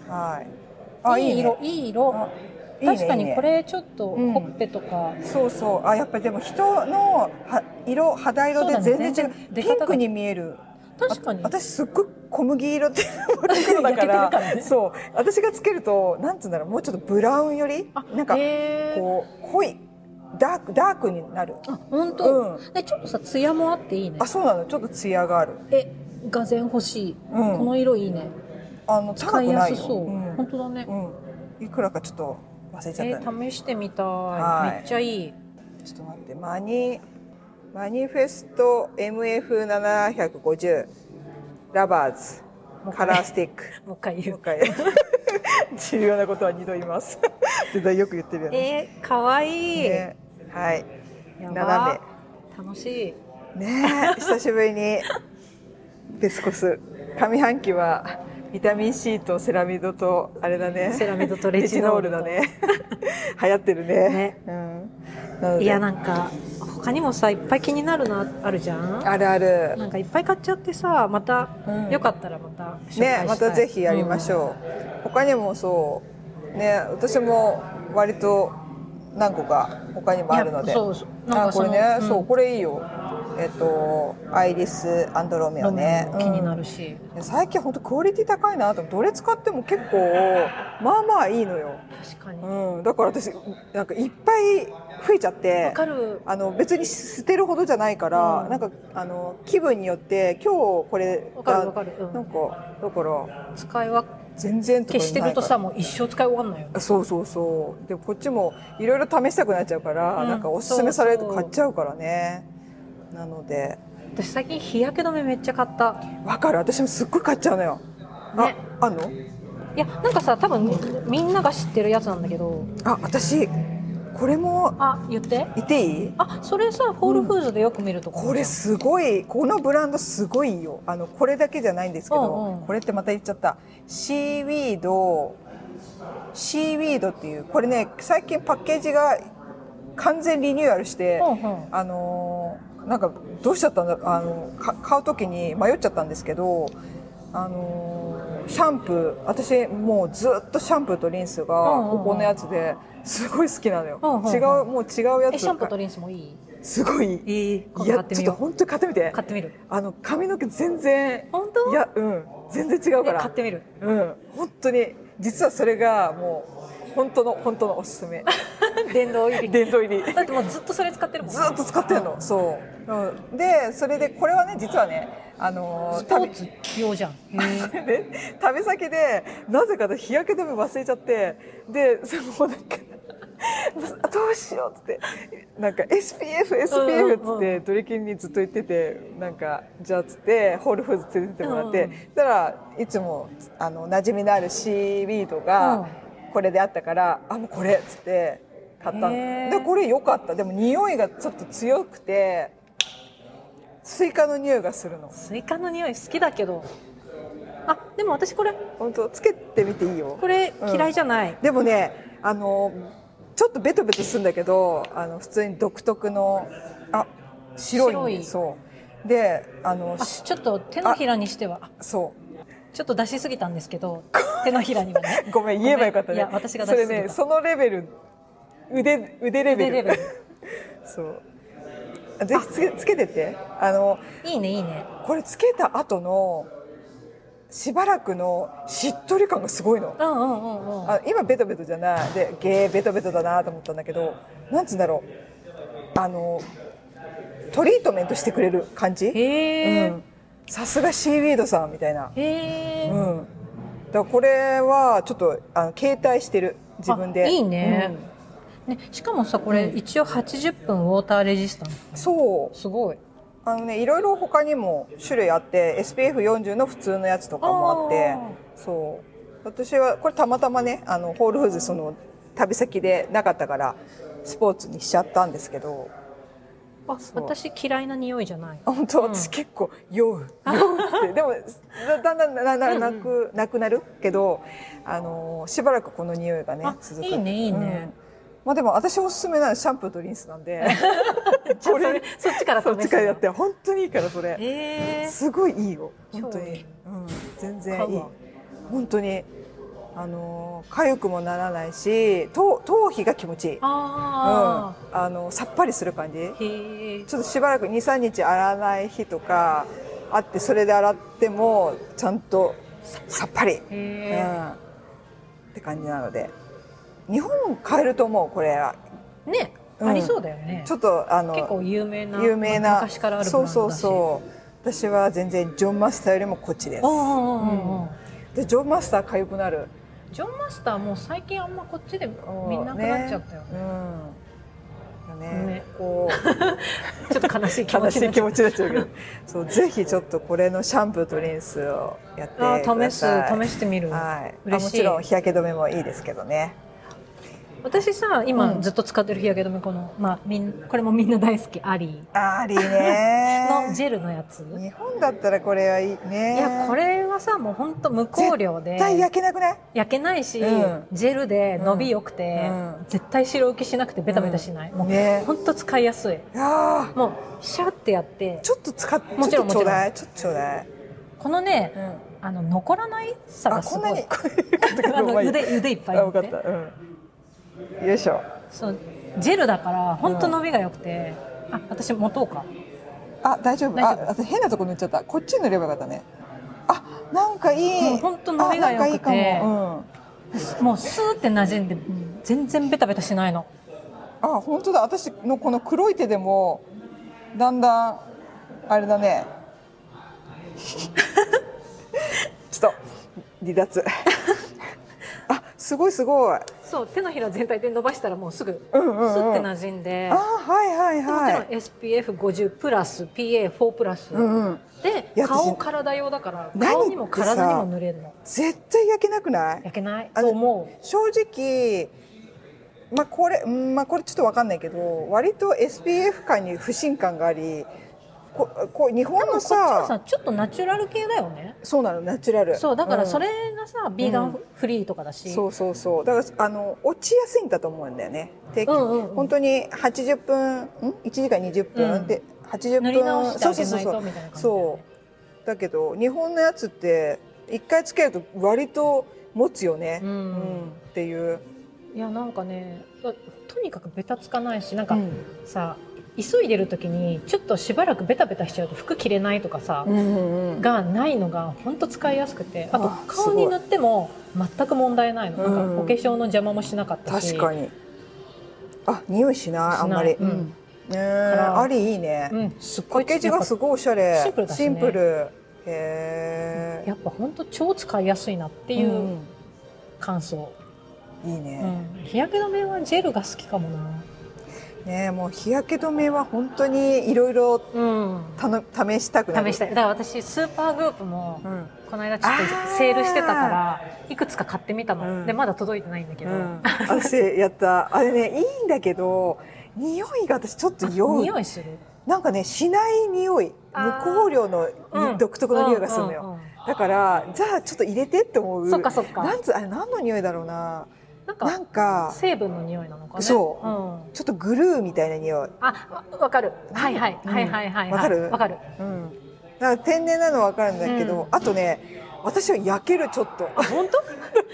Speaker 1: はい。あ、い
Speaker 2: い
Speaker 1: い
Speaker 2: い
Speaker 1: ね
Speaker 2: 色。いい色
Speaker 1: あいいね
Speaker 2: 確かにこ。
Speaker 1: いいね
Speaker 2: れちょっと
Speaker 1: うん
Speaker 2: ほっぺとか、
Speaker 1: そうそう、あ、やっぱりでも、人の、は、色、肌色で
Speaker 2: そうだね
Speaker 1: 全然違う。
Speaker 2: 全然出
Speaker 1: ピ
Speaker 2: 方
Speaker 1: ン
Speaker 2: が
Speaker 1: クに見える。
Speaker 2: 確かに
Speaker 1: あ私すっごい小麦色って黒だか
Speaker 2: 焼けてるかららね
Speaker 1: そう私がつけるとなんつうんだろうもうちょっとブラウンより
Speaker 2: あ
Speaker 1: なんか
Speaker 2: へー
Speaker 1: こう濃いダークダークになる
Speaker 2: あ本当、
Speaker 1: うん
Speaker 2: でちょっとさツヤもあっていいね
Speaker 1: あそうなのちょっとツヤがある
Speaker 2: えがぜん欲しい、
Speaker 1: うん
Speaker 2: この色いいね
Speaker 1: あの
Speaker 2: 使
Speaker 1: 高
Speaker 2: い
Speaker 1: く
Speaker 2: や
Speaker 1: ない
Speaker 2: す
Speaker 1: よ。
Speaker 2: そう、
Speaker 1: ん
Speaker 2: 本当だね、
Speaker 1: うん、いくらかちょっと忘れちゃ
Speaker 2: え
Speaker 1: ったね。
Speaker 2: ー試してみたい、
Speaker 1: はい
Speaker 2: めっちゃいい
Speaker 1: ちょっと待ってマニマニフェスト MF750 ラバーズカラースティック。
Speaker 2: もう一回言
Speaker 1: もう
Speaker 2: う
Speaker 1: 一回重要なことは二度言います。 絶対よく言ってるよね。
Speaker 2: えー、かわいい、
Speaker 1: ねはい
Speaker 2: やば
Speaker 1: 斜
Speaker 2: 楽しい
Speaker 1: めねえ久しぶりにベスコス上半期はビタミン C とセラミドとあれだね
Speaker 2: セラミドとレチノール
Speaker 1: レチ
Speaker 2: と
Speaker 1: だね流行ってるね
Speaker 2: ね
Speaker 1: うん、なので
Speaker 2: いやなんか他にもさいっぱい気になるなあるじゃん
Speaker 1: あるある
Speaker 2: なんかいっぱい買っちゃってさまた、
Speaker 1: うん
Speaker 2: よかったらまた紹介したい
Speaker 1: ねまたぜひやりましょう、他にもそうね私も割と何個か他に
Speaker 2: う
Speaker 1: もあるの
Speaker 2: い
Speaker 1: で
Speaker 2: やそうそうなん
Speaker 1: あ
Speaker 2: か
Speaker 1: こ
Speaker 2: そ
Speaker 1: れ
Speaker 2: の
Speaker 1: ね、
Speaker 2: うん
Speaker 1: そうこれいいよえっとアイリスアンドロメオ
Speaker 2: ロメ
Speaker 1: ね
Speaker 2: オも気にな
Speaker 1: る、
Speaker 2: るし、
Speaker 1: うん最近本当クオリティ高いなと思ってどれ使っても結構まあまあいいのよ、
Speaker 2: 確かにわ、
Speaker 1: うん、だから私なんかいっぱい増えちゃって
Speaker 2: かる
Speaker 1: あの別に捨てるほどじゃないから、
Speaker 2: うん
Speaker 1: なんかあの気分によって今日これ
Speaker 2: わかるわ
Speaker 1: が
Speaker 2: かる、うん
Speaker 1: なんかだから
Speaker 2: 使い分
Speaker 1: 全然とか
Speaker 2: けしていくと
Speaker 1: ないか
Speaker 2: さもう一生使い終わんないよ
Speaker 1: らそうそうそうでこっちもいろいろ試したくなっちゃうから、
Speaker 2: うん
Speaker 1: なんかおすすめされると
Speaker 2: そうそう
Speaker 1: 買っちゃうからねなので
Speaker 2: 私最近日焼け止めめっちゃ買った
Speaker 1: わかる私もすっごい買っちゃうのよ、
Speaker 2: ね
Speaker 1: ああんの
Speaker 2: いやなんかさ多分みんなが知ってるやつなんだけど
Speaker 1: あ私これも
Speaker 2: あ言って
Speaker 1: いていい
Speaker 2: あそれさホールフーズでよく見るとこ
Speaker 1: これすごいこのブランドすごいよあのこれだけじゃないんですけど、
Speaker 2: うんうん
Speaker 1: これってまた言っちゃったシーウィードシーウィードっていうこれね最近パッケージが完全リニューアルして、
Speaker 2: うんうん
Speaker 1: あのーなんかどうしちゃったんだろうあのか買う時に迷っちゃったんですけど、あのーシャンプー私もうずっとシャンプーとリンス
Speaker 2: うん
Speaker 1: が
Speaker 2: うんうん
Speaker 1: ここのやつですごい好きなのよ、
Speaker 2: うんうんうん
Speaker 1: 違うもう違うや
Speaker 2: え
Speaker 1: つ
Speaker 2: シャンプーとリンスもいい
Speaker 1: すごいい
Speaker 2: いい今度
Speaker 1: や
Speaker 2: 買って
Speaker 1: ちょ
Speaker 2: み
Speaker 1: っと
Speaker 2: よ
Speaker 1: 本当に買ってみて
Speaker 2: う買ってみる
Speaker 1: あの髪の毛全然
Speaker 2: 本当
Speaker 1: いやうん全然違うか
Speaker 2: え買
Speaker 1: ら
Speaker 2: ってみる
Speaker 1: うん本当に実はそれがもう本当の本当のおすすめ
Speaker 2: 電動入り
Speaker 1: 殿堂入り
Speaker 2: だってもうずっとそれ使ってるもん
Speaker 1: ずっと使ってるの、そう、うん、でそれでこれはね実はねあのー
Speaker 2: スポーツ用じゃん
Speaker 1: 旅ね旅先でなぜか日焼け止め忘れちゃってでそのなんか どうしようっつってなんか SPF、SPF っつってドリキンにずっと言っててなんかじゃあっつってホールフーズ連れてってもらって、
Speaker 2: うん
Speaker 1: そしたらいつもあの馴染みのあるシーウィードがこれであったから、あもうこれっつって買ったの
Speaker 2: へー
Speaker 1: でこれ良かったでも匂いがちょっと強くてスイカの匂いがするの
Speaker 2: スイカの匂い好きだけどあでも私これ
Speaker 1: 本当つけてみていいよ
Speaker 2: これ
Speaker 1: うん
Speaker 2: 嫌いじゃない、
Speaker 1: でもねあのちょっとベトベトするんだけどあの普通に独特のあ白い,、
Speaker 2: 白い
Speaker 1: そうであの
Speaker 2: あ
Speaker 1: し
Speaker 2: ちょっと手のひらにしてはあ
Speaker 1: そ
Speaker 2: ちょっと出しすぎたんですけ ど手のひらにはね
Speaker 1: うごめん言えばよかったね
Speaker 2: いや私が出
Speaker 1: そ
Speaker 2: しす
Speaker 1: れ
Speaker 2: ぎた
Speaker 1: ねそのレベル腕腕レベル
Speaker 2: 腕レベ
Speaker 1: そうあぜひつけつけてってあの
Speaker 2: いいねいいね
Speaker 1: これつけた後のしばらくのしっとり感がすごいの
Speaker 2: うんうんうんうん
Speaker 1: あ今ベトベトじゃないでゲーベトベトだなと思ったんだけどなんつうんだろうあのトリートメントしてくれる感じ
Speaker 2: へえ、
Speaker 1: うんさすがシーウィードさんみたいな、
Speaker 2: へえ、
Speaker 1: うん、だからこれはちょっとあの携帯してる自分
Speaker 2: あ
Speaker 1: で
Speaker 2: いいね
Speaker 1: うん
Speaker 2: ね、しかもさこれ
Speaker 1: うん
Speaker 2: 一応80分ウォーターレジスタンス
Speaker 1: そう
Speaker 2: すごい
Speaker 1: あのねいろいろ他にも種類あって SPF40 の普通のやつとかもあって
Speaker 2: あ
Speaker 1: そう私はこれたまたまねあのホールフーズその旅先でなかったからスポーツにしちゃったんですけど
Speaker 2: あ
Speaker 1: そう
Speaker 2: 私嫌いな匂いじ ゃない
Speaker 1: 本当、
Speaker 2: うん
Speaker 1: 私結構酔う酔うってでもだだんだんなななくなくなるけど、あのしばらくこの匂いがね
Speaker 2: あ
Speaker 1: 続く
Speaker 2: いいねいいね
Speaker 1: うんまあでも私おすすめなのはシャンプーとリンスなん で
Speaker 2: じゃあそれそっちから試す
Speaker 1: そっ
Speaker 2: の
Speaker 1: ちからやって本当にいいからそれ
Speaker 2: へえ
Speaker 1: すごいいいよ
Speaker 2: 超
Speaker 1: 本当に、うん、全然
Speaker 2: 買
Speaker 1: いうい
Speaker 2: わ
Speaker 1: 本当にあのー痒くもならないし頭頭皮が気持ちいい
Speaker 2: あ
Speaker 1: うん、あのさっぱりする感じ
Speaker 2: あ、へえ
Speaker 1: ちょっとしばらく23日洗わない日とかあってそれで洗ってもちゃんとさっぱり、
Speaker 2: へ
Speaker 1: う
Speaker 2: え、
Speaker 1: ん、って感じなので日本買えると思うこれは
Speaker 2: ね、
Speaker 1: うん
Speaker 2: ありそうだよね
Speaker 1: ちょっとあの
Speaker 2: 結構有名な
Speaker 1: 有名な
Speaker 2: 昔からあるブ
Speaker 1: そ
Speaker 2: ラン
Speaker 1: う
Speaker 2: ドだし
Speaker 1: そうそう私は全然ジョンマスターよりもこっちです
Speaker 2: おうんうんうんうん、
Speaker 1: でジョンマスター痒くなる
Speaker 2: ジョンマスターもう最近あんまこっちで見なくなっちゃったよね
Speaker 1: うん。ね
Speaker 2: ね
Speaker 1: こ
Speaker 2: ちょっと悲しいう気持
Speaker 1: 悲
Speaker 2: ち
Speaker 1: し
Speaker 2: にないっち
Speaker 1: 気
Speaker 2: ゃう
Speaker 1: 持ちになっちゃうけど、そうぜひちょっとこれのシャンプーとリンスをやってく
Speaker 2: あ
Speaker 1: ださい。
Speaker 2: ー試す試してみる、
Speaker 1: はい。あ
Speaker 2: 嬉しい
Speaker 1: もちろん日焼け止めもいいですけどね。
Speaker 2: 私さ今
Speaker 1: うん
Speaker 2: ずっと使ってる日焼け止めこの、まあ、みんこれもみんな大好きアリ
Speaker 1: あーり
Speaker 2: ーのジ
Speaker 1: ね。
Speaker 2: ェルのやつ、
Speaker 1: 日本だったらこれはいい
Speaker 2: い
Speaker 1: ね。
Speaker 2: やこれはさもう本当無香料で
Speaker 1: 絶対焼けなくない？
Speaker 2: 焼けないし、
Speaker 1: うん
Speaker 2: ジェルで伸び良くて、
Speaker 1: うん
Speaker 2: 絶対白浮きしなくてベタベタしない、もう
Speaker 1: ね。
Speaker 2: 本当使いやすい
Speaker 1: ああ
Speaker 2: もうシャーってやって
Speaker 1: ちょっと使っ
Speaker 2: もちろん
Speaker 1: ちょっとちょうだいちょっとちょうだい。
Speaker 2: このね
Speaker 1: うん。
Speaker 2: あの残らないさ
Speaker 1: あ
Speaker 2: が
Speaker 1: こ
Speaker 2: す
Speaker 1: ん
Speaker 2: ご
Speaker 1: なに
Speaker 2: い。
Speaker 1: こういうことか
Speaker 2: あ の
Speaker 1: まあいい
Speaker 2: 腕腕いっぱい
Speaker 1: あ
Speaker 2: 持
Speaker 1: 分
Speaker 2: っ
Speaker 1: かっ
Speaker 2: て
Speaker 1: た。うん。よいしょ。
Speaker 2: そうジェルだから本当伸びが良くて、あ私持とうか
Speaker 1: あ大丈夫
Speaker 2: 大丈
Speaker 1: あ
Speaker 2: 夫
Speaker 1: 私変なとこ塗っちゃったこっち塗ればよかったねあなんかい
Speaker 2: もう
Speaker 1: い
Speaker 2: ほんと伸びが良
Speaker 1: あなん
Speaker 2: くて
Speaker 1: かいいかも、
Speaker 2: もうスーって馴染んで全然ベタベタしないの
Speaker 1: うん、あ本当だ私のこの黒い手でもだんだんあれだ ねちょっと離 脱あすごいすごい
Speaker 2: そう手のひら全体で伸ばしたらもうすぐス
Speaker 1: うんうんうん
Speaker 2: ッて馴染んで
Speaker 1: あ、はいはい
Speaker 2: でもち
Speaker 1: は
Speaker 2: ろん
Speaker 1: い
Speaker 2: SPF50 プラス PA4 プラス、
Speaker 1: うんうん
Speaker 2: で
Speaker 1: いや私
Speaker 2: 顔体用だから
Speaker 1: 何
Speaker 2: 顔にも
Speaker 1: ってさ
Speaker 2: 体にも塗れるの
Speaker 1: 絶対焼けなくない
Speaker 2: 焼けない
Speaker 1: あ
Speaker 2: と思
Speaker 1: 正直まあこれ、うんまあ、これちょっとわかんないけど割と SPF 感に不信感がありここう日
Speaker 2: うで
Speaker 1: 本
Speaker 2: もこ
Speaker 1: の
Speaker 2: っちは
Speaker 1: さ
Speaker 2: さちょっとナチュラル系だよね
Speaker 1: そうなのナチュラル
Speaker 2: そうだから
Speaker 1: ん
Speaker 2: それがさ、ビーガンフリーとかだし、
Speaker 1: そうそうそうだからあの落ちやすいんだと思うんだよね定期、
Speaker 2: うんうんうん
Speaker 1: 本当に80分ん1時間20分、
Speaker 2: うん
Speaker 1: で80分
Speaker 2: 塗り直してあ
Speaker 1: そう
Speaker 2: げな
Speaker 1: そう
Speaker 2: い
Speaker 1: そう
Speaker 2: とみたいな感じだよ
Speaker 1: そ
Speaker 2: ね
Speaker 1: うだけど日本のやつって一回つけると割と持つよね、
Speaker 2: うん
Speaker 1: っていう、
Speaker 2: いやなんかねととにかくベタつかないしなんか
Speaker 1: うん
Speaker 2: さ、急いでる時にちょっとしばらくベタベタしちゃうと服着れないとかさ、
Speaker 1: うんうんうん
Speaker 2: がないのが本当使いやすくてあと
Speaker 1: あす
Speaker 2: 顔
Speaker 1: ごい
Speaker 2: に塗っても全く問題ないの、
Speaker 1: うん
Speaker 2: なんかお化粧の邪魔もしなかったし
Speaker 1: 確かにあ匂いしない
Speaker 2: しない
Speaker 1: あんまり、
Speaker 2: うん
Speaker 1: ねえ
Speaker 2: ら
Speaker 1: ありいいね、
Speaker 2: うん、すっ
Speaker 1: パ
Speaker 2: ごい
Speaker 1: ッケージがすごいおしゃれ
Speaker 2: シンプルだしね
Speaker 1: シンプルへえ
Speaker 2: やっぱ本当超使いやすいなって
Speaker 1: て
Speaker 2: いう感想、
Speaker 1: へいいね、
Speaker 2: うん日焼け止めはジェルが好きかもな
Speaker 1: ねもう日焼け止めは本当にいろいろ
Speaker 2: うん
Speaker 1: 試したくなる
Speaker 2: 試したいだから私スーパーグープも
Speaker 1: うん
Speaker 2: この間ちょっ
Speaker 1: あー
Speaker 2: とセールしてたからいくつか買ってみたの、
Speaker 1: うん
Speaker 2: でまだ届いてないんだけど、
Speaker 1: うん、私やったあれねいいんだけど匂いが私ちょっと酔う
Speaker 2: 匂いする
Speaker 1: なんかねしない匂い
Speaker 2: あー
Speaker 1: 無香料のに
Speaker 2: うん
Speaker 1: 独特の匂いがするのよ、
Speaker 2: うんうんうん
Speaker 1: だからじゃあちょっと入れてって思う
Speaker 2: そっかそっか
Speaker 1: なんつあれ何の匂いだろうな
Speaker 2: なんか
Speaker 1: なんか
Speaker 2: 成分の匂いなのかね
Speaker 1: そう
Speaker 2: うん
Speaker 1: ちょっとグルーみたいな匂い、
Speaker 2: あわわかるはいはい、
Speaker 1: うん
Speaker 2: はいはいはいはい
Speaker 1: わかる
Speaker 2: わかる
Speaker 1: うん、だから天然なのは分かるんだけど、
Speaker 2: うん
Speaker 1: あとね私は焼けるちょっと
Speaker 2: 本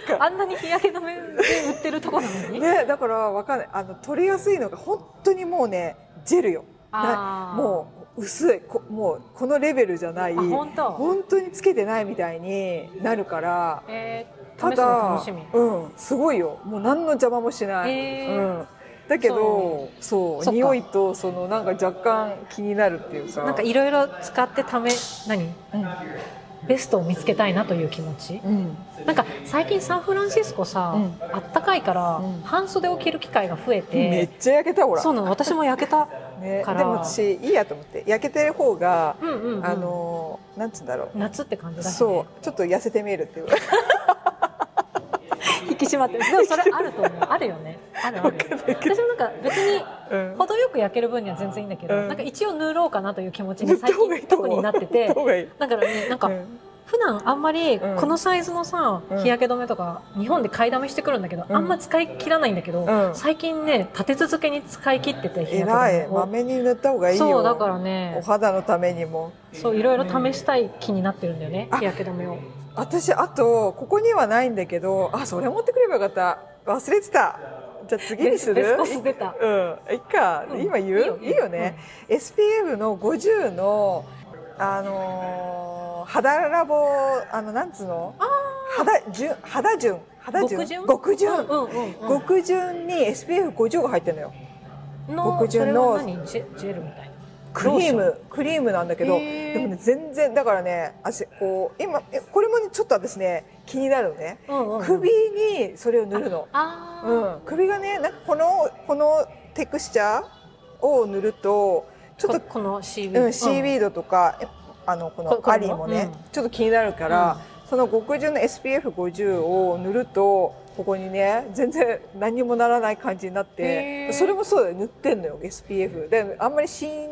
Speaker 2: 当あんなに日焼け止めで売ってるとこなのに、
Speaker 1: ねだから分かんないあの取れやすいのが本当にもうねジェルよ
Speaker 2: あー
Speaker 1: もう薄いこもうこのレベルじゃない
Speaker 2: あ本当
Speaker 1: 本当につけてないみたいになるから
Speaker 2: えー、
Speaker 1: た
Speaker 2: 試すの
Speaker 1: だ
Speaker 2: 楽しみ
Speaker 1: うん、すごいよもう何の邪魔もしない、
Speaker 2: へー
Speaker 1: うん、だけどそう
Speaker 2: そっか
Speaker 1: 匂いとそのなんか若干気になるっていうか
Speaker 2: なんかいろいろ使ってため何ベストを見つけたいなという気持ち
Speaker 1: うん、うん
Speaker 2: なんか最近サンフランシスコさ、
Speaker 1: うん
Speaker 2: あったかいから
Speaker 1: うん
Speaker 2: 半袖を着る機会が増え、
Speaker 1: めってちゃ焼けたほら
Speaker 2: そうなの私も焼けた
Speaker 1: ね、
Speaker 2: から
Speaker 1: でも私いいやと思って焼けてる方が、
Speaker 2: うんうん、うん、
Speaker 1: あのーなんつうんだろう、
Speaker 2: 夏って感じだし、ね、
Speaker 1: そうちょっと痩せて見えるっていう
Speaker 2: 引き締まってるでもそれあると思うあるよねあるある私もなんか別に
Speaker 1: うん
Speaker 2: 程よく焼ける分には全然いいんだけど、
Speaker 1: うん
Speaker 2: なんか一応塗ろうかなという気持ち
Speaker 1: 塗
Speaker 2: に
Speaker 1: った
Speaker 2: 最
Speaker 1: 方がいい
Speaker 2: 近
Speaker 1: と思
Speaker 2: 特
Speaker 1: う
Speaker 2: になって
Speaker 1: 塗
Speaker 2: て
Speaker 1: った方がいい
Speaker 2: だからねなんか
Speaker 1: うん
Speaker 2: 普段あんまり
Speaker 1: うん
Speaker 2: このサイズのさ、
Speaker 1: うん
Speaker 2: 日焼け止めとか日本で買いだめしてくるんだけど、
Speaker 1: うん
Speaker 2: あんま使い切らないんだけど、
Speaker 1: うん
Speaker 2: 最近ね立て続けに使い切ってて日
Speaker 1: え
Speaker 2: 焼け止
Speaker 1: ら
Speaker 2: め
Speaker 1: いま
Speaker 2: を
Speaker 1: めに塗った方がいいよ
Speaker 2: そうだから
Speaker 1: お
Speaker 2: ね
Speaker 1: 肌のためにも
Speaker 2: そういろいろ試したい気になってるんだよね、
Speaker 1: あ
Speaker 2: 日焼け止めを
Speaker 1: 私あとここにはないんだけどあそれ持ってくればよかった忘れてたじゃあ次にする
Speaker 2: ベスコス出た
Speaker 1: うんいっか、
Speaker 2: うん
Speaker 1: 今言ういいよ
Speaker 2: いいよ
Speaker 1: ね、SPF の50のあのー肌ラボあのなんつうの肌順肌順肌順極
Speaker 2: 極潤う
Speaker 1: 順
Speaker 2: んうんうんうん
Speaker 1: 極順に SPF50 が入ってるのよ
Speaker 2: の
Speaker 1: 極潤の
Speaker 2: それは何ジェジェルみたいな
Speaker 1: クリー
Speaker 2: ロー
Speaker 1: ムクリームなんだけど
Speaker 2: へー
Speaker 1: でもね全然だからね私こう今えこれもねちょっと私ね気になるのね
Speaker 2: うんうんうん
Speaker 1: 首にそれを塗るの、
Speaker 2: あー、
Speaker 1: うん、首がねなんかこのこのテクスチャーを塗るとちょっ
Speaker 2: ここの CB、
Speaker 1: と、うん、シーウィードとか、えあのこ
Speaker 2: こ
Speaker 1: の
Speaker 2: こ
Speaker 1: ア
Speaker 2: れも
Speaker 1: リーもね、
Speaker 2: う
Speaker 1: ちょっと気になるから、その極潤の SPF50 を塗るとここにね全然何にもならない感じになっ
Speaker 2: へ
Speaker 1: て
Speaker 2: ー
Speaker 1: それもそうだよ塗ってんのよ SPF であんまり信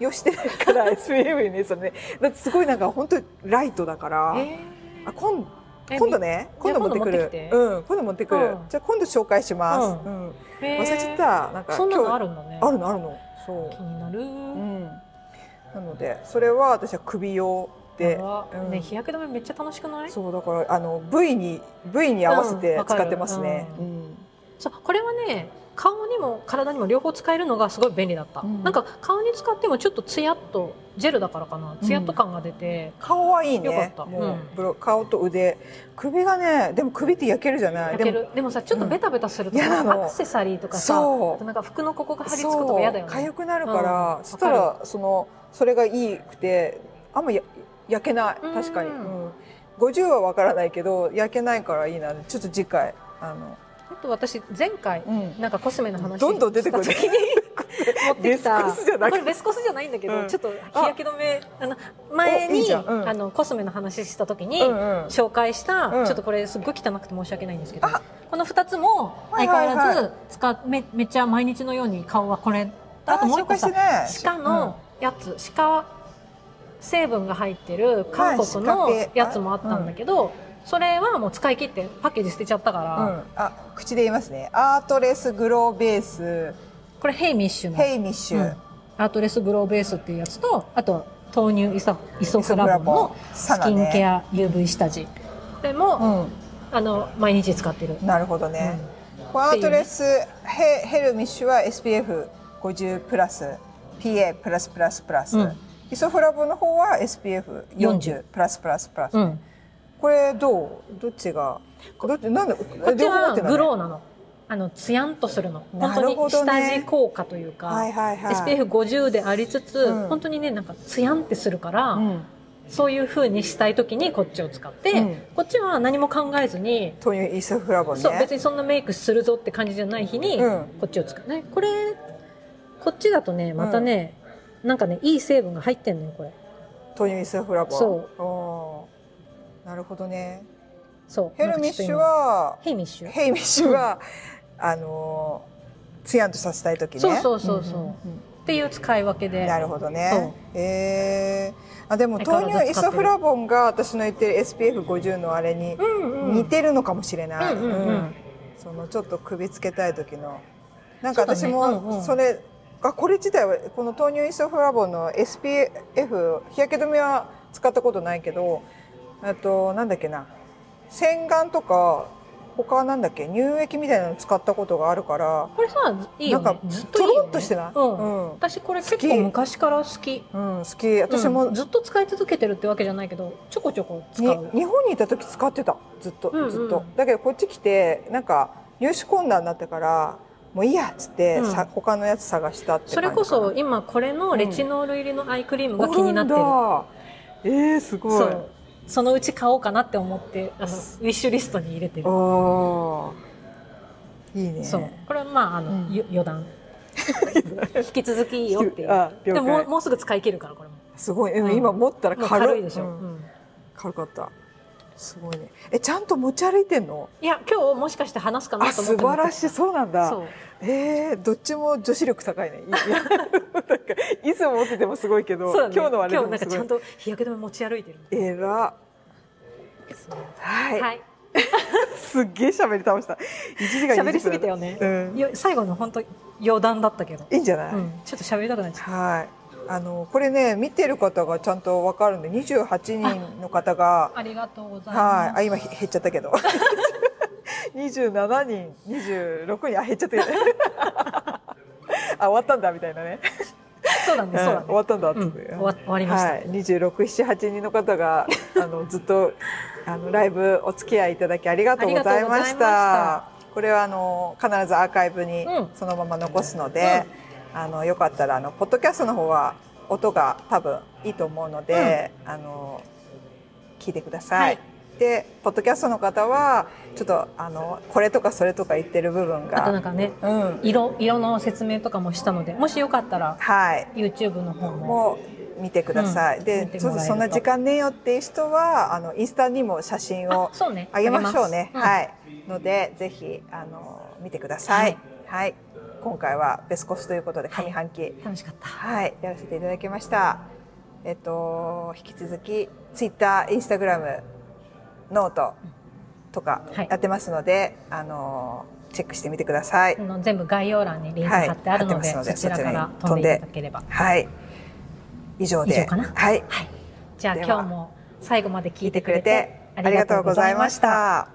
Speaker 1: 用してないから SPF にねそれねだってすごいなんか本当にライトだから、
Speaker 2: え
Speaker 1: あ今度
Speaker 2: ー
Speaker 1: 今度ね今度持ってく
Speaker 2: じゃ
Speaker 1: るう
Speaker 2: あ今度持ってきて
Speaker 1: ん今度持ってくる、
Speaker 2: うん
Speaker 1: じゃあ今度紹介します、
Speaker 2: う
Speaker 1: うん
Speaker 2: え
Speaker 1: 忘
Speaker 2: ー
Speaker 1: れちゃったなんか
Speaker 2: そんなのあ
Speaker 1: る
Speaker 2: るんだね
Speaker 1: あるのあるのそ
Speaker 2: 気になる、
Speaker 1: ううんなのでそれは私は首用で
Speaker 2: やば、
Speaker 1: うん
Speaker 2: ね日焼け止めめっちゃ楽しくない
Speaker 1: そうだからあの V に V に合わせ
Speaker 2: うん
Speaker 1: て
Speaker 2: わかる
Speaker 1: 使ってますね、
Speaker 2: う
Speaker 1: うん
Speaker 2: そうこれはね顔にも体にも両方使えるのがすごい便利だった、
Speaker 1: うん
Speaker 2: なんか顔に使ってもちょっとツヤっとジェルだからかなツヤっと感が出て、
Speaker 1: 顔はいい
Speaker 2: よかっ
Speaker 1: ね
Speaker 2: た
Speaker 1: も
Speaker 2: う
Speaker 1: うんブロ顔と腕首がねでも首って焼けるじゃない
Speaker 2: 焼け
Speaker 1: でも
Speaker 2: るでもさちょっとベタベタすると
Speaker 1: うん嫌な
Speaker 2: さ、
Speaker 1: の
Speaker 2: アクセサリーとかさ
Speaker 1: そう
Speaker 2: あとなんか服のここが張り付くと
Speaker 1: そ
Speaker 2: か
Speaker 1: う
Speaker 2: 嫌だよね
Speaker 1: 痒くなるから、
Speaker 2: うん
Speaker 1: そした
Speaker 2: わ
Speaker 1: らそのそれがいいくてあんまや焼けない
Speaker 2: うん
Speaker 1: 確かに、うん50はわからないけど焼けないからいいなちょっと次回あの、
Speaker 2: あと私前回、
Speaker 1: うん
Speaker 2: なんかコスメの話
Speaker 1: どんどん出てくる
Speaker 2: した時に持ってきた
Speaker 1: ベスコスじゃなくて
Speaker 2: これベスコスじゃないんだけど、
Speaker 1: うん
Speaker 2: ちょっと日焼け止めあの前
Speaker 1: おいい
Speaker 2: に
Speaker 1: じゃんうん
Speaker 2: あのコスメの話した時に、
Speaker 1: うんうん
Speaker 2: 紹介した、
Speaker 1: うん
Speaker 2: ちょっとこれすっごい汚くて申し訳ないんですけど
Speaker 1: あ
Speaker 2: この2つも
Speaker 1: はい
Speaker 2: 相
Speaker 1: はい
Speaker 2: 変
Speaker 1: はい
Speaker 2: わらず使っめめっちゃ毎日のように顔はこれあともう一個さ
Speaker 1: 紹介してね
Speaker 2: 鹿のやつ、鹿成分が入ってる韓国
Speaker 1: は
Speaker 2: の
Speaker 1: い鹿系
Speaker 2: やつもあったんだけど、それはもう使い切ってパッケージ捨てちゃったか
Speaker 1: う
Speaker 2: ら、
Speaker 1: ん、あ口で言いますねアートレスグローベース
Speaker 2: これヘイミッシュの
Speaker 1: ヘイミッシュ、
Speaker 2: アートレスグローベースっていうやつとあと豆乳イソイソフラボンの
Speaker 1: サ
Speaker 2: ス
Speaker 1: ナ
Speaker 2: キ
Speaker 1: ね
Speaker 2: ンケア UV 下地でも、あの毎日使ってる
Speaker 1: うん、なるほどね、こうアートレスヘヘルミッシュは SPF50 プラス PA プラスプラスプラス、
Speaker 2: うん
Speaker 1: イソフラボの方は SPF40
Speaker 2: 40
Speaker 1: プラスプラスプラス、
Speaker 2: うん、
Speaker 1: これどうどっちがどっちなんでこ
Speaker 2: こっちはグ
Speaker 1: ー
Speaker 2: ローなのあのツヤンとするの本
Speaker 1: なるほ
Speaker 2: 当に
Speaker 1: どね
Speaker 2: 下地効果というか、
Speaker 1: はいはいはい、
Speaker 2: SPF50 でありつつ、
Speaker 1: うん
Speaker 2: 本当にねなんかツヤンってするから、
Speaker 1: うん
Speaker 2: そういう風にしたい時にこっちを使って、
Speaker 1: うん
Speaker 2: こっちは何も考えずに、
Speaker 1: 豆乳イースターフラワーね
Speaker 2: そう別にそんなメイクするぞって感じじゃない日に、
Speaker 1: うん
Speaker 2: こっちを使うねこれこっちだとねまたね、なんかねいい成分が入ってんのよこれ
Speaker 1: 豆乳イースターフラワー
Speaker 2: そう
Speaker 1: おーなるほどね
Speaker 2: そう
Speaker 1: ヘルミッシュ
Speaker 2: なんか
Speaker 1: は
Speaker 2: ちょっと今ヘイミッシュ
Speaker 1: ヘイミッシュは、あのーツヤンとさせたい時ね
Speaker 2: そうそうそうそうっていう使い分けで
Speaker 1: なるほどねえー、あでも
Speaker 2: 相変
Speaker 1: 豆
Speaker 2: わらず
Speaker 1: 乳イソフラボンが私の言ってる SPF50 のあれに
Speaker 2: うんうん
Speaker 1: 似てるのかもしれない、
Speaker 2: うんうんうん
Speaker 1: そのちょっと首つけたい時のなんか
Speaker 2: そうだね
Speaker 1: 私
Speaker 2: うんう
Speaker 1: も
Speaker 2: ん
Speaker 1: それあこれ自体はこの豆乳イソフラボンの SPF 日焼け止めは使ったことないけどあとなんだっけな洗顔とか他なんだっけ乳液みたいなの使ったことがあるから
Speaker 2: これさいいよ、ね、
Speaker 1: なんか
Speaker 2: ずっといいよね
Speaker 1: とろっとしてない
Speaker 2: うん
Speaker 1: うん
Speaker 2: 私これ
Speaker 1: 好
Speaker 2: 結
Speaker 1: き
Speaker 2: 構昔から好き
Speaker 1: うん好き私も、
Speaker 2: うんずっと使い続けてるってわけじゃないけどちょこちょこ使
Speaker 1: に
Speaker 2: う
Speaker 1: 日本にいた時使ってたずっと
Speaker 2: うんうん
Speaker 1: ずっと、だけどこっち来てなんか入手困難になってからもういいやっつって、
Speaker 2: うん
Speaker 1: さ他のやつ探したって
Speaker 2: そ
Speaker 1: 感じ
Speaker 2: れ
Speaker 1: かな
Speaker 2: こそ今これのレチノール入りのアイクリームが気になってる、
Speaker 1: おるんだえー、すご
Speaker 2: そ
Speaker 1: いう
Speaker 2: そのうち買おうかなって思ってあのウィッシュリストに入れてる
Speaker 1: おーいいね
Speaker 2: そうこれはまああの、
Speaker 1: うん
Speaker 2: よ余 談引き続きいいよっていう
Speaker 1: あ了解
Speaker 2: でももうもうすぐ使い切るからこれも
Speaker 1: すごい、うん
Speaker 2: うん
Speaker 1: 今持ったら
Speaker 2: もう
Speaker 1: 軽
Speaker 2: 軽いでしょ、
Speaker 1: うん
Speaker 2: うん
Speaker 1: 軽かったすごいねえちゃんと持ち歩いてんの
Speaker 2: いや今日もしかして話すかな
Speaker 1: あ
Speaker 2: と思
Speaker 1: 素
Speaker 2: って
Speaker 1: 晴らしい
Speaker 2: い
Speaker 1: そうなんだ
Speaker 2: そう
Speaker 1: えー、どっちも女子力高いねいいなんかいつ持っててもすごいけど
Speaker 2: そうだね
Speaker 1: 今日のあれで
Speaker 2: 今日な
Speaker 1: も
Speaker 2: んか
Speaker 1: す
Speaker 2: ち
Speaker 1: ご
Speaker 2: ゃ
Speaker 1: い
Speaker 2: んと日焼け止め持ち歩いてる
Speaker 1: えら
Speaker 2: そう
Speaker 1: はい、
Speaker 2: はい
Speaker 1: すっげえ喋り倒した一時間
Speaker 2: 喋りすぎたよね、
Speaker 1: うん
Speaker 2: よ最後の本当余談だったけど、
Speaker 1: いいんじゃない、
Speaker 2: うん、ちょっと喋りたくなっちゃった
Speaker 1: はいあのこれね見てる方がちゃんとわかるんで28人の方が
Speaker 2: ありがとうございます
Speaker 1: はいあ今へ減っちゃったけど 27人26人あ減っちゃったよね あ終わったんだみたいなね
Speaker 2: そうだね、そうだ
Speaker 1: うん
Speaker 2: ね
Speaker 1: 終わったんだって、
Speaker 2: うん終わ終わりました
Speaker 1: はい、2678人の方 があのずっとあのライブお付き合いいただきありがとうございました
Speaker 2: あ
Speaker 1: これはあの必ずアーカイブに
Speaker 2: うん
Speaker 1: そのまま残すので、あのよかったらあのポッドキャストの方は音が多分いいと思うので、あの聞いてください。
Speaker 2: はい
Speaker 1: でポッドキャストの方はちょっとあのこれとかそれとか言ってる部分
Speaker 2: あとなん
Speaker 1: が、
Speaker 2: かね
Speaker 1: うん、
Speaker 2: 色色の説明とかもしたのでもしよかったら
Speaker 1: はい、
Speaker 2: YouTube の方も
Speaker 1: も見てください。
Speaker 2: うん見
Speaker 1: で、
Speaker 2: て
Speaker 1: ちょ
Speaker 2: も
Speaker 1: っ
Speaker 2: らえ
Speaker 1: と
Speaker 2: ると
Speaker 1: そんな時間ねえよっていう人は、あのインスタにも写真を
Speaker 2: あそうね
Speaker 1: あげましょうね。はいい。ので、ぜひあの見てください。はい。今回はベスコスということで上半期、
Speaker 2: 楽しかった
Speaker 1: はい、やらせていただきました。えっと引き続きツイッター、インスタグラム、ノートとか
Speaker 2: はい
Speaker 1: やってますので、あのチェックしてみてください
Speaker 2: あ。の全部概要欄にリンク貼ってあるの
Speaker 1: はい
Speaker 2: で,、
Speaker 1: 貼ってます
Speaker 2: そち
Speaker 1: ので
Speaker 2: らか
Speaker 1: そちら
Speaker 2: ら
Speaker 1: に飛
Speaker 2: 飛
Speaker 1: ん
Speaker 2: ん
Speaker 1: で
Speaker 2: でいただければ、
Speaker 1: はい。以上で、
Speaker 2: 以上かな
Speaker 1: はい。
Speaker 2: はい、じゃあ
Speaker 1: では
Speaker 2: 今日も最後まで聞
Speaker 1: 聞い
Speaker 2: いて
Speaker 1: てく
Speaker 2: く
Speaker 1: れ
Speaker 2: れ
Speaker 1: て
Speaker 2: て
Speaker 1: ありがとうございました。